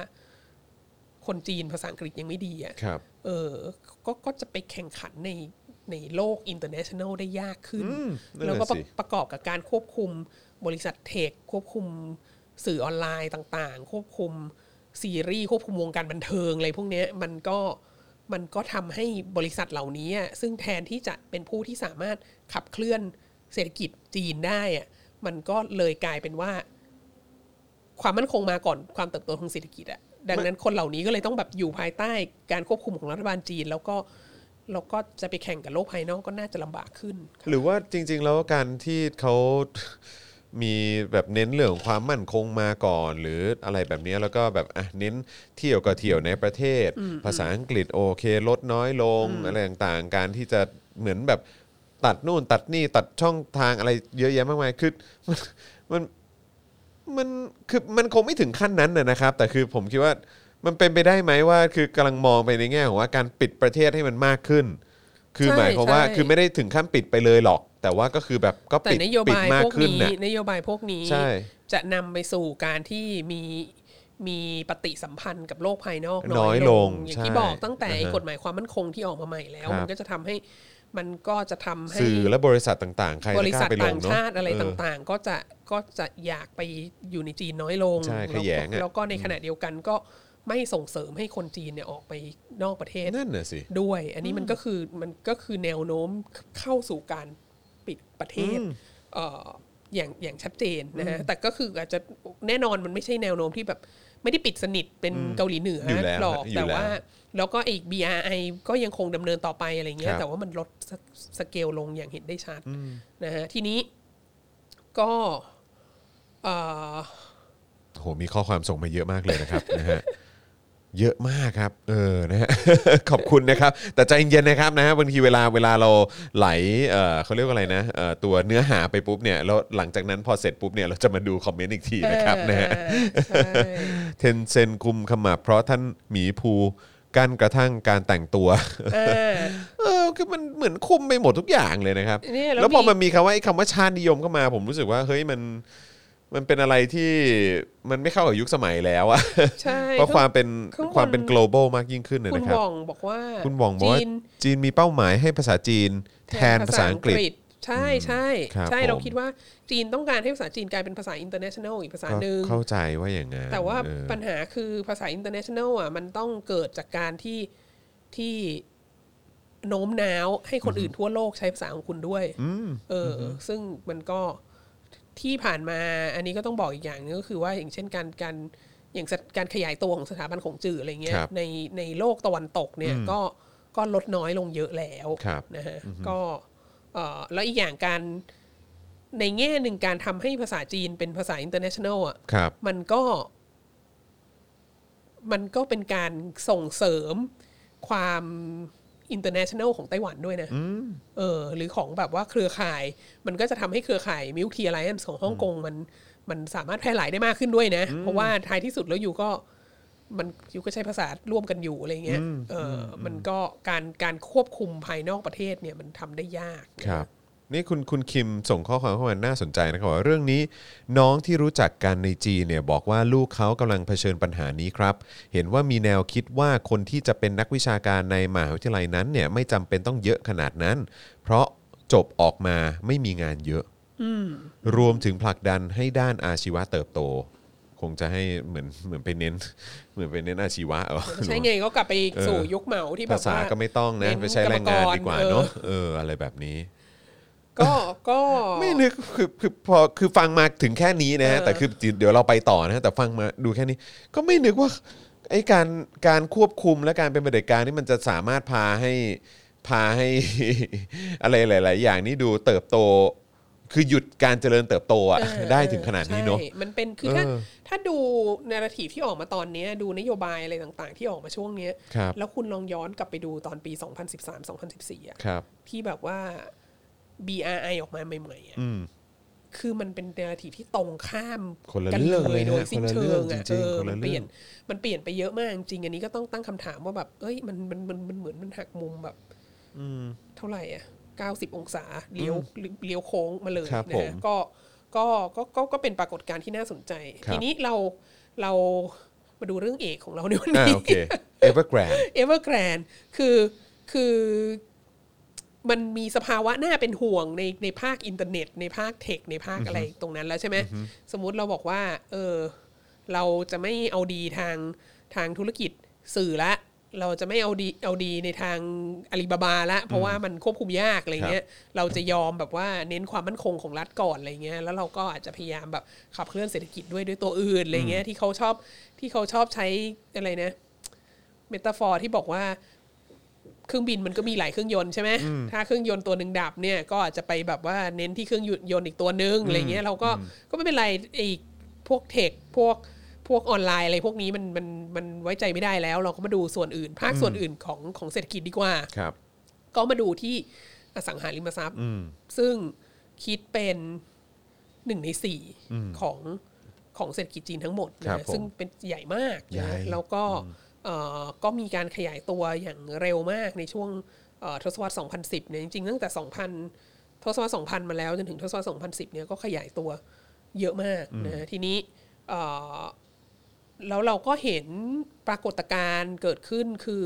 Speaker 6: คนจีนภาษาอังกฤษยังไม่ดีอ่ะ
Speaker 2: ครับ
Speaker 6: เออก็ก็จะไปแข่งขันในในโลกอินเตอร์เนชันแนลได้ยากขึ้น
Speaker 2: นั่นน่ะ
Speaker 6: แล้วก็ประ
Speaker 2: สิ
Speaker 6: ประกอบกับการควบคุมบริษัทเทค ควบคุมสื่อออนไลน์ต่างๆ ควบคุมซีรีส์ ควบคุมวงการบันเทิงอะไรพวกเนี้ยมันก็มันก็ทำให้บริษัทเหล่านี้อะซึ่งแทนที่จะเป็นผู้ที่สามารถขับเคลื่อนเศรษฐกิจจีนได้อะมันก็เลยกลายเป็นว่า ความมั่นคงมาก่อนความเติบโตทางเศรษฐกิจอะดังนั้นคนเหล่านี้ก็เลยต้องแบบอยู่ภายใต้การควบคุมของรัฐบาลจีน แล้วก็แล้วก็จะไปแข่งกับโลกภายนอกก็น่าจะลำบากขึ้นครับ
Speaker 2: หรือว่าจริง ๆ แล้วการที่เขามีแบบเน้นเรื่องของความมั่นคงมาก่อน หรืออะไรแบบนี้แล้วก็แบบอ่ะเน้นเที่ยวก็เที่ยวในประเทศ ภาษาอังกฤษโอเค ลดน้อยลงอะไรต่างๆ การที่จะเหมือนแบบตัดนู่นตัดนี่ตัดช่องทางอะไรเยอะแยะมากมายคือมันมันมันคือมันคงไม่ถึงขั้นนั้นนะนะครับ แต่คือผมคิดว่ามันเป็นไปได้ไหมว่าคือกำลังมองไปในแง่ของว่าการปิดประเทศให้มันมากขึ้น คือหมายความว่าคือไม่ได้ถึงขั้นปิดไปเลยหรอก แต่ว่าก็คือแบบก็
Speaker 6: แต่
Speaker 2: ปิด
Speaker 6: นโย
Speaker 2: ปิด
Speaker 6: บาย
Speaker 2: มา
Speaker 6: พ
Speaker 2: ก
Speaker 6: วก
Speaker 2: ขึ้น
Speaker 6: นี้
Speaker 2: นะ
Speaker 6: นโยบายพวกนี้
Speaker 2: ใช่
Speaker 6: จะนำไปสู่การที่มีมีปฏิสัมพันธ์กับโลกภายนอก
Speaker 2: น้
Speaker 6: น้
Speaker 2: อ
Speaker 6: อย ย
Speaker 2: ล
Speaker 6: ล
Speaker 2: ง
Speaker 6: ง อย่าง
Speaker 2: ใช่
Speaker 6: ที่บอกตั้งแต่
Speaker 2: อ่าฮะ
Speaker 6: ไอ้กฎหมายความมั่นคงที่ออกมาใหม่แล้ว
Speaker 2: ครับ
Speaker 6: มันก็จะทำให้มันก็จะทำให้
Speaker 2: สื่อและบริษัทต่างๆ ใคร
Speaker 6: บ
Speaker 2: จะ
Speaker 6: ริ
Speaker 2: กล้า
Speaker 6: ษัท
Speaker 2: ไปล
Speaker 6: ต่าง ง
Speaker 2: เนาะ
Speaker 6: ชาติอะไร
Speaker 2: เ
Speaker 6: ต่างๆ ก็จะก็จะอยากไปอยู่ในจีนน้อยลง
Speaker 2: ใช่ข
Speaker 6: แ
Speaker 2: ยง
Speaker 6: ล้วก็
Speaker 2: อะ
Speaker 6: แล้วก็ในขณะเดียวกันก็ไม่ส่งเสริมให้คนจีนเนี่ยออกไปนอกประเทศ
Speaker 2: นั่นน่ะสิ
Speaker 6: ด้วย อันนี้มันก็คือมันก็คือแนวโน้มเข้าสู่การปิดประเทศเอ่ออย่างอย่างชัดเจนนะฮะแต่ก็คืออาจจะแน่นอนมันไม่ใช่แนวโน้มที่แบบไม่ได้ปิดสนิทเป็นเกาหลีเหนืออยู่
Speaker 2: แล้ว
Speaker 6: หรอก
Speaker 2: อยู่
Speaker 6: แต่
Speaker 2: แล้ว
Speaker 6: ว่า แล้วก็ไอ้ BRI ก็ยังคงดำเนินต่อไปอะไรเงี้
Speaker 2: ค
Speaker 6: ย
Speaker 2: รับ
Speaker 6: แต่ว่ามันลดสสเกลลงอย่างเห็นได้ชัด นะฮะทีนี้ก็เอ่อ
Speaker 2: โหมีข้อความส่งมาเยอะมากเลยนะครับ *laughs* นะฮะเยอะมากครับ เออนะฮ *laughs* ะ ขอบคุณนะครับ แต่ใจเย็นๆนะครับนะฮะบางทีเวลาเวลาเราไหลเออเขาเรียกว่าอะไรนะเออตัวเนื้อหาไปปุ๊บเนี่ยแล้วหลังจากนั้นพอเสร็จปุ๊บเนี่ยเราจะมาดูคอมเมนต์อีกทีนะครับนะฮะ
Speaker 6: ใช่
Speaker 2: เทนเซนคุมขมับเพราะท่านหมีภูกั้นกระทั่งการแต่งตัว *laughs*
Speaker 6: อ่า
Speaker 2: เออคือมันเหมือนคุมไปหมดทุกอย่างเลยนะครับ
Speaker 6: เนี่ยแล้ว
Speaker 2: แล้วพอ
Speaker 6: มี
Speaker 2: มันมีคำว่าไอ้คำว่าชาตินิยมเข้ามา ผมรู้สึกว่าเฮ้ยมันมันเป็นอะไรที่มันไม่เข้ากับยุคสมัยแล้วอะ
Speaker 6: ใช่
Speaker 2: เพราะความเป็น
Speaker 6: ข้างบน
Speaker 2: ความเป็น global มากยิ่งขึ้นนะ
Speaker 6: คุณ
Speaker 2: นะครับ บ
Speaker 6: อง บอกว่า
Speaker 2: คุณหวองบอกว่า
Speaker 6: จีน
Speaker 2: จีนมีเป้าหมายให้ภาษาจีนแทนภาษาอังกฤษ
Speaker 6: ใช่ใช่
Speaker 2: ครับ
Speaker 6: ใช่
Speaker 2: ผม
Speaker 6: เราคิดว่าจีนต้องการให้ภาษาจีนกลายเป็นภาษาอินเตอร์เนชั่นแนลอีกภาษา
Speaker 2: ก็
Speaker 6: หนึ่ง
Speaker 2: เข้าใจว่าอย่างนั้น
Speaker 6: แต่ว่า
Speaker 2: เออ
Speaker 6: ปัญหาคือภาษาอินเตอร์เนชั่นแนลอ่ะมันต้องเกิดจากการที่ ที่โน้มน้าวให้คนอื่นทั่วโลกใช้ภาษาของคุณด้วยเอออ ซึ่งมันก็ที่ผ่านมาอันนี้ก็ต้องบอกอีกอย่างหนึงก็คือว่าอย่างเช่นการการอย่างสถการขยายตัวของสถาบันของจืออะไรเงี้ย
Speaker 2: ครับ
Speaker 6: ในในโลกตะวันตกเนี่ยก็ก็ลดน้อยลงเยอะแล้ว
Speaker 2: ครับ
Speaker 6: นะฮะก็เอ่อแล้วอีกอย่างการ ในแง่หนึ่งการทำให้ภาษาจีนเป็นภาษา international อ่ะ
Speaker 2: ครับ
Speaker 6: มันก็ มันก็เป็นการส่งเสริมความ international ของไต้หวันด้วยนะ เออ หรือของแบบว่าเครือข่าย มันก็จะทำให้เครือข่ายมิลที a ไล i อน c ์ของฮ่องกงมัน มันสามารถแพร่หลายได้มากขึ้นด้วยนะ เพราะว่าท้ายที่สุดแล้วอยู่ก็ มันอยู่ก็ใช้ภาษาร่วมกันอยู่อะไรเงี้ย เอออมันก็การการควบคุมภายนอกประเทศเนี่ยมันทำได้ยาก
Speaker 2: ครับนี่คุณคุณคิมส่งข้อความเข้ามาน่าสนใจนะครับว่าเรื่องนี้น้องที่รู้จักกันในจีนเนี่ยบอกว่าลูกเขากำลังเผชิญปัญหานี้ครับ เห็นว่ามีแนวคิดว่าคนที่จะเป็นนักวิชาการในมหาวิทยาลัยนั้นเนี่ยไม่จำเป็นต้องเยอะขนาดนั้น เพราะจบออกมาไม่มีงานเยอะรวมถึงผลักดันให้ด้านอาชีวะเติบโต คงจะให้เหมือนเหมือนไปเน้น เหมือนไปเน้นอาชีวะเอา
Speaker 6: ใช่ไงก็กลับไปสู่
Speaker 2: เออ
Speaker 6: ยุคเหมาที่แบบ
Speaker 2: ภาษา
Speaker 6: ว่า
Speaker 2: ก็ไม่ต้องนะ
Speaker 6: เ
Speaker 2: ไปใช้แรงงานดีกว่าเนาะ
Speaker 6: ออ
Speaker 2: เอออะไรแบบนี้
Speaker 6: ก็ก็
Speaker 2: ไม่นึกคือคือพอคือฟังมาถึงแค่นี้นะฮะแต่คือเดี๋ยวเราไปต่อนะฮะแต่ฟังมาดูแค่นี้ ก็ไม่นึกว่าไอ้การการควบคุมและการเป็นบริการนี่มันจะสามารถพาให้พาให้ *laughs* อะไรหลาย ๆ อย่างนี่ดูเติบโต คือหยุดการเจริญเติบโตอะ
Speaker 6: เออ
Speaker 2: ได้ถึงขนาดนี้เนาะ
Speaker 6: ใช่มันเป็นคือถ้า
Speaker 2: เออ
Speaker 6: ถ้าดูนาราทีที่ออกมาตอนเนี้ยดูนโยบายอะไรต่างๆ ที่ออกมาช่วงเนี้ย
Speaker 2: ครับ
Speaker 6: แล้วคุณลองย้อนกลับไปดูตอนปี 2013-2014อะ
Speaker 2: ครับ
Speaker 6: ที่แบบว่า BRI ออกมาใหม่ๆอะ
Speaker 2: อืม
Speaker 6: คือมันเป็นนาราทีที่ตรงข้าม
Speaker 2: คนละ
Speaker 6: กั
Speaker 2: เรื่องเลยนะ
Speaker 6: โดยสิ้นเชิ
Speaker 2: คนละ
Speaker 6: ง
Speaker 2: เรื่อง
Speaker 6: อะ
Speaker 2: จริงๆ
Speaker 6: เออ
Speaker 2: คนละ
Speaker 6: มันเปลี่ยน
Speaker 2: เรื่
Speaker 6: มันเปลี่ยนไปเยอะมากจริงๆอันนี้ก็ต้องตั้งคำถามว่าแบบเอ้ยมันมันมันมันเหมือนมันหักมุมแบบ
Speaker 2: อืม
Speaker 6: เท่าไหร่อ่ะ 90 องศาเลี้ยวเลี้ยวโค้งมาเลย
Speaker 2: ครับ
Speaker 6: นะ
Speaker 2: ผม
Speaker 6: ฮะก็ก็ก็ก็ก็เป็นปรากฏการณ์ที่น่าสนใจ
Speaker 2: ครับ
Speaker 6: ทีนี้เราเรามาดูเรื่องเอกของเราในวัน
Speaker 2: อ่า
Speaker 6: นี้
Speaker 2: โอเคเอเวอร์แกรน
Speaker 6: เอเวอร์แกรนคือคือมันมีสภาวะน่าเป็นห่วงในในภาคอินเทอร์เน็ต ในภาคเทค ในภาคอะไรตรงนั้นแล้วใช่ไหมสมมุติเราบอกว่า เออ เราจะไม่เอาดีทางทางธุรกิจสื่อละ เราจะไม่เอาดีเอาดีในทางอาลีบาบาละเพราะว่ามันควบคุมยากอะไรเงี้ยเราจะยอมแบบว่าเน้นความมั่นคงของรัฐก่อนอะไรเงี้ยแล้วเราก็อาจจะพยายามแบบขับเคลื่อนเศรษฐกิจด้วยด้วยตัวอื่นอะไรเงี้ยที่เขาชอบที่เขาชอบใช้อะไรนะ เมตาฟอร์ที่บอกว่าเครื่องบินมันก็มีหลายเครื่องยนต์ใช่ไหมถ้าเครื่องยนต์ตัวหนึ่งดับเนี่ยก็อาจจะไปแบบว่าเน้นที่เครื่องยนต์อีกตัวหนึ่งอะไรเงี้ยเราก็ก็ไม่เป็นไรไอ้พวกเทคพวกพวกออนไลน์อะไรพวกนี้มันมันมันไว้ใจไม่ได้แล้ว เราก็มาดูส่วนอื่น ภาคส่วนอื่นของของเศรษฐกิจดีกว่า
Speaker 2: ครับ
Speaker 6: ก็มาดูที่อสังหาริมทรัพย์
Speaker 2: อืม
Speaker 6: ซึ่งคิดเป็นหนึ่งในสี่ของของเศรษฐกิจจีนทั้งหมดนะครับ ฮะ
Speaker 2: ผม
Speaker 6: ซึ่งเป็นใหญ่มาก
Speaker 2: ใหญ่
Speaker 6: นะฮะแล้วก็เอ่อก็มีการขยายตัวอย่างเร็วมากในช่วงเอ่อทศวรรษ 2010 เนี่ยจริงๆ ตั้งแต่ 2000 ทศวรรษ 2000 มาแล้ว จนถึงทศวรรษ 2010 เนี่ยก็ขยายตัวเยอะมากนะฮะทีนี้เอ่อแล้วเราก็เห็นปรากฏการณ์เกิดขึ้นคือ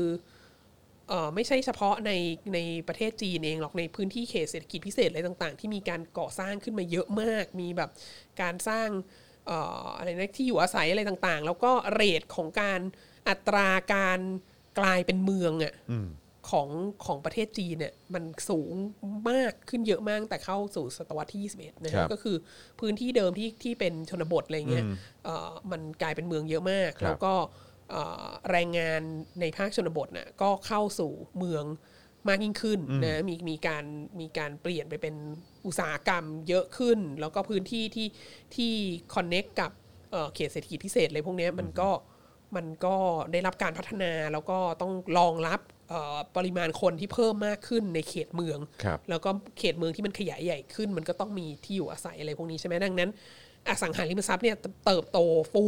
Speaker 6: เอ่อไม่ใช่เฉพาะในในประเทศจีนเองหรอกในพื้นที่เขตเศรษฐกิจพิเศษอะไรต่างๆ ที่มีการก่อสร้างขึ้นมาเยอะมาก มีแบบการสร้างเอ่ออะไรนะที่อยู่อาศัยอะไรต่างๆ แล้วก็เรทของการอัตราการกลายเป็นเมืองอะ่ะของของประเทศจีนเนี่ยมันสูงมากขึ้นเยอะมากตั้งแต่เข้าสู่ศตวรรษที่ 21 นะค
Speaker 2: ครั
Speaker 6: รับบ ก็คือพื้นที่เดิมที่ที่เป็นชนบทอะไรเงี้ยเอ่อมันกลายเป็นเมืองเยอะมาก
Speaker 2: ครับ
Speaker 6: แล้วก็เอ่อแรงงานในภาคชนบทน่ะก็เข้าสู่เมืองมากยิ่งขึ้นนะมีมีการมีการเปลี่ยนไปเป็นอุตสาหกรรมเยอะขึ้น แล้วก็พื้นที่ที่ที่คอนเน็กกับเอ่อเขตเศรษฐกิจพิเศษอะไรพวกเนี้ยมันก็มันก็ได้รับการพัฒนาแล้วก็ต้องรองรับเอ่อปริมาณคนที่เพิ่มมากขึ้นในเขตเมือง
Speaker 2: ครับ
Speaker 6: แล้วก็เขตเมืองที่มันขยายใหญ่ขึ้น มันก็ต้องมีที่อยู่อาศัยอะไรพวกนี้ใช่ไหมดังนั้น อสังหาริมทรัพย์เนี่ยเติบโตฟู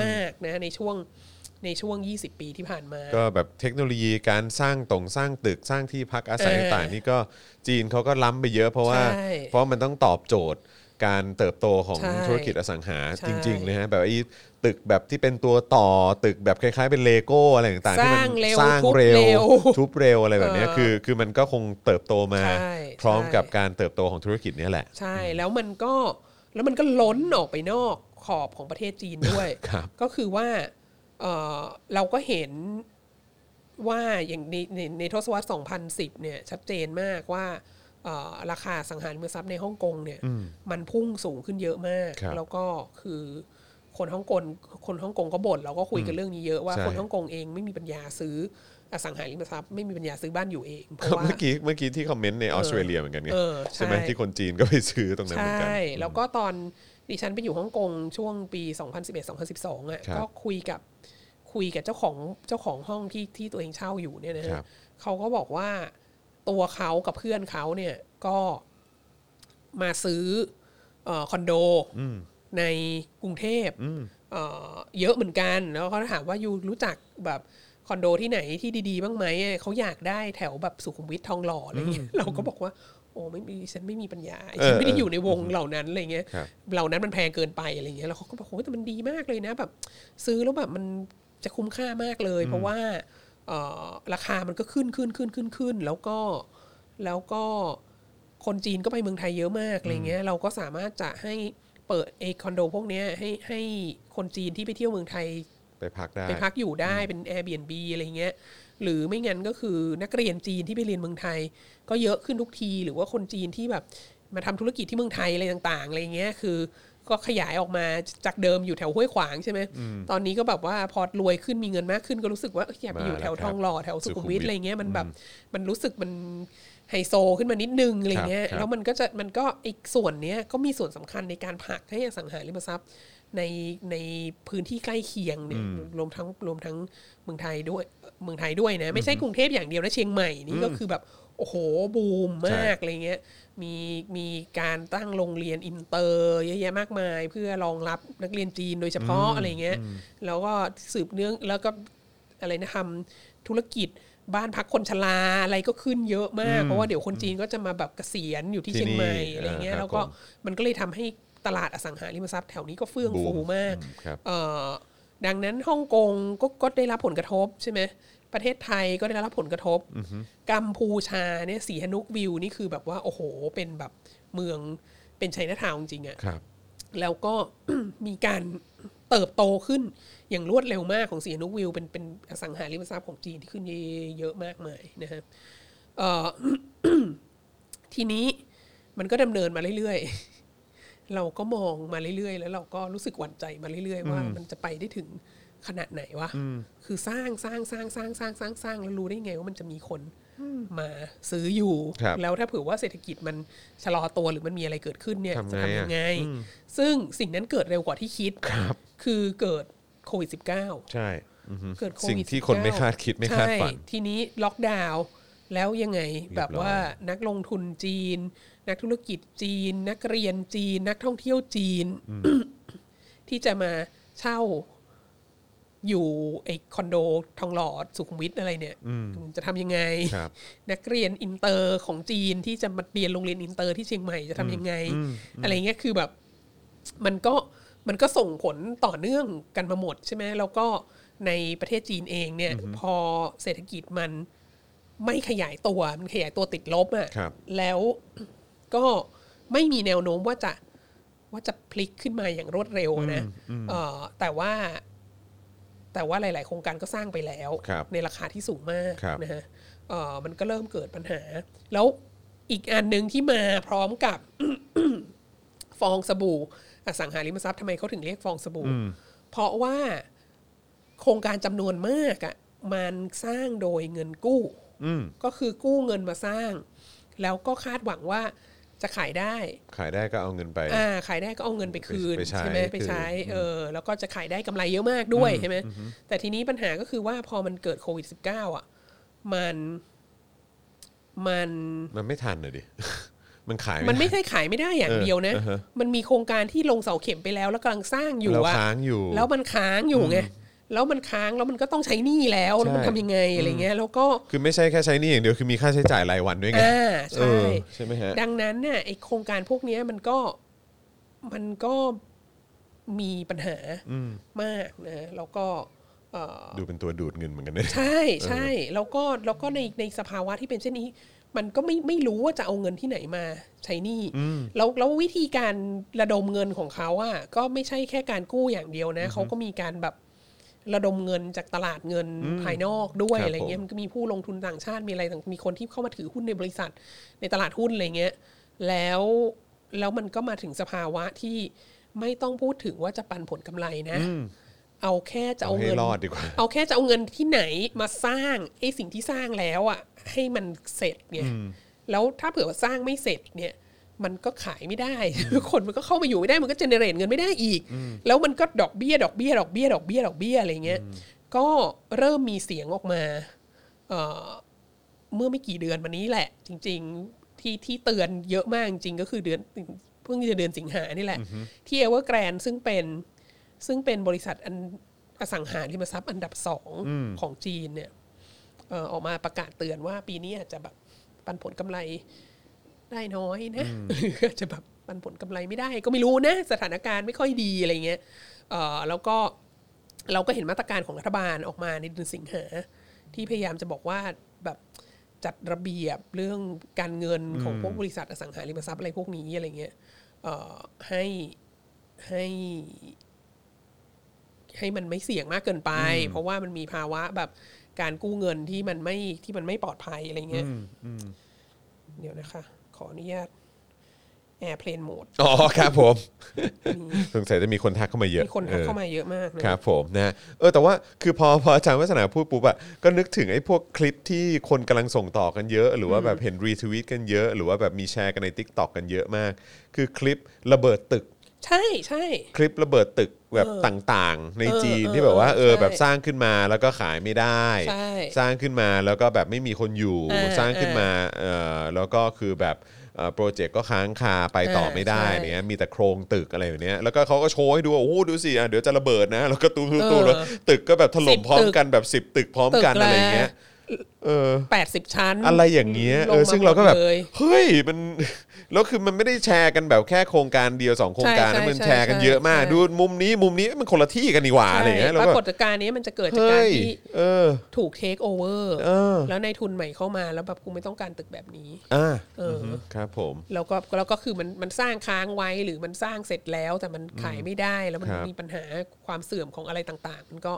Speaker 6: มากนะในช่วงในช่วง 20 ปีที่ผ่านมา
Speaker 2: ก็แบบเทคโนโลยีการสร้างตรงสร้างตึกสร้างที่พักอาศัย
Speaker 6: เออ
Speaker 2: ต่างๆนี่ก็จีนเขาก็ล้ำไปเยอะเพราะว่า
Speaker 6: ใช่
Speaker 2: เพราะมันต้องตอบโจทย์การเติบโตของ
Speaker 6: ใช่
Speaker 2: ธุรกิจอสังหา
Speaker 6: ใช่
Speaker 2: จริงๆนะฮะแบบไอ้ตึกแบบที่เป็นตัวต่อตึกแบบคล้ายๆ เป็นเลโก้อะไรต่างๆที่มัสร้างเร็วทุบเร็วอะไรแบบเนี้ยคือคือมันก็คงเติบโตมา
Speaker 6: ใช่
Speaker 2: พร้อมกับ
Speaker 6: ใช่
Speaker 2: การเติบโตของธุรกิจเนี้แหละ
Speaker 6: ใช่แล้วมันก็แล้วมันก็ล้นออกไปนอกขอบ
Speaker 2: *laughs*
Speaker 6: ของประเทศจีนด้วย
Speaker 2: ครับ
Speaker 6: ก็คือว่าเอ่อเราก็เห็น ว่าอย่างในในในทศวรรษ 2010 เนี่ย ชัดเจนมากว่าเอ่อราคาสังหาริมทรัพย์ในฮ่องกงเนี่ย มันพุ่งสูงขึ้นเยอะมาก
Speaker 2: ครับ
Speaker 6: แล้วก็คือคนฮ่องกงคนฮ่องกงก็บ่นเราก็คุยกันเรื่องนี้เยอะว่า
Speaker 2: ใช่
Speaker 6: คนฮ่องกงเองไม่มีปัญญาซื้ออสังหาริมทรัพย์ไม่มีปัญญาซื้อบ้านอยู่เองเพ
Speaker 2: ครับ
Speaker 6: ราะว่า
Speaker 2: เมื่อกี้เมื่อกี้ที่คอมเมนต์ในออสเตรเลียเหมือนกันไง
Speaker 6: เออใช่
Speaker 2: ใช่ไหมที่คนจีนก็ไปซื้อตรงนั้นเหมือนกัน
Speaker 6: ใช่ แล้วก็ตอนดิฉันไปอยู่ฮ่องกงช่วงปี 2011-2012อ่ะ
Speaker 2: ครับ
Speaker 6: ก็คุยกับคุยกับเจ้าของเจ้าของห้องที่ที่ตัวเองเช่าอยู่เนี่ยนะฮะ
Speaker 2: ครับ
Speaker 6: เขาก็บอกว่าตัวเขากับเพื่อนเขาเนี่ยก็มาซื้อเออคอนโดในกรุงเทพเอ่อเยอะเหมือนกัน แล้วเขาถามว่าอยู่รู้จักแบบคอนโดที่ไหนที่ดีๆบ้างไหมเขาอยากได้แถวแบบสุขุมวิททองหล่ออะไรเงี้ยเราก็บอกว่า โอ้ไม่มีฉันไม่มีปัญญา
Speaker 2: เออ
Speaker 6: ฉันไม่ได้
Speaker 2: เออ
Speaker 6: อ
Speaker 2: อ
Speaker 6: ยู่ในวงเหล่านั้นอะไรเงี้ย
Speaker 2: ครับ
Speaker 6: เหล่านั้นมันแพงเกินไปอะไรเงี้ยแล้วเขาก็บอกโอ้ยแต่มันดีมากเลยนะแบบ ซื้อแล้วแบบมันจะคุ้มค่ามากเลย เพราะว่าเอ่อราคามันก็ขึ้นขึ้นขึ้นขึ้นขึ้น แล้วก็แล้วก็คนจีนก็ไปเมืองไทยเยอะมากอะไรเงี้ยเราก็สามารถจะให้เปิดไอคอนโดพวกเนี้ยให้ให้คนจีนที่ไปเที่ยวเมืองไทย
Speaker 2: ไปพักได้
Speaker 6: ไปพักอยู่ได้เป็น Airbnb อะไรเงี้ย หรือไม่งั้นก็คือนักเรียนจีนที่ไปเรียนเมืองไทย ก็เยอะขึ้นทุกที หรือว่าคนจีนที่แบบมาทำธุรกิจที่เมืองไทยอะไรต่างๆอะไรเงี้ยคือ ก็ขยายออกมาจากเดิมอยู่แถวห้วยขวางใช่ไหมตอนนี้ก็แบบว่าพอรวยขึ้นมีเงินมากขึ้นก็รู้สึกว่าเอ้ยอยากไปอยู่
Speaker 2: มาแล้ว
Speaker 6: แถวทองหล่อแถวสุขุ
Speaker 2: สุขุ
Speaker 6: มวิ
Speaker 2: มวิ
Speaker 6: ท
Speaker 2: ท
Speaker 6: อะไรเงี้ยมันแบบมันรู้สึกมันไฮโซขึ้นมานิดนึงอะไรเงี้ย
Speaker 2: ครับครับ
Speaker 6: แล้วมันก็จะมันก็อีกส่วนเนี้ยก็มีส่วนสำคัญในการผลักให้อสังหาริมทรัพย์ ในในพื้นที่ใกล้เคียงเนี่ยรวมทั้งรวมทั้งเมืองไทยด้วยเอ่อเมืองไทยด้วยนะ ไม่ใช่กรุงเทพอย่างเดียวนะเชียงใหม่นี่ก็คือแบบ โอ้โห บูมมากอะไรเงี้ยมีมีการตั้งโรงเรียนอินเตอร์เยอะแยะมากมาย เพื่อรองรับนักเรียนจีนโดยเฉพาะอะไรเงี้ยแล้วก็สืบเนื่องแล้วก็ อะไรนะทำธุรกิจบ้านพักคนชราอะไรก็ขึ้นเยอะมาก เพราะว่าเดี๋ยวคนจีนก็จะมาแบบเกษียณอยู่ที่
Speaker 2: ที่
Speaker 6: เชียงใหม่
Speaker 2: นี่
Speaker 6: อะไรเงี้ย
Speaker 2: อ่าครับ
Speaker 6: แล้วก็
Speaker 2: ผม
Speaker 6: มันก็เลยทำให้ตลาดอสังหาริมทรัพย์แถวนี้ก็เฟื่อง
Speaker 2: บูม
Speaker 6: ฟูมาก
Speaker 2: อืมครับ
Speaker 6: เอ่อดังนั้นฮ่องกงก็ก็ได้รับผลกระทบใช่ไหมประเทศไทยก็ได้รับผลกระทบ กัมพูชาเนี่ยสีหนุกวิวนี่คือแบบว่าโอ้โหเป็นแบบเมืองเป็นไชน่าทาวน์จริงๆอะ
Speaker 2: ครับ
Speaker 6: แล้วก็ *coughs* มีการเติบโตขึ้นอย่างรวดเร็วมากของสีนุกวิวเป็นเป็นอสังหาริมทรัพย์ของจีนที่ขึ้นเยอะมากมายนะครับเอ่ *coughs* อ ทีนี้มันก็ดำเนินมาเรื่อยๆ *laughs* เราก็มองมาเรื่อยๆ แล้วเราก็รู้สึกหวั่นใจมาเรื่อยๆ ว่ามันจะไปได้ถึงขนาดไหนวะคือสร้างสร้างสร้างสร้างสร้างสร้างสร้างแล้วรู้ได้ไงว่ามันจะมีคนมาซื้ออยู่
Speaker 2: ครับ
Speaker 6: แล้วถ้าเผื่อว่าเศรษฐกิจมันชะลอตัวหรือมันมีอะไรเกิดขึ้นเนี่ย
Speaker 2: ทำไง
Speaker 6: จะทำยั
Speaker 2: อะ
Speaker 6: งไง ซึ่งสิ่งนั้นเกิดเร็วกว่าที่คิดครับ คือเกิดโควิด -19
Speaker 2: ใช่อือฮึ
Speaker 6: เกิดโควิด
Speaker 2: สิ่งที่คน
Speaker 6: 19
Speaker 2: ไม่คาดคิดไม่คาดฝัน
Speaker 6: ใช่ทีนี้ล็อกดาวน์แล้วยังไง
Speaker 2: เรียบร้อย
Speaker 6: แบบว่านักลงทุนจีน นักธุรกิจจีน นักเรียนจีน นักท่องเที่ยวจีน ที่จะมาเช่าอยู่ไอคอนโดทองหล่อสุขุมวิทอะไรเนี่ยจะทำยังไง
Speaker 2: ครับ
Speaker 6: นักเรียนอินเตอร์ของจีนที่จะมาเรียนโรงเรียนอินเตอร์ที่เชียงใหม่จะทำยังไง อะไรเงี้ยคือแบบ มันก็มันก็ส่งผลต่อเนื่องกันมาหมดใช่ไหมแล้วก็ในประเทศจีนเองเนี่ย พอเศรษฐกิจมันไม่ขยายตัวมันขยายตัวติดลบอะ
Speaker 2: ครั่
Speaker 6: ะ
Speaker 2: บ
Speaker 6: แล้วก็ไม่มีแนวโน้มว่าจะว่าจะพลิกขึ้นมาอย่างรวดเร็วนะเอ่อแต่ว่า แต่ว่าหลาย ๆ โครงการก็สร้างไปแล้ว
Speaker 2: ครับ
Speaker 6: ในราคาที่สูงมาก
Speaker 2: ครับ
Speaker 6: นะฮะเอ่อมันก็เริ่มเกิดปัญหา แล้วอีกอันหนึ่งที่มาพร้อมกับ *coughs* ฟองสบู่อสังหาริมทรัพย์ทำไมเขาถึงเรียกฟองสบู่ เพราะว่าโครงการจำนวนมากอะ่ะมันสร้างโดยเงินกู้
Speaker 2: อืม
Speaker 6: ก็คือกู้เงินมาสร้าง แล้วก็คาดหวังว่าจะขายได้
Speaker 2: ขายได้ก็เอาเงินไป
Speaker 6: อ่าขายได้ก็เอาเงินไปคืน
Speaker 2: ไปใช้
Speaker 6: ใช่ไหม
Speaker 2: คืน
Speaker 6: ไปใช้เออแล้วก็จะขายได้กำไรเยอะมากด้วยใช่ไหมแต่ทีนี้ปัญหาก็คือว่าพอมันเกิดโควิด -19 อ่ะ มันมัน
Speaker 2: มันไม่ทันเลยดิ *laughs* มันขาย
Speaker 6: มันไม่
Speaker 2: ทั
Speaker 6: ใช่ขายไม่ได้อย่าง
Speaker 2: เออ
Speaker 6: เดียวนะ
Speaker 2: อ่าฮะ
Speaker 6: มันมีโครงการที่ลงเสาเข็มไปแล้วแล้วกำลังสร้างอยู่
Speaker 2: เรา
Speaker 6: อะ
Speaker 2: ค้างอยู่
Speaker 6: แล้วมันค้างอยู่ไงแล้วมันค้างแล้วมันก็ต้องใช้หนี้แล้วแล้วมัน
Speaker 2: ใช่
Speaker 6: ทำยังไงอะไรเงี้ย แล้วก็
Speaker 2: คือไม่ใช่แค่ใช้หนี่อย่างเดียวคือมีค่าใช้จ่ายรายวันด้วยไง
Speaker 6: อ่า
Speaker 2: เอ
Speaker 6: ใช่
Speaker 2: อใช่ไหมฮะ
Speaker 6: ดังนั้นน่ะไอโครงการพวกเนี้ยมันก็มันก็มีปัญหามากนะแล้วก็เอ่อ
Speaker 2: ดูเป็นตัวดูดเงินเหมือนกันเนี่ย
Speaker 6: ใช่ใช่แล้วก็แล้วก็ในในสภาวะที่เป็นเช่นนี้ มันก็ไม่ไม่รู้ว่าจะเอาเงินที่ไหนมาใช้หนี้แล้วแล้ววิธีการระดมเงินของเขาอ่ะก็ไม่ใช่แค่การกู้อย่างเดียวนะเขาก็มีการแบบ ระดมเงินจากตลาดเงินภายนอกด้วย
Speaker 2: ครับ
Speaker 6: อะไรเงี้ย
Speaker 2: ผม
Speaker 6: มันก็มีผู้ลงทุนต่างชาติมีอะไรต่างมีคนที่เข้ามาถือหุ้นในบริษัทในตลาดหุ้นอะไรเงี้ยแล้วแล้วมันก็มาถึงสภาวะที่ไม่ต้องพูดถึงว่าจะปันผลกำไรนะ เอาแค่จะ
Speaker 2: เอา
Speaker 6: เอา
Speaker 2: ให้
Speaker 6: เงิน
Speaker 2: รอดดีกว่า
Speaker 6: เอาแค่จะเอาเงินที่ไหนมาสร้างไอ้สิ่งที่สร้างแล้วอ่ะให้มันเสร็จไงแล้วถ้าเผื่อว่าสร้างไม่เสร็จเนี่ย มันก็ขายไม่ได้ *laughs* คนมันก็เข้ามาอยู่ไม่ได้มันก็เจเนเรตเงินไม่ได้อีก แล้วมันก็ดอกเบี้ยดอกเบี้ยดอกเบี้ยดอกเบี้ยดอกเบี้ยอะไรเงี้ยก็เริ่มมีเสียงออกมาเอ่อเมื่อไม่กี่เดือนมานี้แหละ จริง ๆที่ที่เตือนเยอะมากจริงๆก็คือเดือนเพิ่งจะเดือนสิงหานี่แหละ ที่เอเวอร์แกรนซึ่งเป็น ซึ่งเป็นบริษัทอันอสังหาริมทรัพย์อันดับสองของจีนเนี่ยเอ่อออกมาประกาศเตือนว่าปีนี้อาจจะแบบปันผลกำไรได้น้อยนะห *laughs* รืออาจจะแบบปันผลกำไรไม่ได้ ก็ไม่รู้นะ สถานการณ์ไม่ค่อยดีอะไรเงี้ยเอ่อแล้วก็เราก็เห็นมาตรการของรัฐบาลออกมาในเดือนสิงหาที่พยายามจะบอกว่าแบบจัดระเบียบเรื่องการเงินของพวกบริษัทอสังหาริมทรัพย์อะไรพวกนี้อะไรเงี้ยเอ่อให้ให้ ให้มันไม่เสี่ยงมากเกินไป เพราะว่ามันมีภาวะแบบการกู้เงินที่มันไม่ที่มันไม่ปลอดภัยอะไรเงี้ยเดี๋ยวนะคะ ขออนุญาต Airplane Mode
Speaker 2: อ๋อครับผม สงสัยจะมีคนทักเข้ามาเยอะ
Speaker 6: มีคนทักเข้า
Speaker 2: ออ
Speaker 6: มาเยอะมากเลย
Speaker 2: ครับผมนะฮะเออแต่ว่าคือพอพออาจารย์วัฒนาพูดปุ๊บอะก็นึกถึงไอ้พวกคลิปที่คนกำลังส่งต่อกันเยอะ หรือว่าแบบเห็นรีทวีตกันเยอะ หรือว่าแบบมีแชร์กันใน Tik t o อกกันเยอะมาก คือคลิประเบิดตึก
Speaker 6: ใช่ใช่
Speaker 2: คลิประเบิดตึกแบบต่างๆ ในจีนที่แบบว่าเออแบบสร้างขึ้นมาแล้วก็ขายไม่ได้
Speaker 6: ใช่
Speaker 2: สร้างขึ้นมาแล้วก็แบบไม่มีคนอยู่
Speaker 6: เออ
Speaker 2: สร้างขึ้นมาเอ่อแล้วก็คือแบบเอ่อโปรเจกต์ก็ค้างคาไปต่อ
Speaker 6: เออ
Speaker 2: ไม่ได้
Speaker 6: ใช่
Speaker 2: อะไรเนี้ยมีแต่โครงตึกอะไรอย่างเนี้ยแล้วก็เขาก็โชว์ให้ดูว่าโอ้โหดูสิอ่ะเดี๋ยวจะระเบิดนะ แล้วก็ตูมๆตูม
Speaker 6: เออ
Speaker 2: แล้วตึกก็แบบถล่มพร้อม
Speaker 6: สิบตึก
Speaker 2: กันแบบสิบตึกพร้อมกัน
Speaker 6: ตึกละ
Speaker 2: อะไรเงี้ยเออ
Speaker 6: แปดสิบชั้น
Speaker 2: อะไรอย่างเงี้ย
Speaker 6: ล
Speaker 2: เออ
Speaker 6: ม
Speaker 2: ซึ่งเราก็แบบ
Speaker 6: หมดลย
Speaker 2: เฮ้ยมัน *laughs* แล้วคือมันไม่ได้แชร์กันแบบแค่โครงการเดียวสองโครงการ
Speaker 6: ใช่
Speaker 2: นะมัน
Speaker 6: ใช่
Speaker 2: แชร์กันเยอะมาก
Speaker 6: ใช่
Speaker 2: ดูมุมนี้มุมนี้มันคนละที่กันนี่หว่าอะไรเงี้ยแล้ว
Speaker 6: ปรา
Speaker 2: ก็
Speaker 6: กฏการณ์นี้มันจะเกิดจากการ
Speaker 2: เฮ้ย
Speaker 6: ที่
Speaker 2: เออ
Speaker 6: ถูกเทคโอเวอร์
Speaker 2: เออ
Speaker 6: แล้วในายทุนใหม่เข้ามาแล้วแบบกูไม่ต้องการตึกแบบนี้
Speaker 2: อ่า
Speaker 6: เอออ
Speaker 2: ครับผม
Speaker 6: แล้วก็แล้วก็คือมันมันสร้างค้างไว้หรือมันสร้างเสร็จแล้วแต่มันขายไม่ได้แล้วมัน
Speaker 2: ครับ
Speaker 6: มีปัญหาความเสื่อมของอะไรต่างๆ มันก็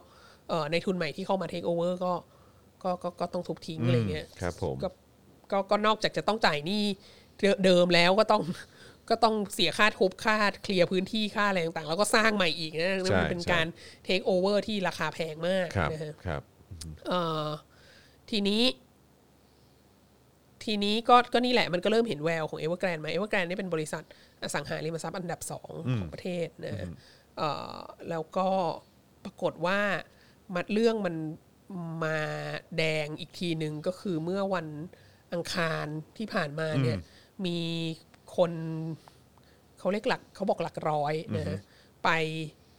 Speaker 6: เอ่อในทุนใหม่ที่เข้ามาเทคโอเวอร์ก็ก็ก็ก็ต้องทุบทิ้งอะไรเงี้ย
Speaker 2: ครับผม
Speaker 6: ก็ก็ก็นอกจากจะต้องจ่ายหนี้เดิมแล้วก็ต้องก็ต้องเสียค่าทุบค่าเคลียร์พื้นที่ค่าอะไรต่างๆ แล้วก็สร้างใหม่อีกนะนั่นมันเป็น
Speaker 2: ใช่
Speaker 6: การเทคโอเวอร์ที่ราคาแพงมาก
Speaker 2: ครับ
Speaker 6: นะฮะ
Speaker 2: ครับ
Speaker 6: เอ่อทีนี้ ทีนี้ก็ก็นี่แหละมันก็เริ่มเห็นแววของเอเวอร์แกรนมาเอเวอร์แกรนนี่ยเป็นบริษัทอสังหาริมทรัพย์อันดับสองของประเทศนะเอ่อแล้วก็ปรากฏว่ามัดเรื่องมันมาแดงอีกทีหนึ่งก็คือเมื่อวันอังคารที่ผ่านมาเนี่ย มีคนเขาเรียกหลักเขาบอกหลักร้อยนะฮะไป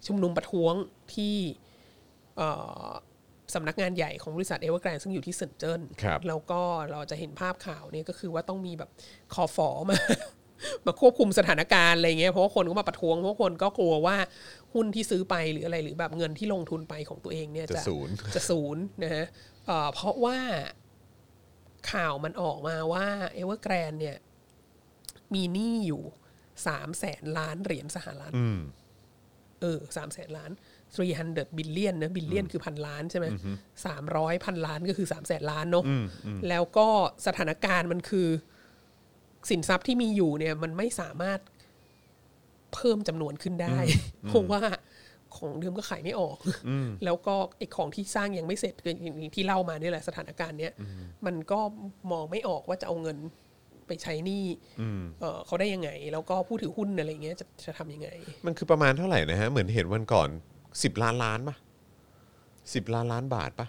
Speaker 6: ชุมนุมประท้วงที่ เอ่อสำนักงานใหญ่ของบริษัทเอเวอร์แกรนซึ่งอยู่ที่เซนเจิ้น
Speaker 2: ครับ
Speaker 6: แล้วก็เราจะเห็นภาพข่าวเนี่ยก็คือว่าต้องมีแบบคอฟอมา *laughs* มาควบคุมสถานการณ์อะไรเงี้ยเพราะว่าคนก็มาประท้วงเพราะว่าคนก็กลัวว่าหุ้นที่ซื้อไปหรืออะไรหรือแบบเงินที่ลงทุนไปของตัวเองเนี่ย
Speaker 2: จะศูนย์
Speaker 6: จะศูนย์นะฮะเอ่อเพราะว่าข่าวมันออกมาว่าเอเวอร์แกรนเนี่ย มีหนี้อยู่สามแสนล้านเหรียญสหรัฐเออสามแสนล้าน300 billion นะ billion คือพันล้านใช่ไหมสามร้อยพันล้านก็คือสามแสนล้านเนาะแล้วก็สถานการณ์มันคือ สินทรัพย์ที่มีอยู่เนี่ย มันไม่สามารถเพิ่มจำนวนขึ้นได้ *laughs* เพราะว่าของเดิมก็ขายไม่ออก แล้วก็ไอ้ของที่สร้างยังไม่เสร็จก็อย่างที่เล่ามาเนี่ยแหละสถานการณ์เนี้ยมันก็มองไม่ออกว่าจะเอาเงินไปใช้หนี้เอ่อเขาได้ยังไง แล้วก็ผู้ถือหุ้นอะไรเงี้ยจะจะทำยังไง
Speaker 2: มันคือประมาณเท่าไหร่นะฮะ เหมือนเห็นวันก่อน 10 ล้านล้านปะสิบล้านล้านบาทปะ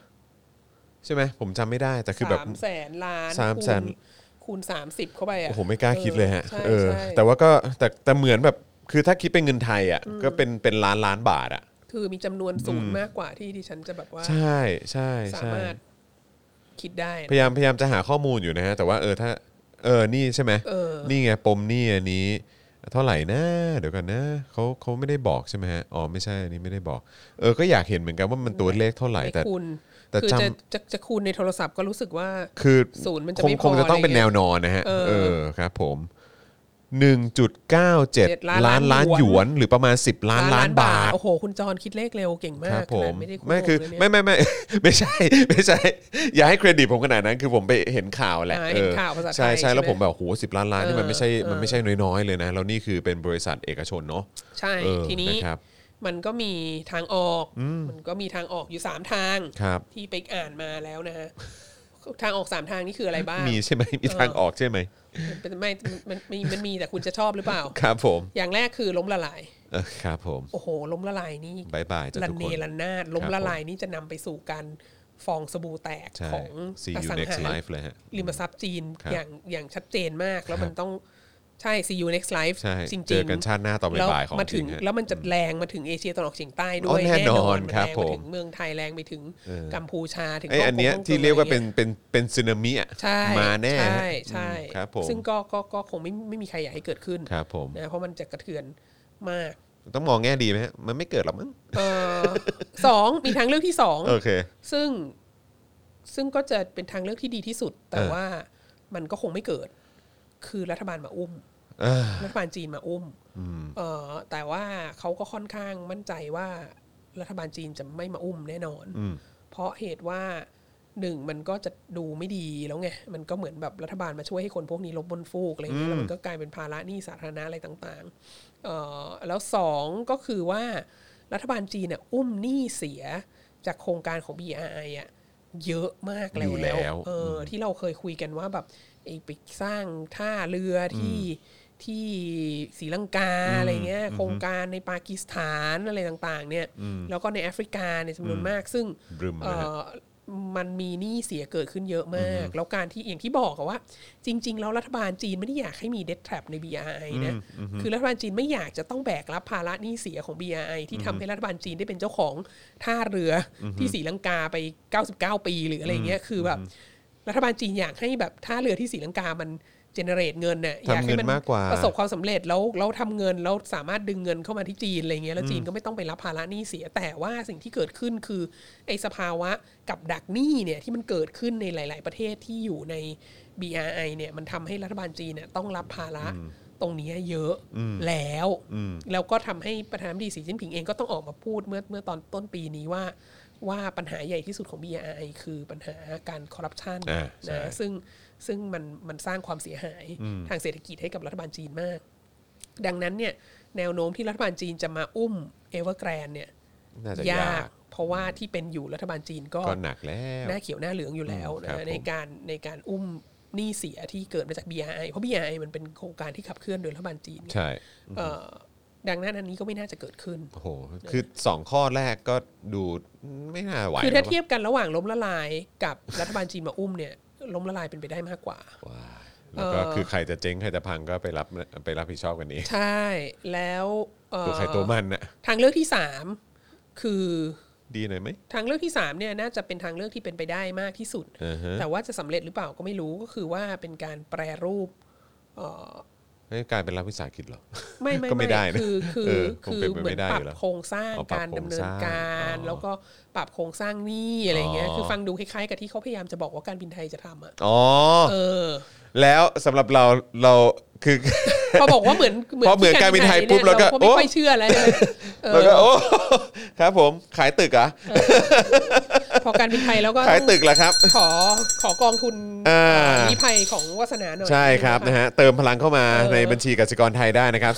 Speaker 2: ใช่ไหมผมจำไม่ได้แต่คือแบบ
Speaker 6: สามแสนล้าน
Speaker 2: สามแสน
Speaker 6: คูณคูณสามสิบเข้าไปอ่ะ
Speaker 2: โอ้โหไม่กล้าคิดเลยฮะ
Speaker 6: ใช่
Speaker 2: เออ
Speaker 6: ใช่
Speaker 2: แต่ว่าก็แต่แต่เหมือนแบบคือถ้าคิดเป็นเงินไทยอ่ะก็เป็นเป็นล้านล้านบาทอ่ะ
Speaker 6: คือมีจำนวนศูนย์มากกว่าที่ดิฉันจะแบบว่า
Speaker 2: ใช่ใช่
Speaker 6: สา
Speaker 2: ใช่
Speaker 6: มารถคิดได้
Speaker 2: พ
Speaker 6: นะ
Speaker 2: ยายามพยายามจะหาข้อมูลอยู่นะฮะ แต่ว่าเออถ้าเออนี่ใช่ไหม
Speaker 6: เออ
Speaker 2: นี่ไงปมหนี่อันนี้ เท่าไหร่นะเดี๋ยวกันนะเขาเขาไม่ได้บอกใช่ไหมฮะอ๋อไม่ใช่อันนี้ไม่ได้บอก เออก็อยากเห็นเหมือนกันว่ามันตัวเลขเท่าไหร่
Speaker 6: ไม่
Speaker 2: แต่
Speaker 6: คูณ
Speaker 2: แต่
Speaker 6: คือ
Speaker 2: จำ
Speaker 6: จะจะจะคูณในโทรศัพท์ก็รู้สึกว่า
Speaker 2: คือ
Speaker 6: ศูนย์มันจะ
Speaker 2: คง
Speaker 6: ไม่พอ
Speaker 2: คงจะต้องเป็น
Speaker 6: อะไร
Speaker 2: แน
Speaker 6: เงี้ยว
Speaker 2: นอนนะฮะ
Speaker 6: เออ
Speaker 2: ครับ ผม 1.97
Speaker 6: ล้า
Speaker 2: ล้าน น
Speaker 6: ล้า
Speaker 2: ล้านน
Speaker 6: ห
Speaker 2: ห
Speaker 6: ย
Speaker 2: ย
Speaker 6: วน
Speaker 2: วนหรือประมาณ 10 ล้านล้านบาท
Speaker 6: โอ้โห คุณจรคิดเลขเร็วเก่งมา
Speaker 2: ค
Speaker 6: ก
Speaker 2: รับผม
Speaker 6: ขนาดไม่ได้โกง
Speaker 2: ไม่คือ
Speaker 6: เลยเนี่ย
Speaker 2: ไม่ไม่ไม่ *laughs* ไม่ใช่ ไม่ใช่ อย่าให้เครดิตผมขนาดนั้นคือผมไปเห็นข่าวแหละ
Speaker 6: อ่าเห็นข่าวภาษา
Speaker 2: ใช่
Speaker 6: ไทย
Speaker 2: ใช่แล้ว
Speaker 6: ใช่ไหม
Speaker 2: ผมแบบโหสิบล้านล้านนี่มันไม่ใช่
Speaker 6: เออเออ
Speaker 2: มันไม่ใช่น้อยๆเลยนะ แล้วนี่คือเป็นบริษัทเอกชนเนาะ
Speaker 6: ใช่
Speaker 2: เออ
Speaker 6: ทีนี้
Speaker 2: นะครับ
Speaker 6: มันก็มีทางออก มันก็มีทางออกอยู่สามทาง
Speaker 2: ครับ
Speaker 6: ที่ไปอ่านมาแล้วนะฮะ *laughs* ทางออกสามทางนี่คืออะไรบ้าง
Speaker 2: มีใช่ไหมมีทางออกใช่ไหม
Speaker 6: มันเป็นไม่มันมีมันมีแต่คุณจะชอบหรือเปล่า
Speaker 2: ครับผม
Speaker 6: อย่างแรกคือล้มละลาย
Speaker 2: เออครับผม
Speaker 6: โอ้โห ล้มละลายนี่
Speaker 2: บายบายจ้ะ
Speaker 6: ระ
Speaker 2: ทุก
Speaker 6: เน
Speaker 2: คน
Speaker 6: ระนาดล้มละลายนี่จะนำไปสู่การฟองสบู่แตก
Speaker 2: ใช่
Speaker 6: ของ
Speaker 2: see
Speaker 6: อ
Speaker 2: you
Speaker 6: สัง
Speaker 2: next
Speaker 6: หา
Speaker 2: life เลยฮะ
Speaker 6: ริมทรัพย์จีน
Speaker 2: ครับ
Speaker 6: อย่างอย่างชัดเจนมาก แล้
Speaker 2: ค
Speaker 6: ว
Speaker 2: รับ
Speaker 6: มันต้องใช่ see you next life
Speaker 2: ใช่
Speaker 6: จริงๆ
Speaker 2: เจอกันชาติหน้าตอน
Speaker 6: แล้ว
Speaker 2: บ่ายๆของ
Speaker 6: มาถึง
Speaker 2: จริฮะ
Speaker 6: แล้วมันจะแรงมาถึงเอเชียตะวันออกเฉียงใต้ด้
Speaker 2: อ๋
Speaker 6: ว
Speaker 2: อย แน่นอน
Speaker 6: มั
Speaker 2: ครับ
Speaker 6: แรง
Speaker 2: ผม
Speaker 6: มาถึงเมืองไทยแรงไปถึง
Speaker 2: เออ
Speaker 6: กัมพูชาถึง
Speaker 2: ไออันเนี้ย
Speaker 6: ฮ่งกง
Speaker 2: ที่เรียกว่า
Speaker 6: ฮ่องง
Speaker 2: เป็นเป็นเป็นซึนามิอ่ะ
Speaker 6: ใช่
Speaker 2: มาแน่
Speaker 6: ใช่
Speaker 2: ฮะ
Speaker 6: ใช่
Speaker 2: อืมครับผม
Speaker 6: ซึ่งก็ก็ก็คงไม่ไม่มีใครอยากให้เกิดขึ้น
Speaker 2: ครับผม
Speaker 6: นะเพราะมันจะกระเทือนมาก
Speaker 2: ต้องมองแง่ดีไหมฮะมันไม่เกิดหรอกมั้ง
Speaker 6: เออ *laughs* สองมีทางเลือกที่สอง
Speaker 2: โอเค
Speaker 6: ซึ่งซึ่งก็จะเป็นทางเลือกที่ดีที่สุด แต่
Speaker 2: เออ
Speaker 6: ว่ามันก็คงไม่เกิด คือรัฐบาลมาอุ้ม
Speaker 2: เอ่อ
Speaker 6: รัฐบาลจีนมาอุ้ม
Speaker 2: อืม
Speaker 6: เออแต่ว่าเขาก็ค่อนข้างมั่นใจว่ารัฐบาลจีนจะไม่มาอุ้มแน่นอน
Speaker 2: อืม
Speaker 6: เพราะเหตุว่าหนึ่งมันก็จะดูไม่ดีแล้วไง มันก็เหมือนแบบรัฐบาลมาช่วยให้คนพวกนี้ลบบนฟูกอะไรเงี้ยแล้วมันก็กลายเป็นภาระหนี้สาธารณะอะไรต่างๆเอ่อแล้วสองก็คือว่ารัฐบาลจีนเนี่ยอุ้มหนี้เสียจากโครงการของ BRI อะเยอะมากแล้ว
Speaker 2: อยู่แล้ว
Speaker 6: เอออ
Speaker 2: ม
Speaker 6: ที่เราเคยคุยกันว่าแบบไอ้ไปสร้างท่าเรือที่ที่ศรีลังกาอะไรเงี้ยโครงการในปากีสถานอะไรต่างๆเนี่ยแล้วก็ในแอฟริกาในยจำนวนมากซึ่ง
Speaker 2: บรึมนะฮะ
Speaker 6: เอ่อมันมีหนี้เสียเกิดขึ้นเยอะมาก แล้วการที่อย่างที่บอกอะว่า จริง ๆ แล้วรัฐบาลจีนไม่ได้อยากให้มีเด t แทร p ใน BRI นะ คือรัฐบาลจีนไม่อยากจะต้องแบกรับภาระหนี้เสียของ BRI ที่ทำให้รัฐบาลจีนได้เป็นเจ้าของท่าเรืออที่ศรีลังกาไป 99 ปีหรืออะไรเงี้ยคือแบบรัฐบาลจีนอยากให้แบบท่าเรือที่ศรีลังกามันเจเนเรตเงินน่ะ
Speaker 2: ทำ
Speaker 6: อยากให้
Speaker 2: เงินมากกว่า
Speaker 6: ประสบความสำเร็จแล้วแล้วทำเงินแล้วสามารถดึงเงินเข้ามาที่จีนอะไรเงี้ยแล้วจีนก็ไม่ต้องไปรับภาระหนี้เสียแต่ว่าสิ่งที่เกิดขึ้นคือไอ้สภาวะกับดักหนี้เนี่ยที่มันเกิดขึ้นในหลาย ๆ ประเทศที่อยู่ใน BRI เนี่ยมันทำให้รัฐบาลจีนเนี่ยต้องรับภาระตรงเนี้ยเยอะแล้ว แล้วก็ทำให้ประธานาธิบดีสีจิ้นผิงเองก็ต้องออกมาพูดเมื่อเมื่อตอนต้นปีนี้ว่า ว่าปัญหาใหญ่ที่สุดของ BRI คือปัญหาการคอร์รัปชัน
Speaker 2: อ่าใช่
Speaker 6: นะซึ่งซึ่งมันมันสร้างความเสียหายทางเศรษฐกิจให้กับรัฐบาลจีนมาก ดังนั้นเนี่ยแนวโน้มที่รัฐบาลจีนจะมาอุ้มเอเวอร์แกรนเนี่ย
Speaker 2: น่าจะ
Speaker 6: ยาย
Speaker 2: าก ก
Speaker 6: เพราะว่าที่เป็นอยู่รัฐบาลจีนก็
Speaker 2: ก็หนักแล้ว
Speaker 6: หน้าเขียวหน้าเหลืองอยู่แล้ว
Speaker 2: ครับ
Speaker 6: นะ
Speaker 2: ผม
Speaker 6: ในการในการอุ้มหนี้เสียที่เกิดมาจาก BRI เพราะ BRI มันเป็นโครงการที่ขับเคลื่อนโดยรัฐบาลจีนไง
Speaker 2: ใช่
Speaker 6: เอ่อดังนั้นอันนี้ก็ไม่น่าจะเกิดขึ้น
Speaker 2: โอ้โหคือ 2 ข้อแรกก็ดูไม่น่าไหว
Speaker 6: คือ
Speaker 2: แล้
Speaker 6: ถ้า
Speaker 2: ว
Speaker 6: เทียบกันระหว่างล้มละลายกับรัฐบาลจีนมาอุ้มเนี่ยล้มละลายเป็นไปได้มากกว่า
Speaker 2: ว้าแล้วก็
Speaker 6: เอ่อ
Speaker 2: คือใครจะเจ๊ง ใครจะพังก็ไปรับไปรับผิดชอบกันเอง
Speaker 6: ใช่แล้วเอ่อ
Speaker 2: ตัวใครตัวมันน่ะ
Speaker 6: ทางเลือกที่สามคือ
Speaker 2: ดีหน่อยไหม
Speaker 6: ทางเลือกที่สามเนี่ยน่าจะเป็นทางเลือกที่เป็นไปได้มากที่สุด
Speaker 2: อือฮะ
Speaker 6: แต่ว่าจะสำเร็จหรือเปล่าก็ไม่รู้ก็คือว่าเป็นการแปรรูปเอ่อ
Speaker 2: ให้กลายเป็นรับวิสาหกิจเหรอ
Speaker 6: ไม่ไม่
Speaker 2: ก็ไม่ได้นะ
Speaker 6: คือคือ
Speaker 2: เออคง
Speaker 6: คือ
Speaker 2: เป็นไปไม่
Speaker 6: เหมือน
Speaker 2: ได้
Speaker 6: ปรั
Speaker 2: อยู่
Speaker 6: บ
Speaker 2: แล้ว
Speaker 6: โครงสร้าง
Speaker 2: อ๋อปรับ
Speaker 6: การดำเนิน
Speaker 2: โครงส
Speaker 6: กา
Speaker 2: ร้าง
Speaker 6: ร
Speaker 2: อ๋อ
Speaker 6: แล้วก็ปรับโครงสร้างหนี้อะไรเงี้ย
Speaker 2: อ๋อ
Speaker 6: คือฟังดูคล้ายๆ กับที่เขาพยายามจะบอกว่าการบินไทยจะทำอ่ะ
Speaker 2: อ๋อ
Speaker 6: เออ
Speaker 2: แล้วสำหรับเราเราคือ
Speaker 6: พอบอกว่าเหมือนเหมือน
Speaker 2: พอเหมือนการบินไทยปุ๊บ
Speaker 6: นี่
Speaker 2: เราก็
Speaker 6: เราก็
Speaker 2: โอ้
Speaker 6: ไม่ค่อยเชื่อแล้วใช่ไหมเออ
Speaker 2: เราก็โอ้ ครับผมขายตึกเหรอ่ะ
Speaker 6: พอการบินไทยแล้วก็
Speaker 2: ขายตึกเหรอครับ
Speaker 6: ขอขอกองทุน
Speaker 2: อ่า
Speaker 6: นิภัยของวาสนาหน่อย
Speaker 2: ใช่ครับนะฮะเติมพลังเข้ามา
Speaker 6: เออ
Speaker 2: ในบัญชีกสิกรไทยได้นะครับ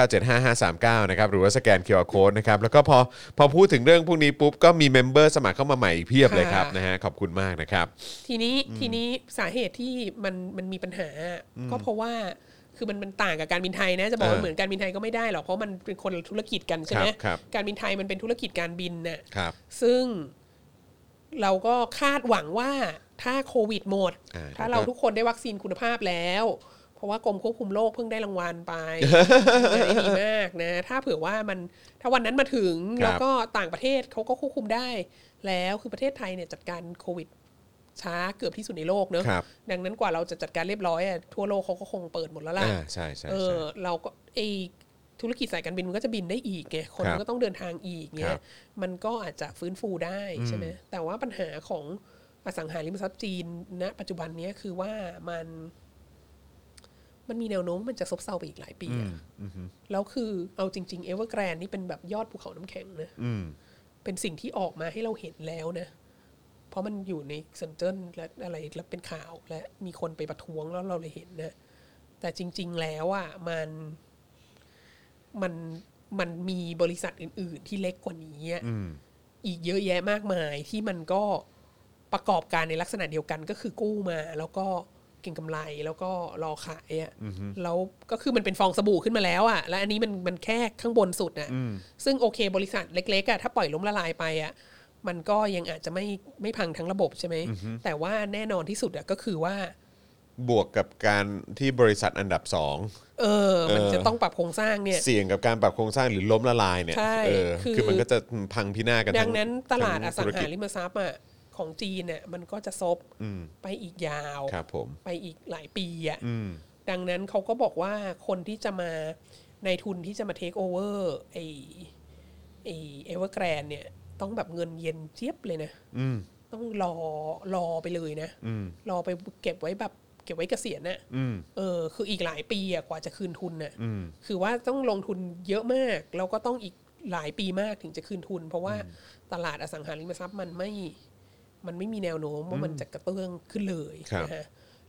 Speaker 2: 0698975539 นะครับหรือว่าสแกน QR Code นะครับแล้วก็พอพอพูดถึงเรื่องพวกนี้ปุ๊บ ก็มีเมมเบอร์สมัครเข้ามาใหม่อีกเพียบเลยครับนะฮะขอบคุณมากนะครับ
Speaker 6: ทีนี้ทีนี้สาเหตุที่มันมันมีปัญหา ก็เพราะว่าคือมันมันต่างกับการบินไทยนะจะบอกว่า
Speaker 2: เออ
Speaker 6: เหมือนการบินไทยก็ไม่ได้หรอกเพราะมันเป็นคนละธุรกิจกันใช่ไหม
Speaker 2: ครับครับ
Speaker 6: การบินไทยมันเป็นธุรกิจการบินน่ะ
Speaker 2: ครับ
Speaker 6: ซึ่งเราก็คาดหวังว่าถ้าโควิดหมด
Speaker 2: อ่
Speaker 6: ถ้าเราทุกคนได้วัคซีนคุณภาพแล้ว เพราะว่ากรมควบคุมโรคเพิ่งได้รางวัลไป ได้ดีมากนะ ถ้าเผื่อว่ามันถ้าวันนั้นมาถึงแล้วก็ต่างประเทศเขาก็ควบคุมได้ แล้วคือประเทศไทยเนี่ยจัดการโควิด ช้าเกือบที่สุดในโลกเนอะ
Speaker 2: ครับ
Speaker 6: ดังนั้นกว่าเราจะจัดการเรียบร้อยอะทั่วโลกเขาก็คงเปิดหมดแล้วล่ะ
Speaker 2: อ่าใช่ใช่
Speaker 6: เอ
Speaker 2: ใช่
Speaker 6: อเราก็ไอธุรกิจสายการบินมันก็จะบินได้อีกไงคน
Speaker 2: ครับ
Speaker 6: มันก็ต้องเดินทางอีก
Speaker 2: ค
Speaker 6: เงี้
Speaker 2: รั
Speaker 6: ย
Speaker 2: บ
Speaker 6: มันก็อาจจะฟื้นฟูได้ใช่ไหมแต่ว่าปัญหาของอสังหาริมทรัพย์จีนณปัจจุบันเนี้ยคือว่ามัน มันมีแนวโน้มว่ามันจะซบเซาไปอีกหลายปี
Speaker 2: อื
Speaker 6: อะ
Speaker 2: มอืม
Speaker 6: แล้วคือเอาจริงๆเอเวอร์แกรนนี่เป็นแบบยอดภูเขาน้ำแข็งนะ
Speaker 2: อืม
Speaker 6: เป็นสิ่งที่ออกมาให้เราเห็นแล้วนะ เพราะมันอยู่ในเซนเจอร์และอะไรแล้วเป็นข่าวและมีคนไปประท้วงแล้วเราเลยเห็นนะ แต่จริง ๆ แล้วอ่ะมันมันมันมีบริษัทอื่น ๆ ที่เล็กกว่านี้อะ
Speaker 2: อืม
Speaker 6: อีกเยอะแยะมากมายที่มันก็ประกอบการในลักษณะเดียวกันก็คือกู้มา แล้วก็เก็งกำไรแล้วก็รอขายอะ่ะแล้วก็คือมันเป็นฟองสบู่ขึ้นมาแล้วอะ่ะ แล้วอันนี้มันมันแค่ข้างบนสุดอ่ะซึ่งโอเคบริษัทเล็กๆอะ่ะถ้าปล่อยล้มละลายไปอะ่ะมันก็ยังอาจจะไม่ไม่พังทั้งระบบใช่ไหมแต่ว่าแน่นอนที่สุดอะ่ะก็คือว่า
Speaker 2: บวกกับการที่บริษัทอันดับสอง
Speaker 6: เออ มัน
Speaker 2: เออ
Speaker 6: จะต้องปรับโครงสร้างเนี่ย
Speaker 2: เสี่ยงกับการปรับโครงสร้างหรือล้มละลายเนี่ย
Speaker 6: ใช่
Speaker 2: เออ
Speaker 6: คือ
Speaker 2: คือมันก็จะพังพินาศกัน
Speaker 6: ดั
Speaker 2: ทั้
Speaker 6: งนั้นตลาดอ
Speaker 2: ทั้
Speaker 6: สัง
Speaker 2: ธุ
Speaker 6: หา
Speaker 2: จ
Speaker 6: ริมทรัพย์อ่ะของจีนเนี่ยมันก็จะซบ
Speaker 2: อืม
Speaker 6: ไปอีกยาว
Speaker 2: ครับผม
Speaker 6: ไปอีกหลายปีอ่ะ
Speaker 2: อืม
Speaker 6: ดังนั้นเขาก็บอกว่าคนที่จะมาในทุนที่จะมาเทคโอเวอร์ไอไอเอเวอร์แกรนเนี่ย ต้องแบบเงินเย็นเจี๊ยบเลยนะ
Speaker 2: อืม
Speaker 6: ต้องรอรอไปเลยนะ
Speaker 2: อืม
Speaker 6: รอไปเก็บไว้แบบเก็บไว้เกษียณน่ะ
Speaker 2: อืม
Speaker 6: เออ คืออีกหลายปีอะกว่าจะคืนทุนน่ะ
Speaker 2: อืม
Speaker 6: คือว่าต้องลงทุนเยอะมาก แล้วก็ต้องอีกหลายปีมากถึงจะคืนทุน เพราะว่าตลาดอสังหาริมทรัพย์มันไม่ มันไม่มีแนวโน้มว่ามันจะกระเตื้องขึ้นเลย
Speaker 2: ครับ
Speaker 6: นะฮะ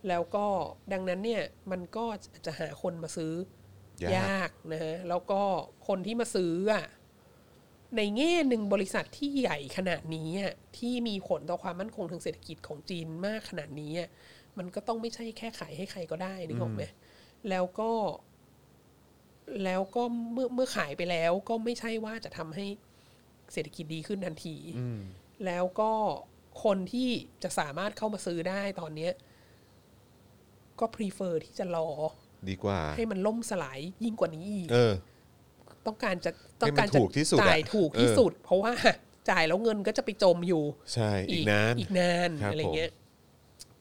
Speaker 6: แล้วก็ดังนั้นเนี่ยมันก็จะหาคนมาซื้อย
Speaker 2: าก
Speaker 6: ยากนะฮะแล้วก็คนที่มาซื้ออ่ะในแง่หนึ่งบริษัทที่ใหญ่ขนาดนี้อะที่มีผลต่อความมั่นคงทางเศรษฐกิจของจีนมากขนาดนี้อะมันก็ต้องไม่ใช่แค่ขายให้ใครก็ได้นึกออกไหมแล้วก็ แล้วก็เมื่อเมื่อขายไปแล้วก็ไม่ใช่ว่าจะทำให้เศรษฐกิจดีขึ้นทันที แล้วก็คนที่จะสามารถเข้ามาซื้อได้ตอนเนี้ยก็ prefer ที่จะรอ
Speaker 2: ดีกว่า
Speaker 6: ให้มันล่มสลายยิ่งกว่านี้อีก
Speaker 2: เออ
Speaker 6: ต้องการจะ
Speaker 2: ให้
Speaker 6: ต้อง
Speaker 2: มัน
Speaker 6: การจะ
Speaker 2: ถูกที่สุดอะ
Speaker 6: จ่ายถูกที่
Speaker 2: เออ
Speaker 6: สุด เพราะว่า จ่ายแล้วเงินก็จะไปจมอยู่
Speaker 2: ใช่อีกนาน
Speaker 6: อีกนาน
Speaker 2: ครับ
Speaker 6: อะไรเงี้ย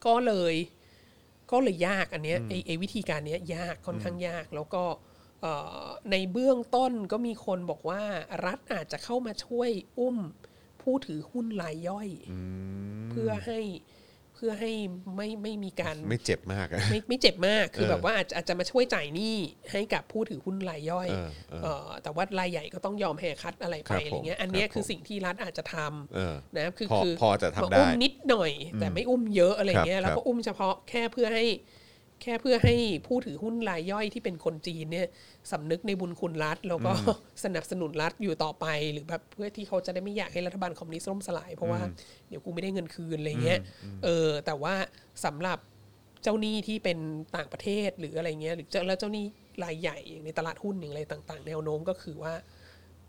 Speaker 6: ก็เลย ก็เลยยากอันเนี้ยไอไอวิธีการเนี้ยยากค่อนข้างยาก แล้วก็เอ่อในเบื้องต้นก็มีคนบอกว่า รัฐอาจจะเข้ามาช่วยอุ้มผู้ถือหุ้นรายย่อย เพื่อให้เพื่อให้ไม่ไม่มีการ
Speaker 2: ไม่เจ็บมากอะ
Speaker 6: ไม่ไม่เจ็บมาก คือ
Speaker 2: เออ
Speaker 6: แบบว่าอาจจะอาจจะมาช่วยจ่ายหนี้ให้กับผู้ถือหุ้นรายย่อย
Speaker 2: เออเออ
Speaker 6: เอ่อแต่ว่ารายใหญ่ก็ต้องยอมแหกคัดอะไร
Speaker 2: ค
Speaker 6: ไป
Speaker 2: รับ
Speaker 6: อะไรเงี้ย
Speaker 2: ผม
Speaker 6: อันเนี้
Speaker 2: ค
Speaker 6: ย
Speaker 2: รับ
Speaker 6: คือ
Speaker 2: ผม
Speaker 6: สิ่งที่รัฐอาจจะท
Speaker 2: เออ
Speaker 6: ำนะคือ
Speaker 2: พอ
Speaker 6: คือ
Speaker 2: พอจะทำ
Speaker 6: มา
Speaker 2: ได้
Speaker 6: อุ้มนิดหน่อย แต่ไม่อุ้มเยอะอะไรเงี้
Speaker 2: ครั
Speaker 6: ย
Speaker 2: บ
Speaker 6: แล้ว
Speaker 2: ครั
Speaker 6: ก็
Speaker 2: บ
Speaker 6: อุ้มเฉพาะแค่เพื่อให้ แค่เพื่อให้ผู้ถือหุ้นรายย่อยที่เป็นคนจีนเนี่ยสำนึกในบุญคุณรัฐ แล้วก็ สนับสนุนรัฐอยู่ต่อไป หรือแบบเพื่อที่เขาจะได้ไม่อยากให้รัฐบาลคอมมิวนิสต์ล่มสลาย เพราะว่าเดี๋ยวกูไม่ได้เงินคืนอะไรเงี้ยเออ แต่ว่าสำหรับเจ้าหนี้ที่เป็นต่างประเทศหรืออะไรเงี้ยหรือเจ้าแล้วเจ้าหนี้รายใหญ่อย่างในตลาดหุ้นอย่างไรต่าง ๆ แนวโน้มก็คือว่า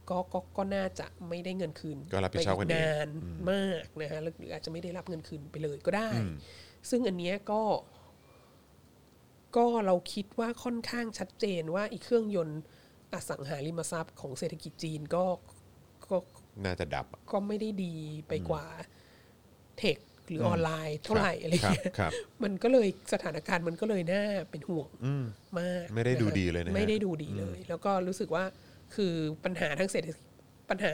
Speaker 6: ก็ก็ก็น่าจะไม่ได้เงินคืน
Speaker 2: ก็รับผิดชอบกัน
Speaker 6: ไป
Speaker 2: เอง
Speaker 6: นานมากนะฮะแล้วหรืออาจจะไม่ได้รับเงินคืนไปเลยก็ได้ ซึ่งอันเนี้ยก็ ก็เราคิดว่าค่อนข้างชัดเจนว่าอีกเครื่องยนต์อสังหาริมทรัพย์ของเศรษฐกิจจีนก็ก็
Speaker 2: น่าจะดับอะ
Speaker 6: ก็ไม่ได้ดีไปกว่าเทคหรืออออนไลน์เท่าไหร่อะไร
Speaker 2: ครับ
Speaker 6: เงี้ย
Speaker 2: ครับ
Speaker 6: มันก็เลยสถานการณ์มันก็เลยน่าเป็นห่วงมาก
Speaker 2: ไม่ได้ดู
Speaker 6: นะฮะ
Speaker 2: ดีเลยนะฮะ
Speaker 6: ไม่ได้ดูดีเลย แล้วก็รู้สึกว่าคือปัญหาทางเศรษฐกิจปัญหา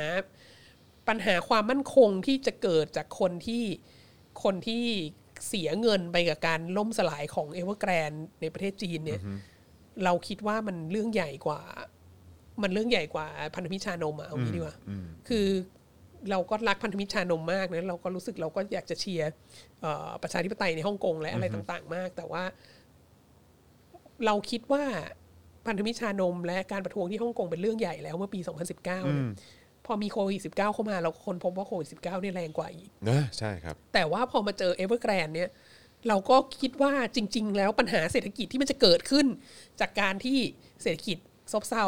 Speaker 6: ปัญหาความมั่นคงที่จะเกิดจากคนที่คนที่เสียเงินไปกับการล่มสลายของเอเวอร์แกรนในประเทศจีนเนี่ย เราคิดว่ามันเรื่องใหญ่กว่า มันเรื่องใหญ่กว่าพันธมิตรชานมอะเอางี้ดีกว่าคือเราก็รักพันธมิตรชานมมากนะเราก็รู้สึกเราก็อยากจะเชียร์เอ่อประชาธิปไตยในฮ่องกงและอะไรต่างๆ มาก แต่ว่า เราคิดว่าพันธมิตรชานม และการประท้วงที่ฮ่องกงเป็นเรื่องใหญ่แล้วเมื่อปี 2019เนี่ยพอมีโควิด19เข้ามาเราคนพบว่าโควิด19เนี่ยแรงกว่าอีก
Speaker 2: นะใช่ครับ
Speaker 6: แต่ว่าพอมาเจอเอเวอร์แกรนเนี่ย เราก็คิดว่าจริง ๆ แล้วปัญหาเศรษฐกิจที่มันจะเกิดขึ้น จากการที่เศรษฐกิจซบเซา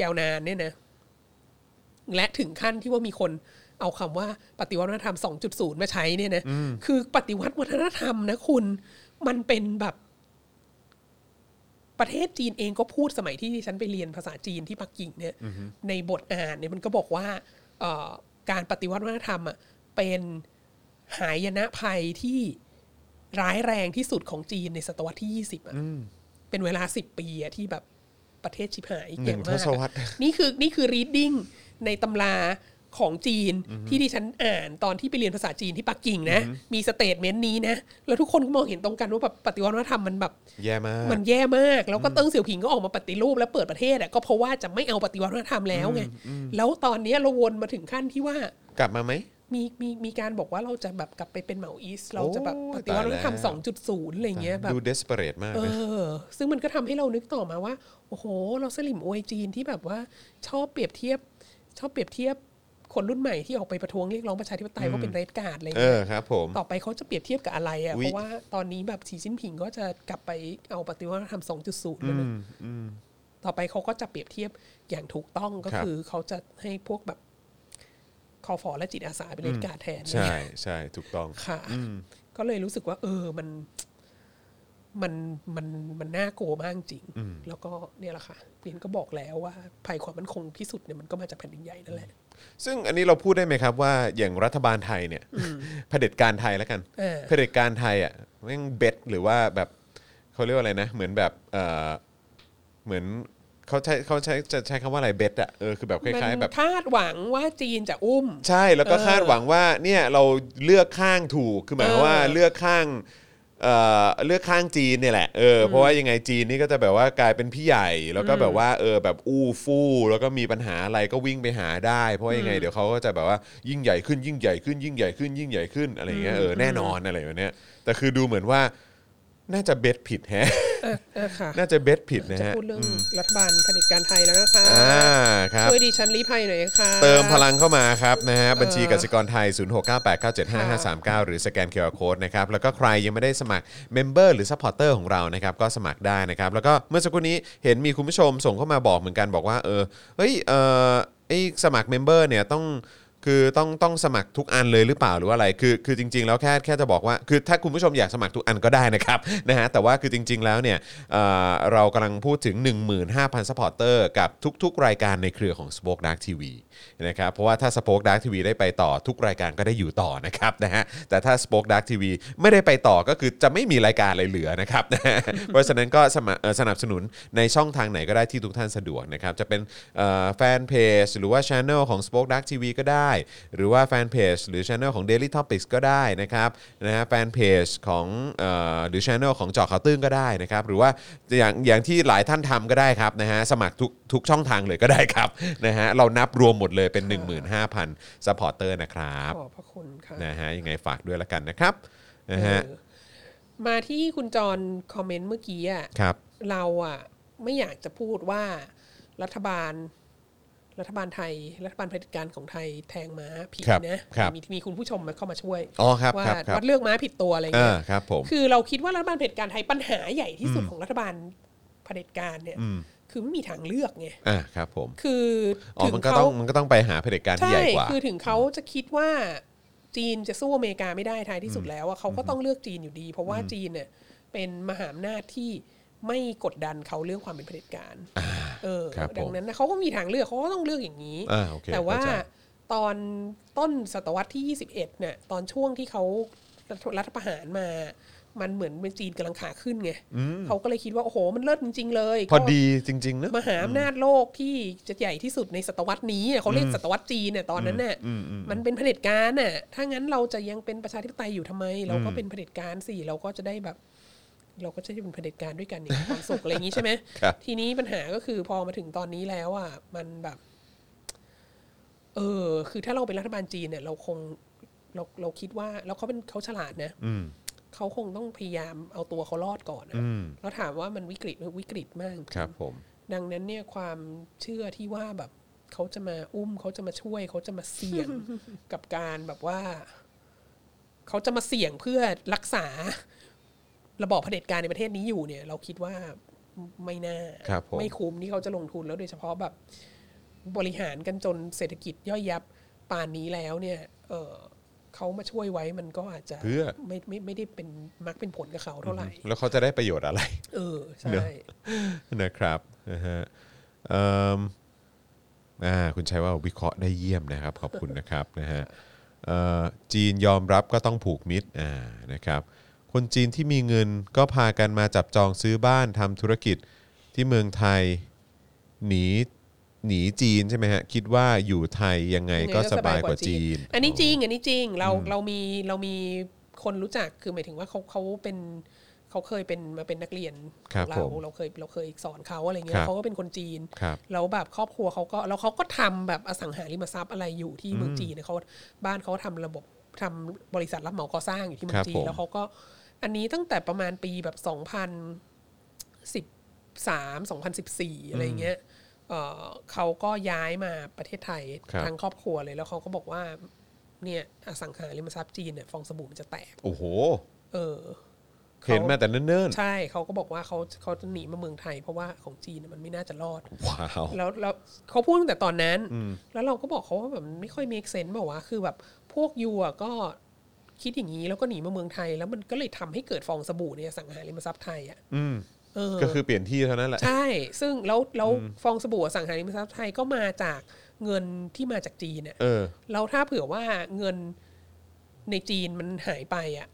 Speaker 6: ยาวนานเนี่ยนะ และถึงขั้นที่ว่ามีคนเอาคำว่าปฏิวัติวัฒนธรรม 2.0 มาใช้เนี่ยนะคือปฏิวัติวัฒนธรรมนะคุณมันเป็นแบบ ประเทศจีนเองก็พูดสมัยที่ดิฉันไปเรียนภาษาจีนที่ปักกิ่งเนี่ย ในบทอ่านเนี่ยมันก็บอกว่าเอ่อการปฏิวัติวัฒนธรรมอ่ะเป็นหายนะภัยที่ร้ายแรงที่สุดของจีนในศตวรรษที่ 20อ่ะเป็นเวลา 10 ปีอะที่แบบประเทศชิบหาย
Speaker 2: หนึ่ง
Speaker 6: แย่มาก
Speaker 2: ทศวรรษ
Speaker 6: นี่คือนี่คือ reading ในตำรา ของจีนที่ดิฉันอ่านตอนที่ไปเรียนภาษาจีนที่ปักกิ่งนะ มีสเตทเมนต์นี้นะ แล้วทุกคนก็มองเห็นตรงกันว่าแบบปฏิวัติวัฒนธรรมมันแบบ
Speaker 2: แย่มาก
Speaker 6: มันแย่มาก แล้วก็เติ้งเสี่ยวผิงก็ออกมาปฏิรูปและเปิดประเทศอะก็เพราะว่าจะไม่เอาปฏิวัติวัฒนธรรมแล้วไงแล้วตอนเนี้ยเราวนมาถึงขั้นที่ว่าก
Speaker 2: ลับมาไหม
Speaker 6: มีมีมีการบอกว่าเราจะแบบกลับไปเป็นเหมาอีสเราจะแบบ
Speaker 2: โอ้
Speaker 6: ปฏิวัติวัฒนธรรม
Speaker 2: ตายแล้ว
Speaker 6: สองจุดศูนย์อะไรเงี้ยแบบ
Speaker 2: ดู desperate มาก
Speaker 6: เอ
Speaker 2: เลย
Speaker 6: อ ซึ่งมันก็ทำให้เรานึกต่อมาว่า โอ้โห เราสลิมอวยจีนที่แบบว่า ชอบเปรียบเทียบ ชอบเปรียบเทียบคนรุ่นใหม่ที่ออกไปประท้วงเรียกร้องประชาธิปไตยว่าเป็นเรดการ์ดอะไร
Speaker 2: เอ
Speaker 6: เงี้
Speaker 2: อย ครับผม
Speaker 6: ต่อไปเขาจะเปรียบเทียบกับอะไรอ่ะ
Speaker 2: อุ๊ย
Speaker 6: เพราะว่าตอนนี้แบบสีจิ้นผิงก็จะกลับไปเอาปฏิวัติธรรมสองจุดศูนย์แล้วนะต่อไปเขาก็จะเปรียบเทียบอย่างถูกต้องก็คือเขาจะให้พวกแบบคอฟอและจิตอาสาเป็นเรดการ์ดแทน
Speaker 2: ใช่ใช่ถูกต้อง
Speaker 6: ค่ะก็เลยรู้สึกว่า เออมัน มันมันมันน่ากลัวมากจริง แล้วก็เนี่ยแหละค่ะเรียนก็บอกแล้วว่าภัยความมั่นคงที่สุดเนี่ยมันก็มาจากแผ่นดินใหญ่นั่นแหละ
Speaker 2: ซึ่งอันนี้เราพูดได้ไหมครับว่าอย่างรัฐบาลไทยเนี่ยเผด็จการไทยแล้วกัน
Speaker 6: เออ
Speaker 2: เผด็จการไทยอ่ะแม่งเบ็ดหรือว่าแบบเขาเรียกว่าอะไรนะ เหมือนแบบเออเหมือนเขาใช้เขาใช้จะใช้คำว่าอะไรเบ็ดอ่ะเออคือแบบค
Speaker 6: มั
Speaker 2: ล้าย ๆ แบบ
Speaker 6: คาดหวังว่าจีนจะอุ้ม
Speaker 2: ใช่แล้วก็คาดหวังว่าเนี่ยเราเลือกข้างถูกคือหมายความว่า
Speaker 6: เออ
Speaker 2: เลือกข้างเอ่อเลือกข้างจีนเนี่ยแหละเออเพราะว่ายังไงจีนนี่ก็จะแบบว่ากลายเป็นพี่ใหญ่ แล้วก็แบบว่าเออแบบอู้ฟู่แล้วก็มีปัญหาอะไรก็วิ่งไปหาได้ เพราะยังไงเดี๋ยวเขาก็จะแบบว่ายิ่งใหญ่ขึ้นยิ่งใหญ่ขึ้นยิ่งใหญ่ขึ้นยิ่งใหญ่ขึ้นอะไรอย่างเงี้ยเออแน่นอนอะไรแบบเนี้ยแต่คือดูเหมือนว่าน่าจะเบ็ดผิดแฮะ *laughs*
Speaker 6: ะค่ะ
Speaker 2: น่าจะเบ็ดผิดนะ
Speaker 6: จะ
Speaker 2: ฮะ
Speaker 6: พูดเรื่องรัฐบาลเผด็จการไทยแล้วนะคะ
Speaker 2: อ่าครับ
Speaker 6: ช่วยดิฉันรีภัยหน่อยค่ะ
Speaker 2: เติมพลังเข้ามาครับนะฮะบัญชีกสิกรไทย 0698975539 หรือสแกนเคอร์โคดนะครับ แล้วก็ใครยังไม่ได้สมัครเมมเบอร์หรือซัพพอร์เตอร์ของเรานะครับ ก็สมัครได้นะครับ แล้วก็เมื่อสักครู่นี้เห็นมีคุณผู้ชมส่งเข้ามาบอกเหมือนกันบอกว่า เออเฮ้ยเออไอสมัครเมมเบอร์เนี่ยต้องคือต้องต้องสมัครทุกอันเลยหรือเปล่าหรือว่าอะไรคือคือจริง ๆ แล้วแค่แค่จะบอกว่าคือถ้าคุณผู้ชมอยากสมัครทุกอันก็ได้นะครับ *laughs* นะฮะแต่ว่าคือจริง ๆ แล้วเนี่ยเอ่อเรากำลังพูดถึง 15,000ซัพพอร์เตอร์กับทุก ๆ รายการในเครือของ Spoke Dark TV นะครับเพราะว่าถ้า Spoke Dark TV ได้ไปต่อทุกรายการก็ได้อยู่ต่อนะครับนะฮะแต่ถ้า Spoke Dark TV ไม่ได้ไปต่อก็คือจะไม่มีรายการอะไรเหลือนะครับนะ *laughs* ฮะ เพราะฉะนั้นก็สมัครเอ่อสนับสนุนในช่องทางไหนก็ได้ที่ทุกท่านสะดวกนะครับจะเป็นแฟนเพจหรือว่าช anel ของ Spoke Dark TV ก็ได้ หรือว่าแฟนเพจหรือช anel ของ Daily Topics ก็ได้นะครับนะฮะแฟนเพจของเอ่อหรือช anel ของเจอข่าวตื้นก็ได้นะครับหรือว่าอย่างอย่างที่หลายท่านทำก็ได้ครับนะฮะสมัครทุกทุกช่องทางเลยก็ได้ครับ *laughs* นะฮะเรานับรวมหมดเลยเป็น 15,000ซัพพอร์เตอร์นะครับ
Speaker 6: ขอบพระคุณค่ะ
Speaker 2: นะฮะยังไงฝากด้วยละกันนะครับนะฮะ
Speaker 6: เออมาที่คุณจรคอมเมนต์เมื่อกี้อ่ะ
Speaker 2: ครับ
Speaker 6: เราอ่ะไม่อยากจะพูดว่ารัฐบาล รัฐบาลไทย รัฐบาลเผด็จการของไทยแทงม้าผิด
Speaker 2: ครับ
Speaker 6: นะครับ มีมีคุณผู้ชมมาเข้ามาช่วย
Speaker 2: อ๋อครับ
Speaker 6: ว่า
Speaker 2: ครับครับ
Speaker 6: วัดเลือกม้าผิดตัวอะไร
Speaker 2: เอ
Speaker 6: เงี้
Speaker 2: อย ครับผม
Speaker 6: คือเราคิดว่ารัฐบาลเผด็จการไทยปัญหาใหญ่ที่สุดของรัฐบาลเผด็จการเนี่ย คือไม่มีทางเลือกไง
Speaker 2: อ่าครับผม
Speaker 6: คือ
Speaker 2: อ๋อ
Speaker 6: ถึ
Speaker 2: มัน
Speaker 6: ง
Speaker 2: ก็ต้
Speaker 6: เขา
Speaker 2: องมันก็ต้องไปหาเผด็จการที่
Speaker 6: ใช่
Speaker 2: ใหญ่กว่า
Speaker 6: คือถึงเขาจะคิดว่าจีนจะสู้อเมริกาไม่ได้ท้ายที่สุดแล้วอะเขาก็ต้องเลือกจีนอยู่ดี เพราะว่าจีนเนี่ยเป็นมหาอำนาจที่ไม่กดดันเขาเรื่องความเป็นเผด็จการ เออ
Speaker 2: ครับ
Speaker 6: ดั
Speaker 2: ผ
Speaker 6: ง
Speaker 2: ม
Speaker 6: นั้นนะเขาก็มีทางเลือกเขาก็ต้องเลือกอย่างนี้
Speaker 2: อ่าโอเค
Speaker 6: แต่ว่า
Speaker 2: เข้าใจ
Speaker 6: ตอนต้นศตวรรษที่ 21เนี่ยตอนช่วงที่เขารัฐรัฐประหารมา มันเหมือนเป็นจีนกำลังขาขึ้นไงเขาก็เลยคิดว่า โอ้โห มันเลิศจริง ๆ เลย
Speaker 2: พอ
Speaker 6: ก็
Speaker 2: ดีจริงๆนะ
Speaker 6: มหาอำนาจโลกที่จะใหญ่ที่สุดในศตวรรษนี้เนี่ยเขาเรียกศตวรรษจีนเนี่ยตอนนั้นน่ะมันเป็นเผด็จการน่ะถ้างั้นเราจะยังเป็นประชาธิปไตยอยู่ทำไม เราก็เป็นเผด็จการสิเราก็จะได้แบบ เราก็จะได้เป็นเผด็จการด้วยกันอย่างมีความสุขอะไร *laughs* อย่างนี้ใช่ไหม
Speaker 2: ครับ
Speaker 6: ทีนี้ปัญหาก็คือพอมาถึงตอนนี้แล้วอ่ะมันแบบ เออ คือถ้าเราเป็นรัฐบาลจีนเนี่ย เราคงเราเราคิดว่า แล้วเขาเป็นเขาฉลาดนะเขาคงต้องพยายามเอาตัวเขารอดก่อนอะแล้วถามว่ามันวิกฤตไหมวิกฤตมากจง
Speaker 2: ครับผม
Speaker 6: ดังนั้นเนี่ยความเชื่อที่ว่าแบบเขาจะมาอุ้มเขาจะมาช่วยเขาจะมาเสี่ยง *laughs* กับการแบบว่า เขาจะมาเสี่ยงเพื่อรักษา ระบอบเผด็จการในประเทศนี้อยู่เนี่ย เราคิดว่าไม่น่า
Speaker 2: ครับผม
Speaker 6: ไม่คุ้มที่เขาจะลงทุนแล้วโดยเฉพาะแบบ บริหารกันจนเศรษฐกิจย่อยยับป่านนี้แล้วเนี่ย เออเขามาช่วยไว้มันก็อาจจะ
Speaker 2: เพื่อ
Speaker 6: ไม่ไม่ไม่ได้เป็นมักเป็นผลกับเขาเท่าไหร่
Speaker 2: แล้วเขาจะได้ประโยชน์อะไร *laughs*
Speaker 6: เออ ใช่
Speaker 2: เนอะ นะครับนะฮะเอิ่มอ่าคุณชัยว่าวิเคราะห์ได้เยี่ยมนะครับ ขอบคุณนะครับนะฮะเอ่อจีนยอมรับก็ต้องผูกมิตรอ่านะครับ คนจีนที่มีเงินก็พากันมาจับจองซื้อบ้านทำธุรกิจที่เมืองไทย หนี หนีจีนใช่ไหมฮะ คิดว่าอยู่ไทยยังไงก็สบายกว่าจีน
Speaker 6: อันนี้จริง อันนี้จริง เราเรามีเรามีคนรู้จักคือหมายถึงว่าเขาเขาเป็นเขาเคยเป็นมาเป็นนักเรียน
Speaker 2: ครั
Speaker 6: ข
Speaker 2: บ
Speaker 6: องเรา
Speaker 2: ผม
Speaker 6: เราเคยเราเคยสอนเขาอะไรเงี้
Speaker 2: ครั
Speaker 6: ย
Speaker 2: บ
Speaker 6: เขาก็เป็นคนจีน
Speaker 2: ครับ
Speaker 6: แล้วแบบครอบครัวเขาก็แล้วเขาก็ทำแบบอสังหาริมทรัพย์อะไรอยู่ที่เมืองจีนนะเขาบ้านเขาทำระบบทำบริษัทรับเหมาก่อสร้างอยู่ที่เมือ
Speaker 2: ครับ
Speaker 6: งจี
Speaker 2: ผ
Speaker 6: น
Speaker 2: ม
Speaker 6: แล้วเขาก็อันนี้ตั้งแต่ประมาณปีแบบสองพันสิบสามสองพันสิบสี่อะไรเงี้ยเอ่อเขาก็ย้ายมาประเทศไทย
Speaker 2: ครับ
Speaker 6: ทั้งครอบครัวเลยแล้วเขาก็บอกว่าเนี่ยอสังหาริมทรัพย์จีนเนี่ยฟองสบู่มันจะแตก
Speaker 2: โอ้โห
Speaker 6: เออ
Speaker 2: เห็นมาแต่เนิ่น
Speaker 6: ใช่เขาก็บอกว่าเขาเขาจะหนีมาเมืองไทย เพราะว่าของจีนน่ะมันไม่น่าจะรอด
Speaker 2: ๆ ว้าว
Speaker 6: แล้วแล้วเขาพูดตั้งแต่ตอนนั้น แล้วเราก็บอกเขาว่าแบบมันไม่ค่อย make sense บอกว่าวะคือแบบพวกยูอ่ะก็คิดอย่างนี้แล้วก็หนีมาเมืองไทย แล้วมันก็เลยทำให้เกิดฟองสบู่ในอสังหาริมทรัพย์ไทยอ่ะ
Speaker 2: อืม
Speaker 6: เออ
Speaker 2: ก็คือเปลี่ยนที่เท่านั้นแหละ
Speaker 6: ใช่ ซึ่งแล้วแล้วฟองสบู่อสังหาริมทรัพย์ไทยก็มาจากเงินที่มาจากจีนอ่ะ
Speaker 2: เออ
Speaker 6: แล้วถ้าเผื่อว่าเงินในจีนมันหายไปอ่ะ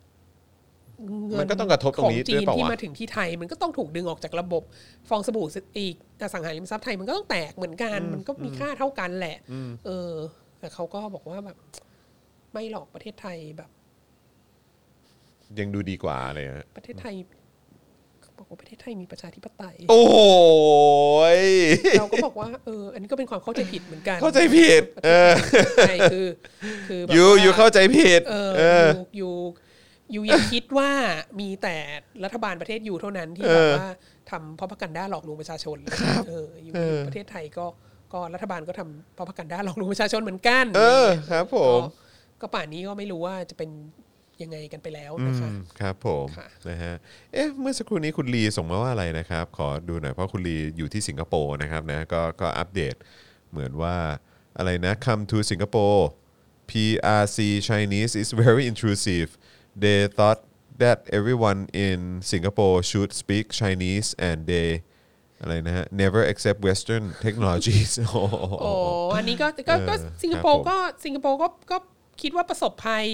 Speaker 6: เ
Speaker 2: มันก็ต้องกระทบตรงนี้
Speaker 6: ของจี
Speaker 2: ด้วย
Speaker 6: น
Speaker 2: เปล่าวะ
Speaker 6: ที่มาถึงที่ไทย มันก็ต้องถูกดึงออกจากระบบฟองสบู่อีกอสังหาริมทรัพย์ไทยมันก็ต้องแตกเหมือนกัน มันก็มีค่าเท่ากันแหละ เออแต่เขาก็บอกว่าแบบ ไม่หรอกประเทศไทยแบบ
Speaker 2: ยังดูดีกว่าอะไรฮะ
Speaker 6: ประเทศไทยเขาบอกว่าประเทศไทยมีประชาธิปไตย
Speaker 2: โอ้โหย
Speaker 6: เราก็บอกว่าเอออันนี้ก็เป็นความเข้าใจผิดเหมือนกัน
Speaker 2: เข้าใจผิดเออ
Speaker 6: ใช่คือ คือแบบ
Speaker 2: ยู
Speaker 6: ว่า
Speaker 2: ยูเข้าใจผิด
Speaker 6: เอ
Speaker 2: เออ
Speaker 6: ออยู่อยู่อย่าคิดว่ามีแต่รัฐบาลประเทศยูเท่านั้นที่
Speaker 2: เอ
Speaker 6: แบบ
Speaker 2: อ
Speaker 6: ว่าทำพอพักันด้าหลอกลวงประชาชนเอออยู่
Speaker 2: เออ
Speaker 6: ประเทศไทยก็ก็รัฐบาลก็ทำพอพักันด้าหลอกลวงประชาชนเหมือนกัน
Speaker 2: เออ ครับผ
Speaker 6: ก็
Speaker 2: ม
Speaker 6: ก็ป่านนี้ก็ไม่รู้ว่าจะเป็นยังไงกันไปแล้วนะคะ
Speaker 2: อืมครับผม
Speaker 6: ค่ะ
Speaker 2: นะฮะเอ๊ะเมื่อสักครู่นี้คุณลีส่งมาว่าอะไรนะครับ ขอดูหน่อยเพราะคุณลีอยู่ที่สิงคโปร์นะครับนะก็ก็อัปเดตเหมือนว่าอะไรนะ come to Singapore PRC Chinese is very intrusive they thought that everyone in Singapore should speak Chinese and they อะไรนะฮะ never accept Western technologies *laughs* โอ้โห
Speaker 6: โอ้อันนี้ก็ก็ก็
Speaker 2: เออ
Speaker 6: สิงคโป
Speaker 2: ค
Speaker 6: ร์
Speaker 2: รับผม
Speaker 6: ก็สิงคโปร์ก็ก็คิดว่าประสบภัย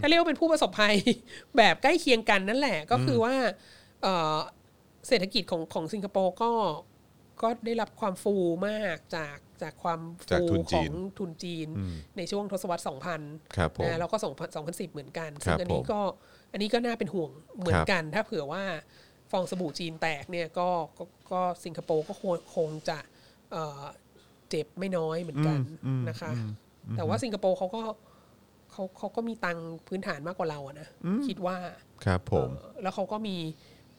Speaker 6: ถ้าเรียกว่าเป็นผู้ประสบภัย *laughs* แบบใกล้เคียงกันนั่นแหละก็คือว่าเอ่อเศรษฐกิจของของสิงคโปร์ก็ก็ได้รับความฟูมากจากจากความ
Speaker 2: จาก
Speaker 6: ฟู
Speaker 2: ทุนจี
Speaker 6: ขอน งทุนจีนในช่วงทศวรรษ 2000
Speaker 2: ครับผม
Speaker 6: นะแล้วก็2 0 1 0 เหมือนกันซึ่
Speaker 2: ครับ
Speaker 6: งอันนี้ก็อันนี้ก็น่าเป็นห่วงเหมือนกัน ถ้าเผื่อว่าฟองสบู่จีนแตกเนี่ยก็ก็ก็สิงคโปร์ก็คงคงจะเอ่อเจ็บไม่น้อยเหมือนกันนะคะ แต่ว่าสิงคโปร์เขาก็เขาเขาก็มีตังค์พื้นฐานมากกว่าเราอะนะคิดว่า
Speaker 2: ครับผม
Speaker 6: เอ่อแล้วเขาก็มี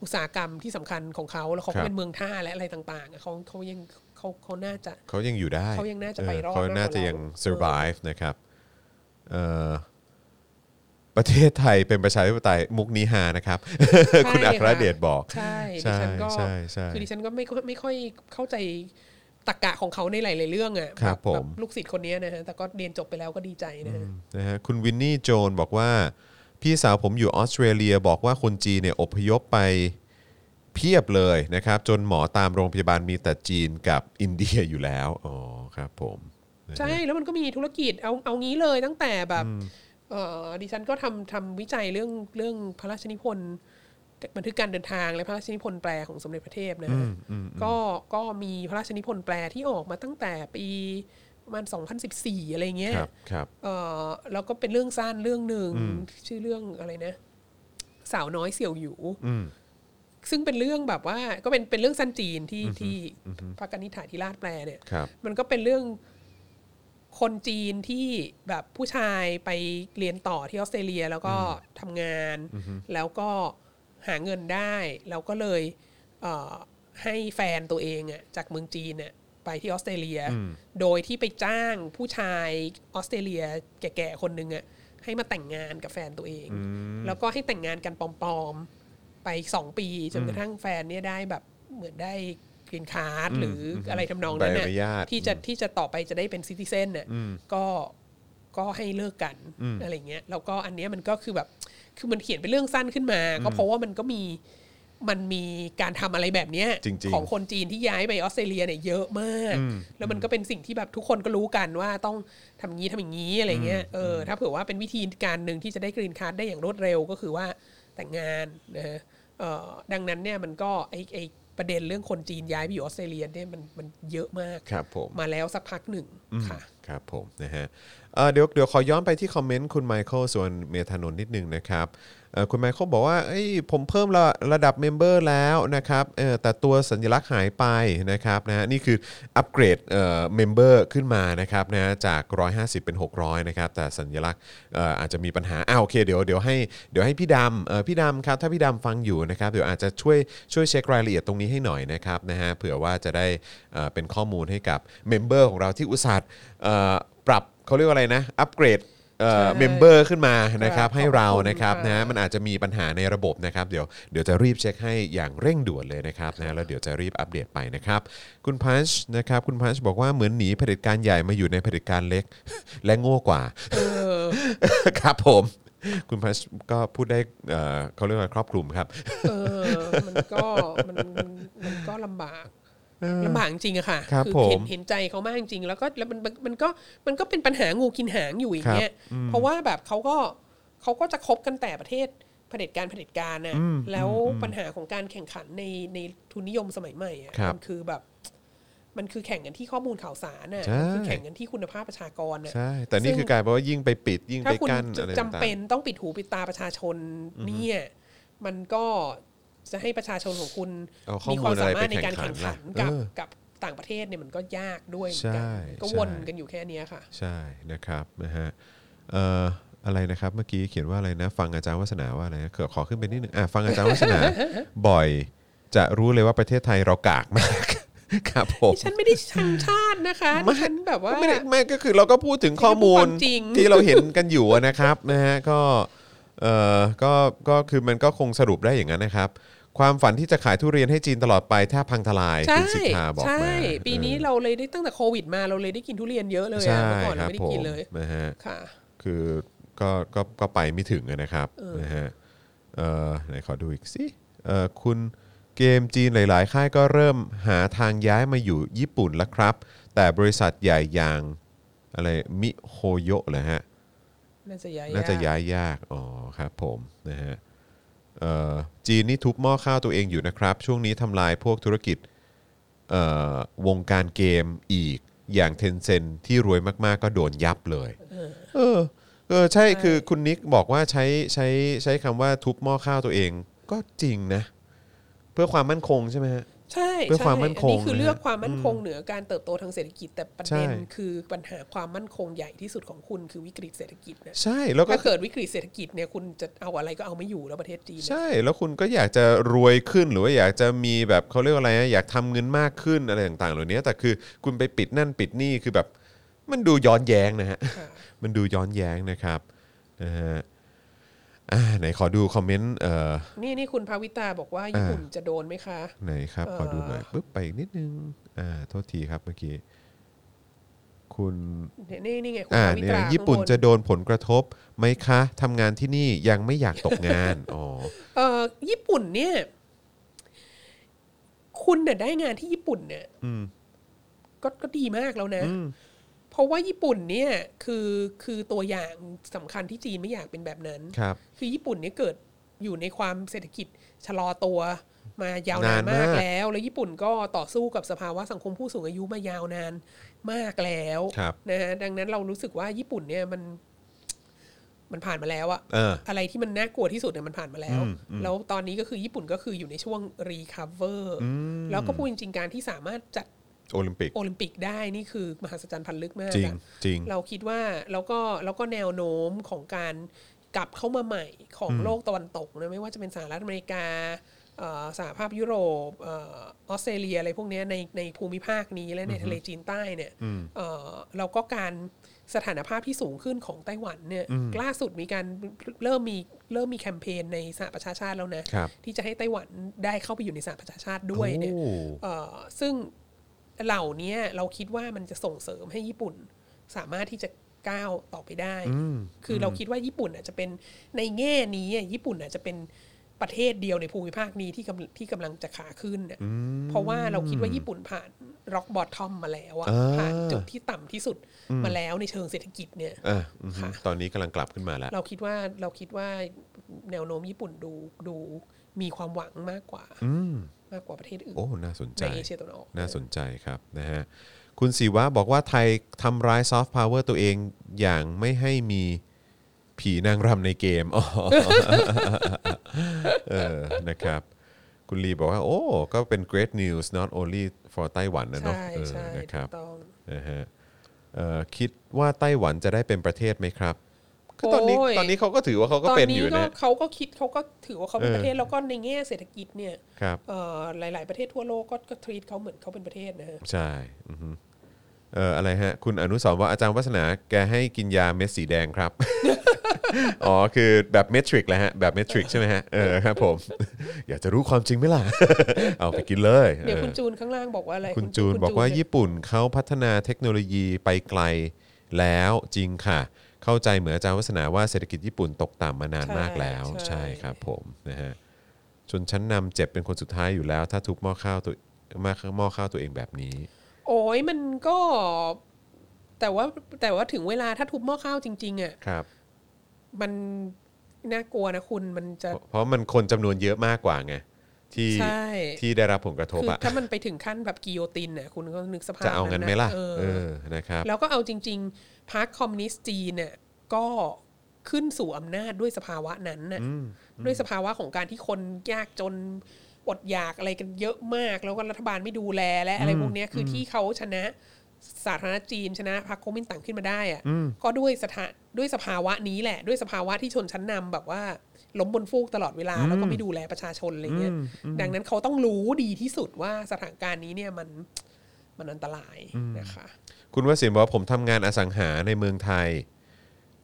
Speaker 6: อุตสาหกรรมที่สำคัญของเขาแล้วเขา
Speaker 2: ครั
Speaker 6: ก็
Speaker 2: บ
Speaker 6: เป็นเมืองท่าและอะไรต่างๆอะเขาเขายังเขาเขาน่าจะ
Speaker 2: เขายังอยู่ได้
Speaker 6: เขายังน่าจะไปรอด
Speaker 2: เเขาน่าจะ
Speaker 6: มากกว่าเรายั
Speaker 2: ยัง survive นะครับเอ่อประเทศไทยเป็นประชาธิปไตยมุกนี้ฮานะครับ *laughs* คุณอัครเดชบอก
Speaker 6: ใช่
Speaker 2: ใช่
Speaker 6: ดิฉันก็
Speaker 2: ใช่ใช่
Speaker 6: คือดิฉันก็ไม่ค่อยไม่ค่อยเข้าใจตรกกะของเขาในหลาย ๆ เรื่องอ่ะ
Speaker 2: ครับ
Speaker 6: แแ
Speaker 2: ผม
Speaker 6: ลูกศิษย์คนเนี้ยนะฮะแต่ก็เรียนจบไปแล้วก็ดีใจนะฮะ
Speaker 2: นะฮะคุณวินนี่โจนบอกว่า พี่สาวผมอยู่ออสเตรเลียบอกว่าคนจีนเนี่ยอพยพไปเพียบเลยนะครับ จนหมอตามโรงพยาบาลมีแต่จีนกับอินเดียอยู่แล้ว *laughs* อ๋อครับผมนะฮะ
Speaker 6: ใช่แล้วมันก็มีธุรกิจเอาเอางี้เลยตั้งแต่แบบเอ่อดิฉันก็ทำทำวิจัยเรื่องเรื่องพระราชนิพนธ์บันทึกการเดินทางและพระราชนิพนธ์แปลของสมเด็จพระเทพนะฮะก็ก็มีพระราชนิพนธ์แปลที่ออกมาตั้งแต่ปีประมาณ2014 อะไรเงี้ย
Speaker 2: ครับครับ
Speaker 6: เออแล้วก็เป็นเรื่องสั้นเรื่องหนึ่งชื่อเรื่องอะไรนะ สาวน้อยเสี่ยวหยูซึ่งเป็นเรื่องแบบว่า ก็เป็นเป็นเรื่องสั้นจีนที่ที่พระกนิษฐาธิราชแปลเนี่ย
Speaker 2: ครับ
Speaker 6: มันก็เป็นเรื่องคนจีนที่แบบผู้ชายไปเรียนต่อที่ออสเตรเลียแล้วก็ทำงาน แล้วก็หาเงินได้ แล้วก็เลยเอ่อให้แฟนตัวเองอะจากเมืองจีนเนี่ยไปที่ออสเตรเลีย โดยที่ไปจ้างผู้ชายออสเตรเลียแก่ๆคนหนึ่งอะให้มาแต่งงานกับแฟนตัวเอง แล้วก็ให้แต่งงานกันปลอมๆไปสองปีจนกระทั่งแฟนเนี่ยได้แบบเหมือนได้กรีนการ์ดหรืออะไรทำนองนั้น
Speaker 2: ใบ
Speaker 6: น่ะ
Speaker 2: อนุญาต
Speaker 6: ที่จะที่จะต่อไปจะได้เป็นซิติเซนเนี่ยก็ก็ให้เลิกกันอะไรเงี้ยแล้วก็อันเนี้ยมันก็คือแบบคือมันเขียนเป็นเรื่องสั้นขึ้นมา ก็เพราะว่ามันก็มีมันมีการทำอะไรแบบเนี้ย
Speaker 2: จริงๆ
Speaker 6: ของคนจีนที่ย้ายไปออสเตรเลียเนี่ยเยอะมาก แล้วมันก็เป็นสิ่งที่แบบทุกคนก็รู้กันว่าต้องทำงี้ทำอย่างนี้อะไรเงี้ยเอออถ้าเผื่อว่าเป็นวิธีการหนึ่งที่จะได้กรีนการ์ดได้อย่างรวดเร็วก็คือว่าแต่งงานนะฮะเอ่อดังนั้นเนี่ยมันก็ไอไอ ประเด็นเรื่องคนจีนย้ายไปอยู่ออสเตรเลียเนี่ยมันมันเยอะมาก
Speaker 2: ครับผม
Speaker 6: มาแล้วสักพักหนึ่ง
Speaker 2: อืม
Speaker 6: ค่ะ
Speaker 2: ครับผมนะฮะเอ่อเดี๋ยวเดี๋ยวขอย้อนไปที่คอมเมนต์คุณไมเคิลส่วนเมธานนท์นิดนึงนะครับเอ่อคุณไมเคิลบอกว่าเอ้ยผมเพิ่มระระดับเมมเบอร์แล้วนะครับเอ่อแต่ตัวสัญลักษณ์หายไปนะครับนะฮะนี่คืออัปเกรดเอ่อเมมเบอร์ขึ้นมานะครับนะฮะจาก 150 เป็น 600 นะครับ แต่สัญลักษณ์เอ่ออาจจะมีปัญหาอ้าวโอเคเดี๋ยวเดี๋ยวให้เดี๋ยวให้พี่ดำเอ่อพี่ดำครับถ้าพี่ดำฟังอยู่นะครับเดี๋ยวอาจจะช่วยช่วยเช็ครายละเอียดตรงนี้ให้หน่อยนะครับนะฮะเผื่อว่าจะได้เอ่อเป็นข้อมูลให้กับเมมเบอร์ของเราที่อุตส่าห์เอ่อปรับเขาเรียกว่าอะไรนะอัปเกรดเอ่อ
Speaker 6: ใช่
Speaker 2: เมมเบอร์ขึ้นมานะครับ
Speaker 6: ครับ
Speaker 2: ให้เรานะครับ
Speaker 6: ขอบคุณ
Speaker 2: นะฮะ
Speaker 6: ค่ะ
Speaker 2: มันอาจจะมีปัญหาในระบบนะครับเดี๋ยวเดี๋ยวจะรีบเช็คให้อย่างเร่งด่วนเลยนะครับนะแล้วเดี๋ยวจะรีบอัปเดตไปนะครับ คุณพันช์นะครับคุณพันช์บอกว่าเหมือนหนีเผด็จการใหญ่มาอยู่ในเผด็จการเล็ก *laughs* และโง่กว่า *laughs*
Speaker 6: เออ
Speaker 2: ครับผม คุณพัชก็พูดได้เอ่อเขาเรียกว่าครอบคลุมครับ
Speaker 6: เออ มันก็มันมันมันก็ลำบากลำบากจริงอะค่ะ
Speaker 2: ครับผ
Speaker 6: เห็น
Speaker 2: ม
Speaker 6: เห็นใจเขามากจริงแล้วก็แล้วมันมันมันก็มันก็เป็นปัญหางูกินหางอยู่อย่างเงี้ยเพราะว่าแบบเขาก็เขาก็จะคบกันแต่ประเทศเผด็จการเผด็จการนะ
Speaker 2: อืม
Speaker 6: แล้ว
Speaker 2: อืม
Speaker 6: ปัญหาของการแข่งขันในในทุนนิยมสมัยใหม่อะ
Speaker 2: ครับ
Speaker 6: มัคือแบบ มันคือแข่งกันที่ข้อมูลข่าวสารน่ะ
Speaker 2: ใช่
Speaker 6: มันคือแข่งกันที่คุณภาพประชากรน่ะ
Speaker 2: ใช่ แต่นี่คือกลายเป็นว่ายิ่งไปปิดยิ่ง
Speaker 6: ถ้า
Speaker 2: ไป
Speaker 6: คุณ
Speaker 2: กั้นอะไร
Speaker 6: จำ
Speaker 2: ต่าง
Speaker 6: เป็นต้องปิดหูปิดตาประชาชนเนี่ย มันก็จะให้ประชาชนของคุณ
Speaker 2: ๆเอาข้อ
Speaker 6: มี
Speaker 2: มู
Speaker 6: ความ
Speaker 2: ลอะ
Speaker 6: สา
Speaker 2: ไร
Speaker 6: มา
Speaker 2: ไป
Speaker 6: รถใน
Speaker 2: แข่ง
Speaker 6: การ
Speaker 2: ขัน
Speaker 6: แข่ง
Speaker 2: ล่ะ
Speaker 6: ขัน
Speaker 2: เอ
Speaker 6: กับ
Speaker 2: อ
Speaker 6: กับต่างประเทศเนี่ยมันก็ยากด้วยเหมือน
Speaker 2: ใช่
Speaker 6: กัก็
Speaker 2: ใช่
Speaker 6: วนกันอยู่แค่เนี้ยค่ะ
Speaker 2: ใช่นะครับนะฮะเอ่ออะไรนะครับเมื่อกี้เขียนว่าอะไรนะ ฟังอาจารย์วัฒนาว่าอะไรนะเกือบขอขึ้นไปนิดนึงอ่ะฟังอาจารย์วัฒนา *laughs* บ่อยจะรู้เลยว่าประเทศไทยเรากากมาก *laughs* ครับผม
Speaker 6: ฉันไม่ได้ชังชาตินะคะดิฉันแบบว่า
Speaker 2: ไม่ได้ไม่ก็คือเราก็พูดถึงข้อมูล
Speaker 6: พูดความจริง
Speaker 2: ที่เราเห็นกันอยู่อะนะครับนะฮะก็เอ่อก็ก็คือมันก็คงสรุปได้อย่างนั้นนะครับ ความฝันที่จะขายทุเรียนให้จีนตลอดไปแทบพังทลาย
Speaker 6: ใช่
Speaker 2: คุณสิทธาบอก
Speaker 6: ใช่
Speaker 2: มา
Speaker 6: ปีนี้
Speaker 2: ออ
Speaker 6: เราเลยได้ตั้งแต่โควิดมาเราเลยได้กินทุเรียนเยอะเลย
Speaker 2: ใช่
Speaker 6: อะเมื่อก่อน
Speaker 2: ค
Speaker 6: เรา
Speaker 2: รับ
Speaker 6: ไม่ได้
Speaker 2: ผ
Speaker 6: กิ
Speaker 2: ม
Speaker 6: นเลย
Speaker 2: นะฮะ
Speaker 6: ค่ะ
Speaker 2: คือก็ก็ก็ไปไม่ถึงอะนะครับ
Speaker 6: เออ
Speaker 2: นะฮะเอ่อไหนขอดูอีกสิเอ่อคุณเกมจีนหลาย ๆ ค่ายก็เริ่มหาทางย้ายมาอยู่ญี่ปุ่นแล้วครับ แต่บริษัทใหญ่อย่างอะไรมิโฮโยะเลยฮะ
Speaker 6: น่าจะย้าย
Speaker 2: น่าจะย้ายยาก อ๋อครับผมนะฮะเอ่อจีนนี่ทุบหม้อข้าวตัวเองอยู่นะครับ ช่วงนี้ทำลายพวกธุรกิจเอ่อวงการเกมอีกอย่างเทนเซนที่รวยมาก ๆ ก็โดนยับเลย เออเออใช่คือคุณนิกบอกว่าใช้ใช้ใช้คำว่าทุบหม้อข้าวตัวเองก็จริงนะ เพื่อความมั่นคงใช่ไหมฮะ
Speaker 6: ใช่
Speaker 2: เพื่อความมั่นคง
Speaker 6: อันี้คือเลือก
Speaker 2: นะฮะ
Speaker 6: ความมั่นคงเหนือการเติบโตทางเศรษฐกิจ แต่ประ
Speaker 2: ใช่
Speaker 6: เด็นคือปัญหาความมั่นคงใหญ่ที่สุดของคุณคือวิกฤตเศรษฐกิจนะ
Speaker 2: ใช่แล้วก็
Speaker 6: ถ้าเกิดวิกฤตเศรษฐกิจเนี่ยคุณจะเอาอะไรก็เอาไม่อยู่แล้วประเทศจีนเนี่ย
Speaker 2: ใช่แล้วคุณก็อยากจะรวยขึ้นหรือว่าอยากจะมีแบบเขาเรียกว่าอะไรนะอยากทำเงินมากขึ้นอะไรต่างๆ เหล่านี้แต่คือคุณไปปิดนั่นปิดนี่คือแบบมันดูย้อนแย้งนะฮะ
Speaker 6: ค่ะ
Speaker 2: มันดูย้อนแย้งนะครับนะฮะอ่าไหนขอดูคอมเมนต์เอ่อ
Speaker 6: นี่นี่คุณภาวิตาบอกว่าญี่ปุ่นจะโดนไหมคะ
Speaker 2: ไหนครับ ขอดูหน่อย
Speaker 6: เอ่อ
Speaker 2: ปึ๊บไปอีกนิดนึง อ่า โทษทีครับเมื่อกี้ คุณ
Speaker 6: เนี่ยนี่นี่ไงคุณ
Speaker 2: อ่า
Speaker 6: ภาวิ
Speaker 2: เนี่ย
Speaker 6: ตา
Speaker 2: ญี่ปุ่น
Speaker 6: ข้างบ
Speaker 2: จะโดนผลกระทบไหมคะทำงานที่นี่ยังไม่อยากตกงาน
Speaker 6: *laughs*
Speaker 2: อ๋อ
Speaker 6: เอ่อญี่ปุ่นเนี่ย คุณเนี่ยได้งานที่ญี่ปุ่นเนี่ย
Speaker 2: อืม
Speaker 6: ก็ก็ดีมากแล้วนะ
Speaker 2: อืม
Speaker 6: เพราะว่าญี่ปุ่นเนี่ยคือคือตัวอย่างสำคัญที่จีนไม่อยากเป็นแบบนั้น
Speaker 2: ครับ
Speaker 6: คือญี่ปุ่นเนี่ยเกิดอยู่ในความเศรษฐกิจชะลอตัวมายาวนา
Speaker 2: นานมาม
Speaker 6: นาก กแล้ว แล้วญี่ปุ่นก็ต่อสู้กับสภาวะสังคมผู้สูงอายุมายาวนานมากแล้ว
Speaker 2: ครับ
Speaker 6: นะฮะดังนั้นเรารู้สึกว่าญี่ปุ่นเนี่ยมันมันผ่านมาแล้วอะ
Speaker 2: เออ
Speaker 6: อะไรที่มันน่ากลัวที่สุดเนี่ยมันผ่านมาแล้ว
Speaker 2: อืมอืม
Speaker 6: แล้วตอนนี้ก็คือญี่ปุ่นก็คืออยู่ในช่วงรีคาเวอร์
Speaker 2: อืม
Speaker 6: แล้วก็พูดจริงๆการที่สามารถจัด
Speaker 2: โอลิมปิก
Speaker 6: โอลิมปิกได้นี่คือมหัศจรรย์พันลึกมาก
Speaker 2: จริง
Speaker 6: อะ
Speaker 2: จริง
Speaker 6: เราคิดว่าแล้วก็แล้วก็แนวโน้มของการกลับเข้ามาใหม่ของโลกตะวันตกนะไม่ว่าจะเป็นสหรัฐอเมริกาเอ่อสหภาพยุโรปเออออสเตรเลียอะไรพวกเนี้ยในในภูมิภาคนี้และในทะเลจีนใต้เนี่ย
Speaker 2: อืม
Speaker 6: เอ่อแล้วก็การสถานภาพที่สูงขึ้นของไต้หวันเนี่ยล่าสุดมีการเริ่มมีเริ่มมีแคมเปญในสหประชาชาติแล้วนะครับที่จะให้ไต้หวันได้เข้าไปอยู่ในสหประชาชาติด้วยเนี่ย
Speaker 2: โอ้
Speaker 6: เอ่อซึ่งเหล่านี้เราคิดว่ามันจะส่งเสริมให้ญี่ปุ่นสามารถที่จะก้าวต่อไปได้
Speaker 2: อืม
Speaker 6: คือเราคิดว่าญี่ปุ่นอาจจะเป็นในแง่นี้อะญี่ปุ่นอาจจะเป็น ประเทศเดียวในภูมิภาคนี้ที่กำที่กำลังจะขาขึ้นเนี่ยเพราะว่าเราคิดว่าญี่ปุ่นผ่านร็อกบอททอมมาแล้วอะ
Speaker 2: อ่า
Speaker 6: ผ่านจุดที่ต่ำที่สุดมาแล้วในเชิงเศรษฐกิจเนี่ย
Speaker 2: อ่ะอือฮึ
Speaker 6: ค่ะ
Speaker 2: ตอนนี้กำลังกลับขึ้นมาแล้ว
Speaker 6: เราคิดว่าเราคิดว่าแนวโน้มญี่ปุ่นดูดูมีความหวังมากกว่า
Speaker 2: อืม
Speaker 6: มากกว่าประเทศอื่น
Speaker 2: โอ้ น่าสนใจ
Speaker 6: ในเอเชียตะวันออก
Speaker 2: น่าสนใจครับนะฮะคุณศิวะบอกว่าไทยทำร้ายซอฟต์พาวเวอร์ตัวเองอย่างไม่ให้มีผีนางรำในเกมอ๋อ *laughs* เออนะครับ คุณลีบอกว่า โอ้ ก็เป็น great news not only for ไต้หวันนะเนาะ
Speaker 6: ใช่
Speaker 2: เออ
Speaker 6: ใช่
Speaker 2: นะครับ
Speaker 6: ถูกต้อง
Speaker 2: นะฮะเอ่อคิดว่าไต้หวันจะได้เป็นประเทศไหมครับก็ตอนนี้
Speaker 6: โอ้ย
Speaker 2: ตอนนี้เขาก็ถือว่าเขาก็เป็นอยู่
Speaker 6: ต
Speaker 2: นะ
Speaker 6: ก็เขาก็คิดเขาก็ถือว่าเขาเป็น
Speaker 2: เออ
Speaker 6: ประเทศแล้วก็ในแง่เศรษฐกิจเนี่ย
Speaker 2: ครับ
Speaker 6: เอ่อหลาย ๆ ประเทศทั่วโลกก็ก็ทรีตเขาเหมือนเขาเป็นประเทศนะฮะ
Speaker 2: ใช่อือฮึเอออะไรฮะ คุณอนุสรณ์ว่าอาจารย์วัฒนาแกให้กินยาเม็ดสีแดงครับ *laughs* อ๋อ คือแบบเมทริกแหละฮะ แบบเมทริกใช่ไหมฮะ เออครับผม *laughs* อยากจะรู้ความจริงไหมล่ะ เอาไปกินเลย
Speaker 6: เดี๋ยว
Speaker 2: เออ
Speaker 6: คุณจูนข้างล่างบอกว่าอะไร
Speaker 2: คุณจูนบอกว่าญี่ปุ่นเขาพัฒนาเทคโนโลยีไปไกลแล้วจริงค่ะ เข้าใจเหมือนอาจารย์วัฒนาว่าเศรษฐกิจญี่ปุ่นตกต่ำมานานมากแล้ว ใช่ครับผมนะฮะ ชนชั้นนำเจ็บเป็นคนสุดท้ายอยู่แล้ว ถ้าทุบหม้อข้าวตัวมาหม้อข้าวตัวเองแบบนี้
Speaker 6: โอ้ยมันก็ แต่ว่าแต่ว่าถึงเวลาถ้าทุบหม้อข้าวจริง ๆ อ่ะ
Speaker 2: ครับ
Speaker 6: มันน่ากลัวนะคุณมันจะ
Speaker 2: เพราะมันคนจำนวนเยอะมากกว่าไงที่
Speaker 6: ใช่
Speaker 2: ที่ได้รับผลกระทบ
Speaker 6: คือ
Speaker 2: อะ
Speaker 6: ถ้ามันไปถึงขั้นแบบกิโยตินน่ะคุณก็นึกสภาพ
Speaker 2: จะเอางั้นไหมล่ะ
Speaker 6: เออ
Speaker 2: เออนะครับ
Speaker 6: แล้วก็เอาจริง ๆพรรคคอมมิวนิสต์จีนเนี่ยก็ขึ้นสู่อำนาจด้วยสภาวะนั้นน่ะด้วยสภาวะของการที่คนยากจนอดอยากอะไรกันเยอะมาก แล้วก็รัฐบาลไม่ดูแลและอะไรพวกเนี้ยคือที่เขาชนะสาธารณรัฐจีนชนะพรรคก๊กมินตั๋งขึ้นมาได้อะก็ด้วยสถาด้วยสภาวะนี้แหละ ด้วยสภาวะที่ชนชั้นนำแบบว่าล้มบนฟูกตลอดเวลาแล้วก็ไม่ดูแลประชาชนอะไรเงี้ยดังนั้นเขาต้องรู้ดีที่สุดว่าสถานการณ์นี้เนี่ยมันมันอันตรายนะคะ
Speaker 2: คุณวสินบอกว่าผมทำงานอสังหาในเมืองไทย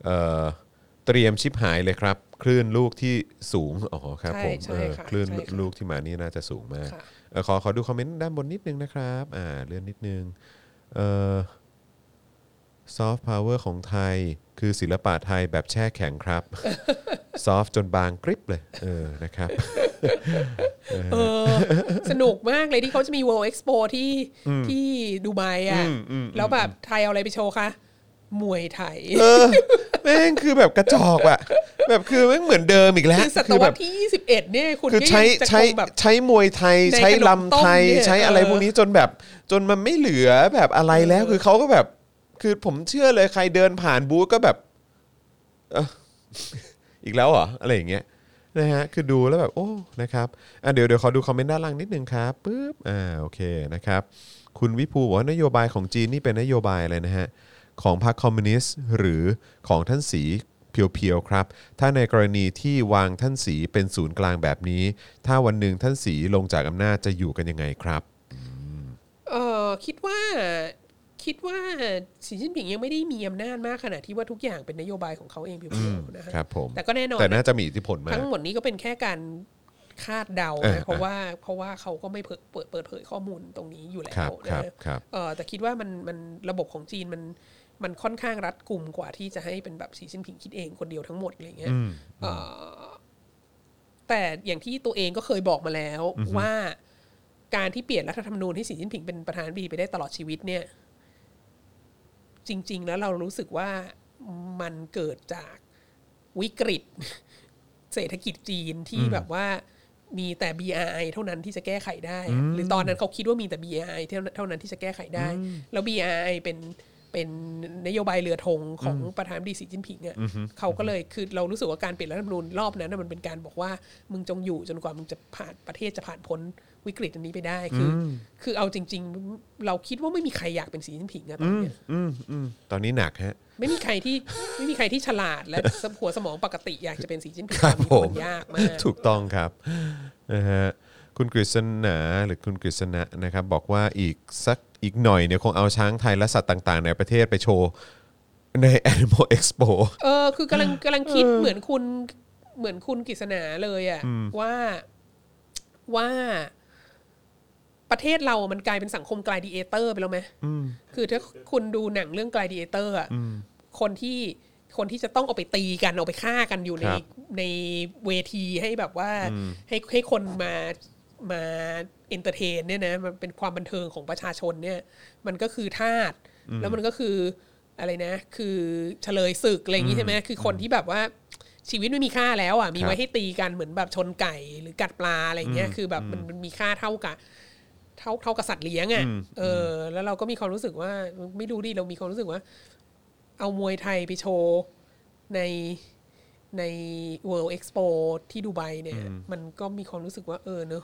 Speaker 2: เอ่อเตรียมชิปหายเลยครับ คลื่นลูกที่สูงอ๋อครับ
Speaker 6: ใช่
Speaker 2: ผม
Speaker 6: ใช่
Speaker 2: เออ
Speaker 6: ค่ะ
Speaker 2: คลื่น
Speaker 6: ใช่ค่ะ
Speaker 2: ลูกที่มานี่น่าจะสูงมาก
Speaker 6: ค่ะ
Speaker 2: เออขอขอดูคอมเมนต์ด้านบนนิดนึงนะครับอ่าเลื่อนนิดนึงเอ่อซอฟต์พาวเวอร์ของไทย คือศิลปะไทยแบบแช่แข็ง
Speaker 6: *laughs*
Speaker 2: ครับ ซอฟจนบางกริบเลยเออนะครับ
Speaker 6: เออสนุกมากเลยที่เขาจะมี World Expo ที่ที่ดูไบอ่ะ แล้วแบบไทยเอาอะไรไปโชว์คะ มวยไทย
Speaker 2: เออแม่งคือแบบกระจอกอะแบบคือแม่งเหมือนเดิมอีกแล้ว
Speaker 6: คือศต
Speaker 2: คือ
Speaker 6: วร
Speaker 2: แบ
Speaker 6: ร
Speaker 2: บ
Speaker 6: ษที่ 21 เนี่ย คุณ
Speaker 2: คือ
Speaker 6: ก็ยั
Speaker 2: ใช้
Speaker 6: งจะค
Speaker 2: ใช้
Speaker 6: งแบบ
Speaker 2: ใช้มวยไทย
Speaker 6: ใน
Speaker 2: ใช้
Speaker 6: ขนมต้
Speaker 2: ลำ
Speaker 6: ม
Speaker 2: ไทย
Speaker 6: เนี่ย
Speaker 2: ใช้อะไร
Speaker 6: เออ
Speaker 2: พวกนี้จนแบบ จนมันไม่เหลือแบบอะไรแล้ว
Speaker 6: เออ
Speaker 2: คือเขาก็แบบ คือผมเชื่อเลยใครเดินผ่านบูธก็แบบเอ้อ อีกแล้วเหรออะไรอย่างเงี้ยนะฮะคือดูแล้วแบบโอ้นะครับอ่ะเดี๋ยวเดี๋ยวขอดูคอมเมนต์ด้านล่างนิดนึงครับปึ๊บอ่าโอเคนะครับ คุณวิภูบอกว่านโยบายของจีนนี่เป็นนโยบายอะไรนะฮะ ของพรรคคอมมิวนิสต์หรือของท่านสีเพียวๆครับ ถ้าในกรณีที่วางท่านสีเป็นศูนย์กลางแบบนี้ ถ้าวันหนึ่งท่านสีลงจากอำนาจจะอยู่กันยังไงครับ
Speaker 6: เออคิดว่าคิดว่าสีจิ้นผิงยังไม่ได้มีอำนาจมากขนาดที่ว่าทุกอย่างเป็นนโยบายของเขาเองเพียวๆนะฮะ
Speaker 2: ครับผม
Speaker 6: แต่ก็แน่นอน
Speaker 2: แต่
Speaker 6: นะ
Speaker 2: น่าจะมีอิทธิพลมา
Speaker 6: ทั้
Speaker 2: ก
Speaker 6: งหมดนี้ก็เป็นแค่การคาดเดา
Speaker 2: เออ
Speaker 6: นะเพราะว่าเพราะว่าเขาก็ไม่เปิดเปิดเปิดเผยข้อมูลตรงนี้อยู่แล้
Speaker 2: ครับ
Speaker 6: วนะครับ
Speaker 2: ครับ
Speaker 6: เออแต่คิดว่ามันมันระบบของจีนมันมันค่อนข้างรัดกุมกว่าที่จะให้เป็นแบบสีจิ้นผิงคิดเองคนเดียวทั้งหมดอะไรเงี้ยเออแต่อย่างที่ตัวเองก็เคยบอกมาแล้วว่าการที่เปลี่ยนรัฐธรรมนูญให้สีจิ้นผิงเป็นประธานาธิบดีไปได้ตลอดชีวิตเนี่ย จริง ๆ แล้วเรารู้สึกว่ามันเกิดจากวิกฤต *laughs* เศรษฐกิจจีนที่แบบว่ามีแต่ BRI เท่านั้นที่จะแก้ไขได้อะหรือตอนนั้นเขาคิดว่ามีแต่ BRI เท่าเท่านั้นที่จะแก้ไขได้ แล้ว BRI เป็นเป็นนโยบายเรือธงของประธานาธิบดีสีจิ้นผิงอ่ะเขาก็เลยคือเรารู้สึกว่าการเปลี่ยนรัฐธรรมนูญรอบนั้นนะมันเป็นการบอกว่ามึงจงอยู่จนกว่ามึงจะผ่านประเทศจะผ่านพ้นวิกฤตอันนี้ไปได้คืออคือเอาจริง ๆ เราคิดว่าไม่มีใครอยากเป็นสีจิ้นผิงอะตอนเนี้ย
Speaker 2: อืมอืมตอนนี้หนักฮะ
Speaker 6: ไม่มีใครที่ไม่มีใครที่ฉลาดและสมหัวสมองปกติอยากจะเป็นสีจิ้นผิง
Speaker 2: ครับ
Speaker 6: มี
Speaker 2: ผ
Speaker 6: ค
Speaker 2: ม
Speaker 6: นยากมาก
Speaker 2: ถูกต้องครับนะฮะคุณกฤษณาหรือคุณกฤษณะนะครับบอกว่าอีกสักอีกหน่อยเนี่ยคงเอาช้างไทยและสัตว์ต่างๆ ในประเทศไปโชว์ใน Animal Expo
Speaker 6: เออคือกำลังกำลังคิดเหมือนคุณเหมือนคุณกฤษณาเลยอะว่าว่า ประเทศเรามันกลายเป็นสังคมกลายดีเอเตอร์ไปแล้วไหมคือถ้าคุณดูหนังเรื่องกลายดีเอเตอร์อะคนที่คนที่จะต้องเอาไปตีกันเอาไปฆ่ากันอยู่ใน
Speaker 2: ครับ
Speaker 6: ในเวทีให้แบบว่าให้ให้คนมามาเอนเตอร์เทนเนี่ยนะมันเป็นความบันเทิงของประชาชนเนี่ย มันก็คือทาสแล้วมันก็คืออะไรนะ คือเฉลยศึกอะไรอย่างนี้ใช่ไหมคือคนที่แบบว่าชีวิตไม่มีค่าแล้วอ่ะมี
Speaker 2: ครับ
Speaker 6: ไว้ให้ตีกันเหมือนแบบชนไก่หรือกัดปลาอะไรอย่างเงี้ยคือแบบมันมันมีค่าเท่ากับ เท่าเท่ากับสัตว์เลี้ยงอ่ะ เออ แล้วเราก็มีความรู้สึกว่า ไม่รู้ดิ เรามีความรู้สึกว่า เอามวยไทยไปโชว์ในใน World Expo ที่ดูไบเนี่ย มันก็มีความรู้สึกว่า เออเนอะ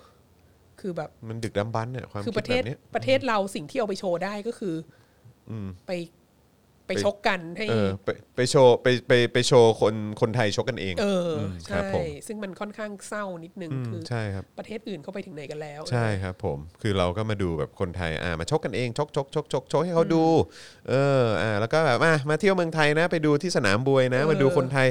Speaker 6: คือแบบ
Speaker 2: มันดึกดำบรรพ์เนี่ยความ
Speaker 6: คือป
Speaker 2: คิด
Speaker 6: ระเท
Speaker 2: แบ
Speaker 6: ศ
Speaker 2: บเนี้ย
Speaker 6: ประเทศเราสิ่งที่เอาไปโชว์ได้ก็คืออไปไป
Speaker 2: ไป
Speaker 6: ชกกันให้
Speaker 2: เออไปไปโชว์ไปไปไปโชว์คนคนไทยชกกันเอง
Speaker 6: เออ
Speaker 2: ครั
Speaker 6: ใช่
Speaker 2: บผม
Speaker 6: ซึ่งมันค่อนข้างเศร้านิดนึง
Speaker 2: อืม
Speaker 6: คือ
Speaker 2: ใช่ครับ
Speaker 6: ประเทศอื่นเขาไปถึงไหนกันแล้ว
Speaker 2: ใช่ครับผมคือเราก็มาดูแบบคนไทยอ่ามาชกกันเองชกชกชกชกชกให้เขาดู เอออ่าแล้วก็แบบมามาเที่ยวเมืองไทยนะ ไปดูที่สนามบวยนะ
Speaker 6: เออ
Speaker 2: มาดูคนไทย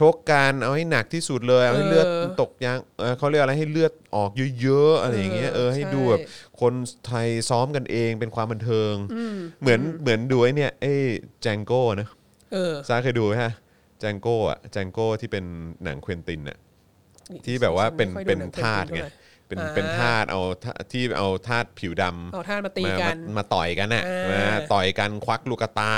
Speaker 2: ชกกันเอาให้หนักที่สุดเลยเอาให้เลือด
Speaker 6: เออ
Speaker 2: ตกยางเออเขาเรียกอะไรให้เลือดออกเยอะๆอะไรอย่างเงี้ยเอ
Speaker 6: เอ
Speaker 2: อ
Speaker 6: อ
Speaker 2: ให้
Speaker 6: ใช่
Speaker 2: ดูแบบคนไทยซ้อมกันเองเป็นความบันเทิง เหมือนเหมือนดูไอ้เนี่ยไอ้แจงโก้นะ
Speaker 6: เออ
Speaker 2: ซาเคยดูไหมฮะแจงโก้อะแจงโก้ที่เป็นหนังเควินตินอะ ที่แบบว่าเป็น
Speaker 6: ฉัไม่ค่อยดู
Speaker 2: เป็น
Speaker 6: หง
Speaker 2: ทาส
Speaker 6: เท่
Speaker 2: ไง
Speaker 6: หร่
Speaker 2: เป็น
Speaker 6: อ่า
Speaker 2: เป็นทาสเอาทาที่เอาทาสผิวดำ
Speaker 6: เอาท่านมาตี
Speaker 2: มา
Speaker 6: กั
Speaker 2: มาน มาต่อยกันน่ะ
Speaker 6: อ่า
Speaker 2: มาต่อยกันควักลูกตา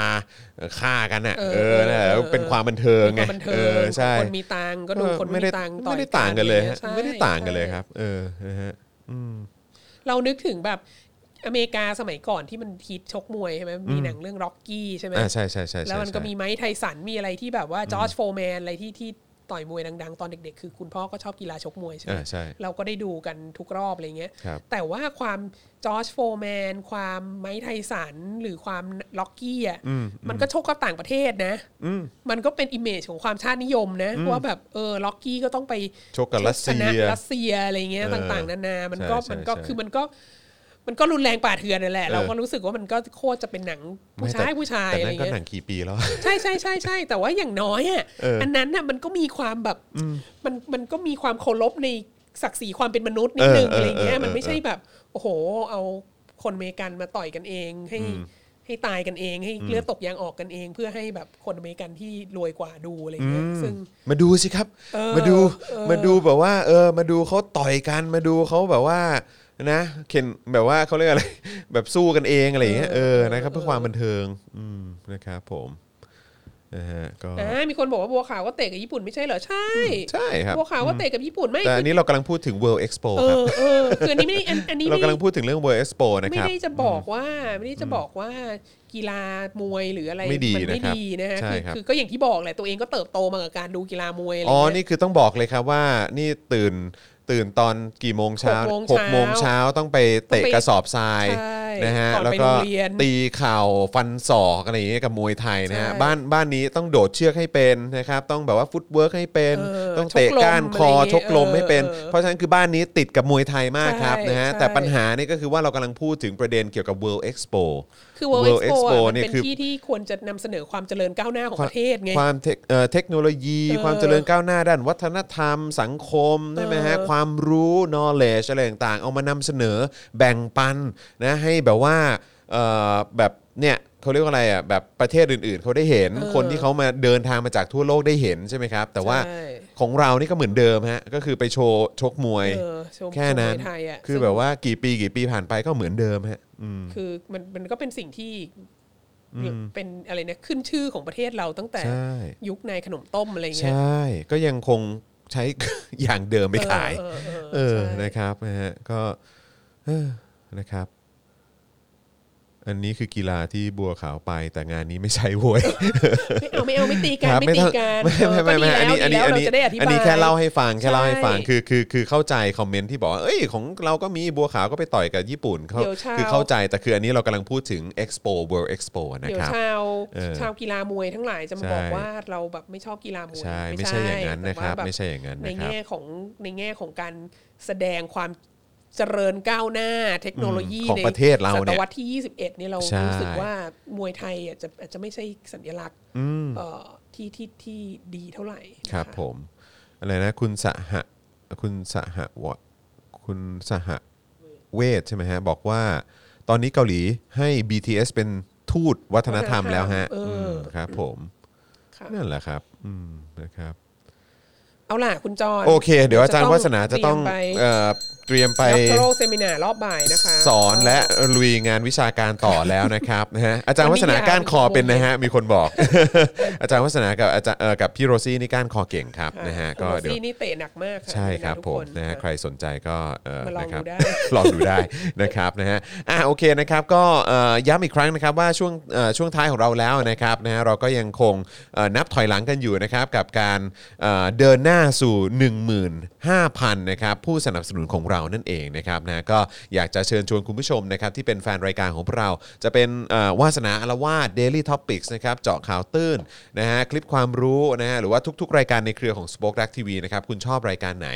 Speaker 2: เออฆ่ากันน่ะ
Speaker 6: เออ
Speaker 2: เออนั่นแหละ
Speaker 6: เออเออ
Speaker 2: เป็นความบันเทิงไง
Speaker 6: เป็นความบันเทิ
Speaker 2: เอง อใช่
Speaker 6: คนมีตังค์ก็ดูคนไม่มีตังค์ต่อย
Speaker 2: ไม่ได้ต่างกันเลยฮะ
Speaker 6: ใช่
Speaker 2: ไม่ได้ต่างกันเลยครับ เออนะฮะ
Speaker 6: เรานึกถึงแบบอเมริกาสมัยก่อนที่มันฮิตชกมวยใช่ไหมมีหนังเรื่องร็อกกี้ใช่ไหม
Speaker 2: อ่าใช่ใช่ใช่ใช่
Speaker 6: แล้วมันก็
Speaker 2: ใช่
Speaker 6: มีไมค์ไทสันมีอะไรที่แบบว่าจอร์จโฟร์แมนอะไรที่ที่ต่อยมวยดังๆ ตอนเด็กๆ คือคุณพ่อก็ชอบกีฬาชกมวยใช่ไหม
Speaker 2: อ่าใช่
Speaker 6: เราก็ได้ดูกันทุกรอบอะไรเงี้ย
Speaker 2: ครับ
Speaker 6: แต่ว่าความจอร์จโฟร์แมนความไมค์ไทสันหรือความล็อกกี้อ่ะมันก็ชกกับต่างประเทศนะ มันก็เป็นอิมเมจของความชาตินิยมนะว่าแบบเออล็อกกี้ก็ต้องไป
Speaker 2: ชกกับรัสเซี
Speaker 6: ชนะ
Speaker 2: ย
Speaker 6: รัสเซียอะไรเงี้ย
Speaker 2: เออ
Speaker 6: ต่างๆ นานา มันก็
Speaker 2: ใช่
Speaker 6: มันก็
Speaker 2: ใช่
Speaker 6: คือมันก็มันก็รุนแรงป่าเถื่อนนั่นแหละ
Speaker 2: เออ
Speaker 6: เราก็รู้สึกว่ามันก็โคตรจะเป็นหนังผู้
Speaker 2: ไม่
Speaker 6: ชาย
Speaker 2: แต่
Speaker 6: ผู้ชาย
Speaker 2: แต่
Speaker 6: อะไร
Speaker 2: นั่นก็
Speaker 6: เงี้ย
Speaker 2: หนังกี่ปีแล้ว
Speaker 6: ใช่ใช่ใช่ใช่แต่ว่าอย่างน้อยอ่ะ
Speaker 2: เอออั
Speaker 6: อันนั้นน่ะมันก็มีความแบบมันมันก็มีความเคารพในศักดิ์ศรีความเป็นมนุษย์นิดนึง
Speaker 2: เออเออ
Speaker 6: อะไรเงี้ย
Speaker 2: เออเออ
Speaker 6: มันไม่ใช่แบบโอ้โห เอาคนอเมริกันมาต่อยกันเอง ให้ให้ตายกันเอง ให้เลือดตกยางออกกันเอง เพื่อให้แบบคนอเมริกันที่รวยกว่าดูอะไรเงี้ย
Speaker 2: อืม
Speaker 6: ซึ่ง
Speaker 2: มาดูสิครับ
Speaker 6: เออ
Speaker 2: มาดู
Speaker 6: เออ
Speaker 2: มาดูแบบว่า เออ มาดูเขาต่อยกันมาดูเขาแบบว่านะเข็นแบบว่าเขาเรียกอะไร *laughs* แบบสู้กันเองอะไรอย่างเงี้ยเอ
Speaker 6: เอ
Speaker 2: อ
Speaker 6: อ
Speaker 2: นะครับเพื่อความบันเทิง อืมนะครับผมนะฮะก็
Speaker 6: อ่ามีคนบอกว่าบัวขาวก็เตะกับญี่ปุ่นไม่ใช่เหรอ ใช่
Speaker 2: ใช่ครับ
Speaker 6: บัวขาวก็เตะกับญี่ปุ่นไม่
Speaker 2: แต่อันนี้เรากำลังพูดถึง World Expo
Speaker 6: เอ
Speaker 2: ครับ
Speaker 6: อเออคืออันนี้ไม่ได้อันอันนี้
Speaker 2: เรา
Speaker 6: ไม่
Speaker 2: กำลั
Speaker 6: ได้
Speaker 2: งพูดถึงเรื่อง World Expo นะ
Speaker 6: ไม่
Speaker 2: ครับ
Speaker 6: ได้จะบอกว่าไม่ได้จะบอกว่ากีฬามวยหรืออะไร
Speaker 2: ไม่ดี
Speaker 6: มัไม่
Speaker 2: นะครับ
Speaker 6: ดีนะฮะ
Speaker 2: ใช่
Speaker 6: คือ
Speaker 2: ครับ
Speaker 6: คือก็อย่างที่บอกแหละตัวเองก็เติบโตมากับการดูกีฬามวยอะไร
Speaker 2: อ๋อ
Speaker 6: เงี้ย
Speaker 2: นี่คือต้องบอกเลยครับว่า นี่ตื่นตื่นตอนกี่โมงเช้า
Speaker 6: หก
Speaker 2: หก
Speaker 6: โมงเช้า
Speaker 2: โมงเช้าต้องไปเตะกระสอบทราย
Speaker 6: ใช่
Speaker 2: นะฮะ
Speaker 6: ก่อนไป
Speaker 2: แล้วก็
Speaker 6: โรงเรียน
Speaker 2: ตีเข่าฟันศอกอะไรอย่างเงี้ยกับมวยไทยนะฮะ
Speaker 6: ใช่
Speaker 2: บ้านบ้านนี้ต้องโดดเชือกให้เป็นนะครับ ต้องแบบว่าฟุตเวิร์กให้เป็น
Speaker 6: เออ
Speaker 2: ต้องเตะก้านคอช
Speaker 6: ช
Speaker 2: ก
Speaker 6: ก
Speaker 2: ล
Speaker 6: ล
Speaker 2: ม
Speaker 6: มอะไรอย่างเงี้ย
Speaker 2: ให้เป็น
Speaker 6: เออ
Speaker 2: เพราะฉะนั้นคือบ้านนี้ติดกับมวยไทยมากครับ
Speaker 6: ใช่
Speaker 2: นะฮะ
Speaker 6: ใช่
Speaker 2: แต่ปัญหานี่ก็คือว่าเรากำลังพูดถึงประเด็นเกี่ยวกับ World Expo
Speaker 6: คือ World Expo อะมัน
Speaker 2: เนี่ย
Speaker 6: เป็น
Speaker 2: คือ
Speaker 6: ที่ที่ควรจะนำเสนอความเจริญก้าวหน้าของประเทศไง
Speaker 2: ความเทคเอ่อเทคโนโลยี
Speaker 6: เออ
Speaker 2: ความเจริญก้าวหน้าด้านวัฒนธรรม สังคมใช่ไหมฮะ
Speaker 6: เออ
Speaker 2: ความรู้ knowledge อะไรต่างๆ เอามานำเสนอแบ่งปันนะให้แบบว่าเอ่อแบบเนี่ยเขาเรียกว่าอะไรอ่ะแบบประเทศอื่นๆ เขาได้เห็น
Speaker 6: เออ
Speaker 2: คนที่เขามาเดินทางมาจากทั่วโลกได้เห็นใช่ไหมครับ แต่ว่า
Speaker 6: ใช่
Speaker 2: ของเรานี่ก็เหมือนเดิมฮะก็คือไปโชว์ชกมวย
Speaker 6: เออชม
Speaker 2: แค่นั้น
Speaker 6: ชมวยไทยอะ
Speaker 2: คือแบบว่ากี่ปีกี่ปีผ่านไปก็เหมือนเดิมฮะอืม
Speaker 6: คือมันมันก็เป็นสิ่งที่เป็นอะไรนะขึ้นชื่อของประเทศเราตั้งแต่
Speaker 2: ใช่
Speaker 6: ยุคนายขนมต้มอะไร
Speaker 2: ใช
Speaker 6: เงี้ย่
Speaker 2: ก็ยังคงใช้ *laughs* อย่างเดิมไปขาย
Speaker 6: เออเออ
Speaker 2: เออ
Speaker 6: เออใช่
Speaker 2: นะครับ นะฮะ ก็เออนะครับ อันนี้คือกีฬาที่บัวขาวไป แต่งานนี้ไม่ใช่โว้ย
Speaker 6: ไม่เอาไม่เอาไม่ตีกั
Speaker 2: คนรับ
Speaker 6: ไม่ตี
Speaker 2: ต้อง
Speaker 6: กัน
Speaker 2: ไม่ไม่ไม่ไม่
Speaker 6: เ
Speaker 2: อันนี้ อันนี้ อัน
Speaker 6: ดี
Speaker 2: นี้
Speaker 6: แล้วเราจะได้อธิบาย
Speaker 2: อันนี้แค่เล่าให้ฟัง แค่เล่าให้ฟัง
Speaker 6: ใช่
Speaker 2: คือ คือ คือเข้าใจคอมเมนต์ที่บอกว่า เอ้ย ของเราก็มีบัวขาวก็ไปต่อยกับญี่ปุ่นเขา
Speaker 6: เดี๋ยวเช้า
Speaker 2: คือเข้าใจ แต่คืออันนี้เรากำลังพูดถึง Expo World Expo นะ
Speaker 6: เดี๋
Speaker 2: ค
Speaker 6: ย
Speaker 2: ว รับ
Speaker 6: ชาว
Speaker 2: เออ
Speaker 6: ชาวกีฬามวยทั้งหลายจะมา
Speaker 2: ใช่
Speaker 6: บอกว่าเราแบบไม่ชอบกีฬามวย
Speaker 2: ใช่ ไม่ใช่อย่างนั้นนะครับ
Speaker 6: แต่ว่แบบ
Speaker 2: ไม่ใช่อย่างนั้น
Speaker 6: ใน
Speaker 2: นะครับ
Speaker 6: แง่ของในแง่ของการแสดงความเจริญก้าวหน้าเทคโนโลยี
Speaker 2: ของ
Speaker 6: ใน
Speaker 2: ประเทศเราเนี่ย
Speaker 6: ศตวรรษที่ 21เนี่ยเรา
Speaker 2: ใช่
Speaker 6: รู้สึกว่ามวยไทยอาจจะอาจจะไม่ใช่สัญลักษณ์เอ่อที่ที่ที่ดีเท่าไหร่นะะ
Speaker 2: ครับผมอะไรนะคุณสหะคุณสหะวะคุณสหะเวทใช่ไหมฮะ บอกว่าตอนนี้เกาหลีให้ BTS เป็นทูตวัฒนธรรมแล้วฮะ
Speaker 6: วัฒนธรรมเอออื
Speaker 2: มครับผม
Speaker 6: ค่ะ
Speaker 2: นั่นแหละครับ อืมนะครับ
Speaker 6: เอาล่ะคุณจอน
Speaker 2: โอเค เดี๋ยวอาจารย์วาสนาจะต้อง
Speaker 6: เตรียมไป
Speaker 2: เอ่อเตรียมไป
Speaker 6: รับโรเซมินารอบบ่ายนะคะ
Speaker 2: สอนและลุยงานวิชาการต่อแล้วนะครับ นะฮะอาจารย์วัฒนาก้านคอเป็นนะฮะมีคนบอก *laughs* อาจารย์วัฒนากับอาจารย์เอ่อกับพี่โรซี่นี่ก้านคอเก่งครับนะฮะก็เดี๋ยว
Speaker 6: ซี่นี่เตะหนักมากะ
Speaker 2: ใช่ครับ
Speaker 6: ทุก
Speaker 2: ผม
Speaker 6: น
Speaker 2: นะฮะใครสนใจก็เออ
Speaker 6: มาลอง
Speaker 2: นะครับ
Speaker 6: ดูได้
Speaker 2: *laughs* ลองดูได้นะครับนะฮะอ่ะโอเคนะครับก็เอ่อย้ำอีกครั้งนะครับว่าช่วงเอ่อช่วงท้ายของเราแล้วนะครับนะฮะเราก็ยังคงเอ่อนับถอยหลังกันอยู่นะครับกับการเอ่อเดินหน้าสู่ 15,000นะครับผู้สนับสนุนของเรานั่นเองนะครับนะก็อยากจะเชิญชวนคุณผู้ชมนะครับที่เป็นแฟนรายการของพวกเรา จะเป็นเอ่อวาสนาอารวาส Daily Topics นะครับเจาะข่าวตื้นนะฮะคลิปความรู้นะฮะหรือว่าทุก ๆ รายการในเครือของ Spoke Dark TV นะครับคุณชอบรายการไหน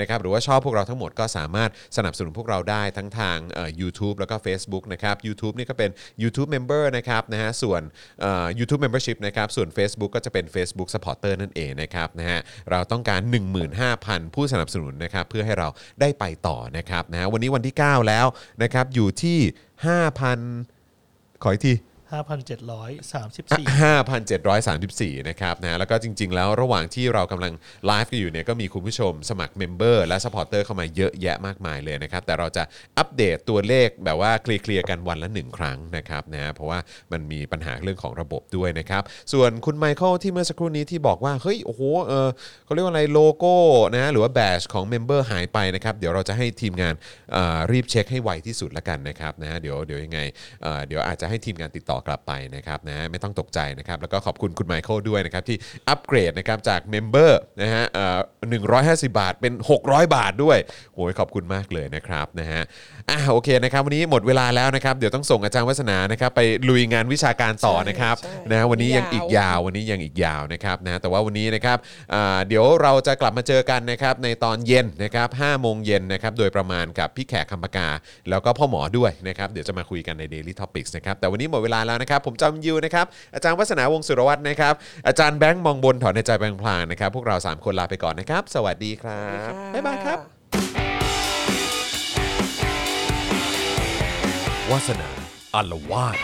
Speaker 2: นะครับหรือว่าชอบพวกเราทั้งหมดก็สามารถสนับสนุนพวกเราได้ทั้งทางเอ่อ YouTube แล้วก็ Facebook นะครับ YouTube นี่ก็เป็น YouTube Member นะครับนะฮะส่วนเอ่อ YouTube Membership นะครับส่วน Facebook ก็จะเป็น Facebook Supporter นั่นเองนะครับนะฮะเราต้องการ 15,000 ผู้สนับสนุนนะครับเพื่อให้เราได้ไปต่อนะครับนะฮะวันนี้วันที่ 9 แล้วนะครับอยู่ที่ 5,000 ขออีกที
Speaker 5: ห้าพันเจ็ดร้อยสามสิบสี่
Speaker 2: 5,734 นะครับนะแล้วก็จริง ๆ แล้วระหว่างที่เรากำลังไลฟ์กันอยู่เนี่ยก็มีคุณผู้ชมสมัครเมมเบอร์และสปอร์เตอร์เข้ามาเยอะแยะมากมายเลยนะครับ แต่เราจะอัปเดตตัวเลขแบบว่าเคลียร์ๆกันวันละ 1 ครั้งนะครับนะเพราะว่ามันมีปัญหาเรื่องของระบบด้วยนะครับ ส่วนคุณไมเคิลที่เมื่อสักครู่นี้ที่บอกว่า เฮ้ย โอ้โหเออเขาเรียกว่าอะไรโลโก้นะหรือว่าแบชของเมมเบอร์หายไปนะครับ เดี๋ยวเราจะให้ทีมงานเอ่อรีบเช็คให้ไวที่สุดละกันนะครับนะเดี๋ยวเดี๋ยวยังไงเอ่อเดี๋ยวอาจจะให้ทีมงานติดต่อกลับไปนะครับนะไม่ต้องตกใจนะครับแล้วก็ขอบคุณคุณไมเคิลด้วยนะครับที่อัปเกรดนะครับจากเมมเบอร์นะฮะเอ่อหนึ่งบาทเป็น 600 บาทด้วยโอ้ยขอบคุณมากเลยนะครับนะฮะอ่ะโอเคนะครับวันนี้หมดเวลาแล้วนะครับเดี๋ยวต้องส่งอาจารย์วัฒนานะครับไปลุยงานวิชาการต่อนะครับ
Speaker 6: ใช่ใช่
Speaker 2: นะวันนี้ยังอีกยาว ยาววันนี้ยังอีกยาวนะครับนะแต่ว่าวันนี้นะครับอ่าเดี๋ยวเราจะกลับมาเจอกันนะครับในตอนเย็นนะครับ5โมงเย็นนะครับโดยประมาณกับพี่แขกคำปากา แล้วก็พ่อหมอด้วยนะครับเดี๋ยวจะมาคุยกันใน Daily Topics นะครับแต่วันนี้หมดเวลาแล้วนะครับผมจำยูนะครับอาจารย์วัฒนาวงศ์สุรวัตรนะครับอาจารย์แบงค์มองบนถอนในใจแบงค์พลางนะครับพวกเรา 3 คนลาไปก่อนนะครับ สวัสดีครั
Speaker 6: สวั
Speaker 2: บ
Speaker 6: สดีค่ะ
Speaker 2: บ๊ายบายครับ
Speaker 4: วาสนาอารวาส